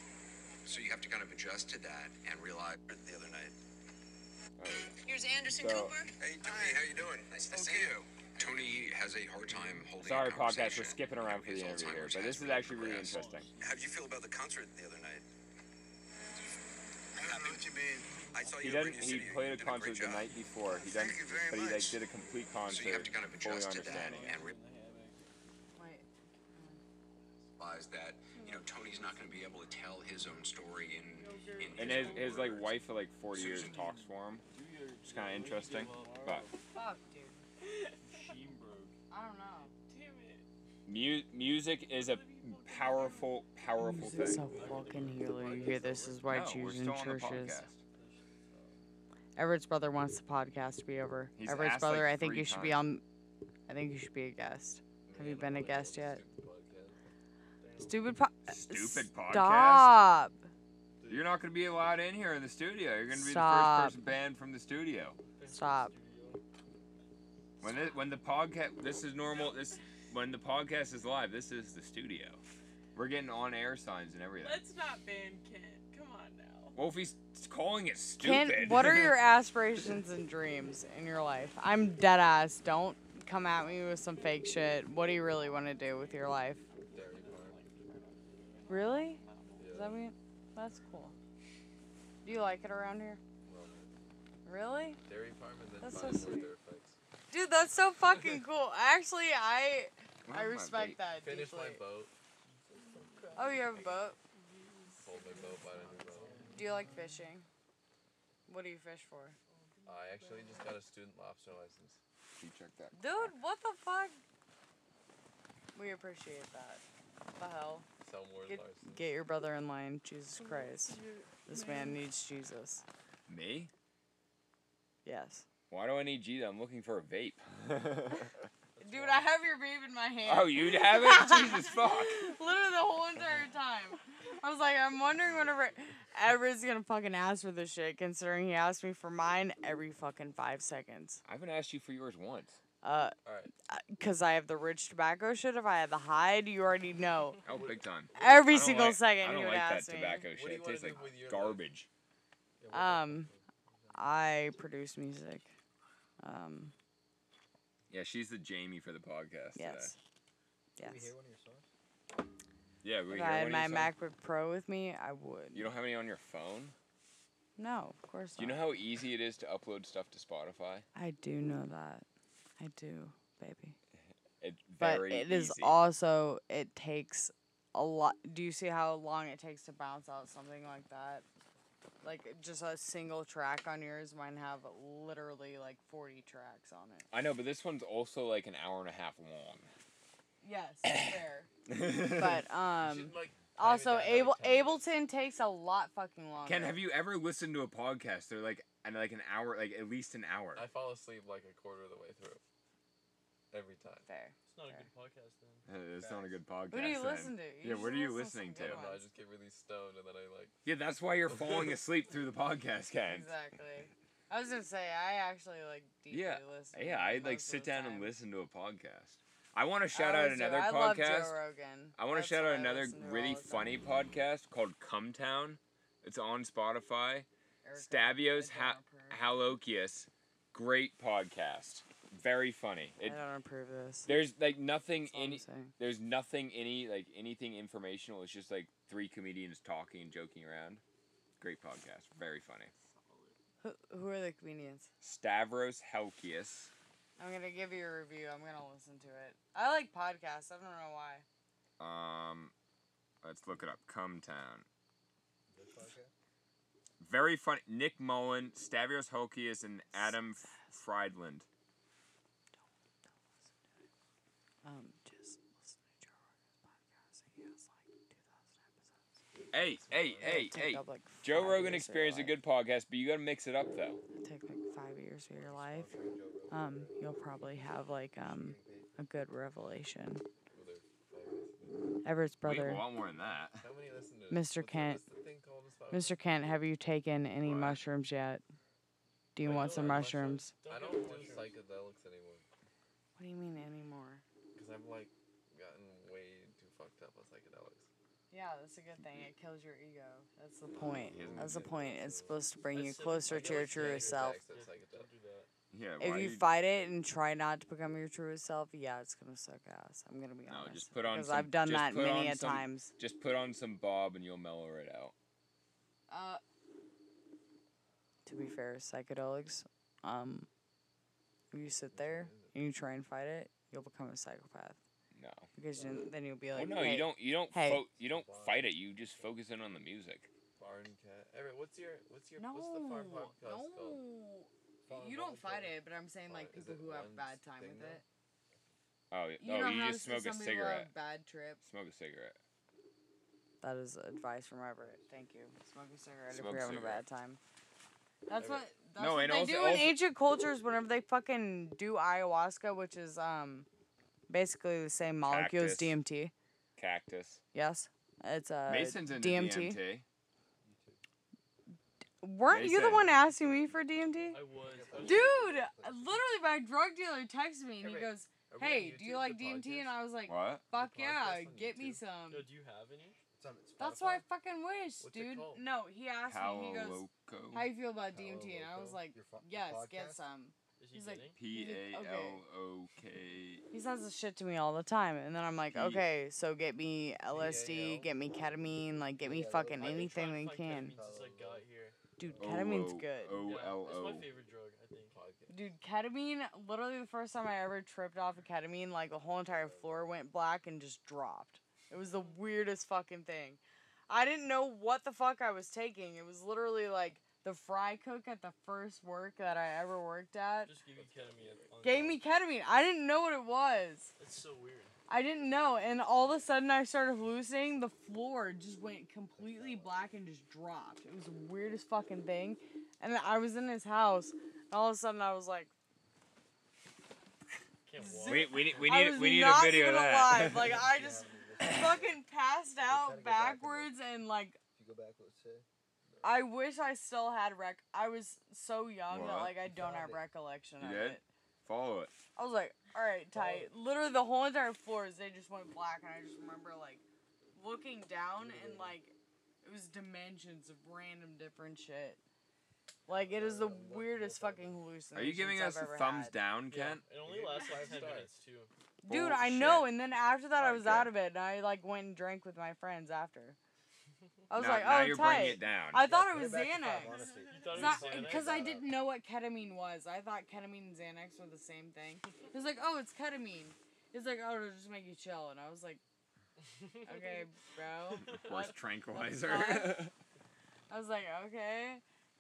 S10: So you have to kind of adjust to that and realize the other night.
S2: Oh, there you
S12: Here's Anderson
S2: So-
S12: Cooper.
S10: Hey, Tony,
S12: Hi.
S10: how you doing? Nice to see you. Tony has a hard time
S2: go.
S10: holding.
S2: Sorry
S10: a
S2: podcast,
S10: conversation.
S2: we're skipping around for
S10: His
S2: the interview here,
S10: Alzheimer's
S2: but
S10: has
S2: this is actually really interesting.
S10: How would you feel about the concert the other night?
S12: I don't know what you mean.
S10: I saw
S2: He
S10: you. at
S2: didn't.
S10: Radio
S2: He
S10: City.
S2: played
S10: You
S2: a
S10: did
S2: concert
S10: great
S2: the
S10: job.
S2: night before. He
S12: Thank
S2: didn't.
S12: you very
S2: But he like
S12: much.
S2: did a complete concert,
S10: So you have to kind of
S2: fully
S10: adjust to that
S2: understanding.
S10: and re-
S13: Wait,
S10: realize that you know Tony's not going to be able to tell his own story in in
S2: And
S10: his,
S2: his,
S10: own
S2: his like
S10: words.
S2: wife for like 40 years
S10: Susan.
S2: talks for him.
S7: Do your-
S2: It's
S7: your
S2: kind of
S7: radio
S2: interesting, but
S7: tomorrow.
S13: fuck, dude.
S7: Machine broke.
S13: I don't know.
S3: Damn it.
S2: mu- music is a powerful, powerful
S1: Music's
S2: thing.
S1: so fucking healer. You hear this is why
S2: No, we're
S1: Jews
S2: still
S1: and
S2: on the
S1: churches.
S2: podcast.
S1: Everett's brother wants the podcast to be over.
S2: He's
S1: Everett's
S2: asked, like,
S1: brother, I think
S2: three
S1: you should be on. I think you should be a guest. Have you been a guest yet? Stupid po-
S2: Stupid podcast.
S1: Uh, Stop.
S2: You're not gonna be allowed in here in the studio. You're gonna be the
S1: Stop.
S2: first person banned from the studio.
S1: Stop.
S2: When the, when the podcast this is normal. This when the podcast is live. This is the studio. We're getting on air signs and everything.
S3: Let's not ban Kent. Come on now.
S2: Wolfie's calling it
S1: Ken,
S2: stupid.
S1: what are your aspirations and dreams in your life? I'm dead ass. Don't come at me with some fake shit. What do you really want to do with your life?
S8: Dairy farm.
S1: Really? Does that mean that's cool? Do you like it around here?
S8: Love
S1: Really?
S8: it. Dairy farm and then
S1: That's so
S8: five more
S1: sweet.
S8: Fairfax.
S1: Dude, that's so fucking cool. Actually, I
S2: Where's
S1: I
S2: my
S1: respect
S2: vape?
S1: that
S8: Finish
S1: deeply.
S8: my boat.
S1: Oh, you have a boat?
S8: Sold my boat, bought a new boat.
S1: Do you like fishing? What do you fish for?
S8: I actually just got a student lobster license.
S2: You check that.
S1: Dude, what the fuck? We appreciate that. The hell?
S8: Selmore
S1: Get-
S8: license.
S1: Get your brother in line, Jesus Christ. This man needs Jesus.
S2: Me?
S1: Yes.
S2: Why do I need Gita? I'm looking for a vape.
S1: Dude, I have your babe in my hand.
S2: oh, you'd have it? Jesus fuck.
S1: Literally the whole entire time. I was like, I'm wondering whenever Everett's gonna fucking ask for this shit, considering he asked me for mine every fucking five seconds.
S2: I haven't asked you for yours once.
S1: Uh,
S8: Alright.
S1: cause I have the rich tobacco shit. If I had the hide, you already know.
S2: Oh, big time.
S1: Every
S2: I don't
S1: single
S2: like- I
S1: second
S2: don't
S1: he would
S2: like
S1: ask
S2: that
S1: me.
S2: tobacco
S8: do
S2: shit.
S8: you
S2: It
S8: wanna
S2: tastes
S8: do
S2: like
S8: with your life?
S2: garbage.
S1: Um, I produce music. Um,
S2: Yeah, she's the Jamie for the podcast.
S1: yes.
S7: Can we
S1: Yes.
S7: hear one of your songs?
S2: Today. Yeah, we
S1: If
S2: hear
S1: I had
S2: one of your
S1: my
S2: songs?
S1: MacBook Pro with me, I would.
S2: You don't have any on your phone?
S1: No, of course
S2: Do you know
S1: not.
S2: how easy it is to upload stuff to Spotify?
S1: I do know that. I do, baby.
S2: It's
S1: But
S2: very
S1: it is
S2: easy.
S1: also it takes a lot. Do you see how long it takes to bounce out something like that? Like just a single track on yours might have literally like forty tracks on it.
S2: I know, but this one's also like an hour and a half long.
S1: Yes, fair. But um.
S8: Should, like, time it
S1: Also,
S8: down to, like,
S1: Able
S8: 10
S1: Ableton
S8: minutes.
S1: takes a lot fucking longer.
S2: Ken, have you ever listened to a podcast? They're like and like an hour, like at least an hour.
S8: I fall asleep like a quarter of the way through. Every time.
S1: Fair.
S7: It's not a good podcast then.
S2: Uh, It's not a good podcast.
S1: Who do you
S2: then.
S1: listen to? You
S2: Yeah, where
S1: should
S2: do you
S1: listen
S2: listening
S1: some
S2: to?
S1: good
S8: I don't know, I
S1: ones.
S8: just get really stoned and then I like.
S2: Yeah, that's why you're falling asleep through the podcast, Ken.
S1: Exactly. I was gonna say I actually like deeply
S2: Yeah,
S1: listen.
S2: Yeah,
S1: to
S2: I
S1: most
S2: like
S1: of
S2: sit
S1: the
S2: down
S1: time.
S2: and listen to a podcast. I want to
S1: I
S2: shout out
S1: always do.
S2: another
S1: I Love Joe
S2: podcast.
S1: Rogan.
S2: I want to
S1: That's
S2: shout
S1: what
S2: out
S1: I
S2: another
S1: listen to all
S2: really
S1: the time.
S2: funny podcast called Cumtown. It's on Spotify.
S1: Erica,
S2: Stavio's
S1: I don't
S2: ha-
S1: approve.
S2: Halokius, great podcast. Very funny. It,
S4: I don't approve this.
S2: there's like nothing
S4: That's all I'm
S2: any
S4: saying.
S2: there's nothing any like anything informational. It's just like three comedians talking and joking around. Great podcast. Very funny.
S1: Who, who are the comedians?
S2: Stavros Helkias.
S1: I'm gonna give you a review. I'm gonna listen to it. I like podcasts. I don't know why.
S2: Um let's look it up. Come Town.
S7: Good podcast.
S2: Very funny. Nick Mullen, Stavios Hokias, and Adam F- Friedland.
S4: Um, just listen to Joe Rogan's podcast. He has like 2,000 episodes.
S2: Hey, hey,
S4: It'll
S2: hey,
S4: take
S2: hey.
S4: up, like,
S2: Joe
S4: five
S2: Rogan
S4: years of your
S2: Experience is a
S4: life.
S2: good podcast, but you gotta mix it up though.
S4: It'll take like five years of your life. Um, you'll probably have like um a good revelation. Everett's brother.
S2: Wait, a lot more than that.
S8: How many listen
S4: Mr.
S8: to what's the-
S4: Kent.
S8: what's the thing called on Spotify?
S4: Mr. Kent, have you taken any
S2: What?
S4: mushrooms yet? Do you
S11: I
S4: want
S11: don't
S4: some
S11: like
S4: mushrooms?
S8: I
S11: get
S8: don't
S11: me
S8: do
S11: mushrooms.
S8: psychedelics anymore
S4: What do you mean anymore?
S8: because I've like gotten way too fucked up with psychedelics.
S1: Yeah, that's a good thing. It kills your ego. That's the point.
S2: He hasn't
S1: That's the
S2: been
S1: point. It's supposed to bring
S11: I
S1: you
S11: said
S1: closer
S11: I
S1: to your
S11: like
S1: truest
S11: negative
S1: self.
S8: Acts of
S11: Yeah,
S8: psychedelics.
S11: don't do that.
S2: Yeah,
S1: If
S2: why
S1: you
S2: you-
S1: fight it and try not to become your truest self, yeah, it's gonna suck ass. I'm gonna be
S2: No,
S1: honest.
S2: just put on
S1: because
S2: some-
S1: I've done
S2: just
S1: that
S2: put
S1: many
S2: on
S1: a
S2: some-
S1: times.
S2: just put on some Bob and you'll mellow it out.
S1: Uh, to be fair, psychedelics. Um, if you sit there and you try and fight it, you'll become a psychopath
S2: No.
S1: because then, then you'll be like,
S2: oh no,
S1: "Hey,
S2: you don't. You don't.
S1: hey.
S2: Fo- you don't fight it. You just focus in on the music.
S8: Barn cat. Everett, what's your what's your
S1: No,
S8: what's the farm podcast
S1: no.
S8: called?
S1: You don't fight it, but I'm saying like
S8: Or is
S1: people
S8: it
S1: who have
S8: one
S1: a bad time
S8: thing,
S1: with
S8: though?
S1: it.
S2: Oh, y-
S1: You
S2: oh,
S1: know
S2: you
S1: how
S2: just
S1: so
S2: smoke a
S1: some people
S2: cigarette.
S1: Have bad trips.
S2: Smoke a cigarette.
S1: That is advice from Everett. Thank you. Smoke a cigarette
S2: Smoke
S1: if
S2: a
S1: you're having
S2: cigarette.
S1: a bad time. That's
S8: Everett.
S1: what. That's
S2: No,
S1: what
S2: and
S1: they
S2: also-
S1: do in
S2: also-
S1: ancient cultures whenever they fucking do ayahuasca, which is um, basically the same molecule as
S2: Cactus.
S1: DMT.
S2: Cactus.
S1: Yes, it's uh, a
S2: Mason's into
S1: DMT.
S2: DMT.
S1: Weren't you the
S2: Mason.
S1: one asking me for DMT?
S11: I was. I was
S1: Dude, literally, my drug dealer texted me and he
S8: Everett,
S1: goes,
S8: Are we on
S1: "Hey, do
S8: YouTube,
S1: you like
S8: the
S1: DMT?" And
S8: podcast?
S1: I was like,
S2: What?
S1: "Fuck
S8: podcast
S1: yeah,
S8: on
S1: get me
S8: YouTube?
S1: some."
S11: Yo, do you have any?
S7: It's on- it's
S1: That's
S7: Spotify.
S1: why I fucking wish,
S8: What's it
S1: dude.
S8: called?
S1: No, he asked me. He goes,
S2: Paloloco.
S1: "How you feel about
S7: Hello,
S1: DMT?" And I was
S7: Loco.
S1: like,
S7: Your fo- your
S1: "Yes, get
S7: podcast?
S1: some."
S11: Is he
S1: He's like-
S11: getting?
S2: P A
S1: okay.
S2: L O K.
S1: He says this shit to me all the time, and then I'm like,
S2: P-
S1: "Okay, so get me
S7: PAL?
S1: LSD, get me ketamine, like get me
S7: Yeah,
S1: fucking
S7: like,
S11: I've been
S1: anything
S11: trying to find
S1: they can."
S11: ketamine since I got here.
S1: Dude,
S2: O
S1: ketamine's
S2: O
S1: good.
S2: O
S11: Yeah,
S2: L
S11: It's
S2: O.
S11: my favorite drug, I think.
S8: Podcast.
S1: Dude, ketamine, literally the first time I ever tripped off of ketamine, like the whole entire floor went black and just dropped. It was the weirdest fucking thing. I didn't know what the fuck I was taking. It was literally like the fry cook at the first work that I ever worked at
S11: Just give you ketamine. on
S1: gave
S11: the-
S1: me ketamine. I didn't know what it was.
S11: It's so weird.
S1: I didn't know. And all of a sudden I started hallucinating. The floor just went completely black and just dropped. It was the weirdest fucking thing. And I was in his house. And all of a sudden I was like,
S11: Can't walk.
S2: We, we, need- we
S1: I
S2: need
S1: was
S2: we need a
S1: not
S2: video of
S1: even
S2: that.
S1: alive. Like I just fucking passed
S7: gotta
S1: out
S7: go back and look.
S1: backwards and like
S7: If you go back, let's say.
S1: I wish I still had rec. I was so young that
S2: What?
S1: like I don't have
S7: Found it.
S1: recollection
S2: You
S1: of
S2: did?
S1: it.
S2: Follow it.
S1: I was like, all right,
S7: Found
S1: tight.
S2: Oh.
S1: Literally the whole entire floors they just went black and I just remember like looking down and like it was dimensions of random different shit. Like it is the
S7: Um, what-
S1: weirdest
S7: what-
S1: fucking hallucination.
S2: Are you giving us a thumbs down,
S11: Yeah,
S2: Kent?
S11: It only
S8: Give it
S11: lasts like
S8: five
S11: 10
S8: stars.
S11: minutes, too.
S1: Dude, I know.
S2: Bullshit.
S1: And then after that, I was
S2: Okay.
S1: out of it, and I like went and drank with my friends after. I was
S2: now,
S1: like,
S2: now
S1: oh,
S2: you're bringing
S1: tight.
S2: it down.
S1: I thought it
S7: put
S1: was
S7: back to five,
S1: Xanax.
S7: honestly.
S11: You thought
S1: It's
S11: it
S1: not
S11: was Xanax?
S1: because I didn't know what ketamine was. I thought ketamine and Xanax were the same thing. It was like, oh, it's ketamine. It's like, oh, it'll just make you chill. And I was like, okay, bro.
S2: Horse
S1: What?
S2: tranquilizer.
S1: fuck? I was like, okay.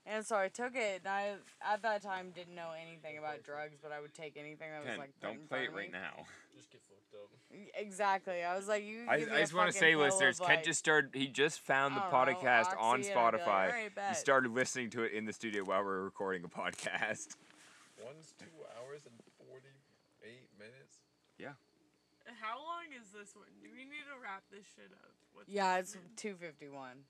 S1: And so I took it, and I at that time didn't know anything about drugs, but I would take anything that was
S2: Kent,
S1: like. put in
S2: don't
S1: front
S2: play it
S1: of me.
S2: right now.
S11: Just get fucked up.
S1: Exactly. I was like, you.
S2: I,
S1: give me
S2: I
S1: a
S2: just want to
S1: fucking
S2: say,
S1: pill of,
S2: listeners, Kent
S1: like,
S2: just started. He just found the
S1: I don't know,
S2: podcast on
S1: Oxy, and I'd be like,
S2: Spotify.
S1: "All right,
S2: he
S1: bet."
S2: started listening to it in the studio while we were recording a podcast.
S8: One's two hours and forty eight minutes.
S3: How long is this one? Do we need to wrap this shit up? What's
S1: Yeah, it's two fifty one.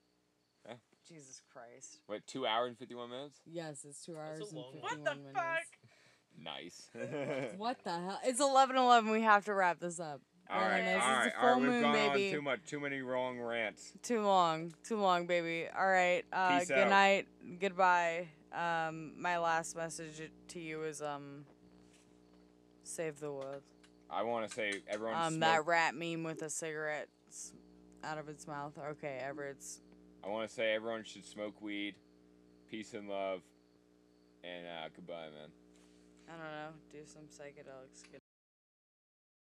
S2: Yeah.
S1: Jesus Christ.
S2: What, two hour and fifty one minutes?
S1: Yes, it's two hours
S11: a
S1: and
S11: long
S1: fifty
S11: one.
S3: What
S1: one
S3: the
S1: minutes.
S3: fuck?
S2: Nice.
S1: What the hell? It's eleven eleven. We have to wrap this up.
S2: All
S1: I
S2: right,
S1: don't know,
S2: all
S1: this
S2: right,
S1: is a
S2: all right.
S1: full
S2: We've
S1: moon,
S2: gone
S1: baby.
S2: on too much, too many wrong rants.
S1: Too long. Too long, baby. All right. Uh,
S2: Peace
S1: good
S2: out.
S1: night. Goodbye. Um, my last message to you is um, save the world.
S2: I want to say everyone.
S1: Um,
S2: smoke,
S1: that rat meme with a cigarette s- out of its mouth. Okay, Everett's.
S2: I want to say everyone should smoke weed, peace and love, and uh, goodbye, man.
S1: I don't know. Do some psychedelics. Good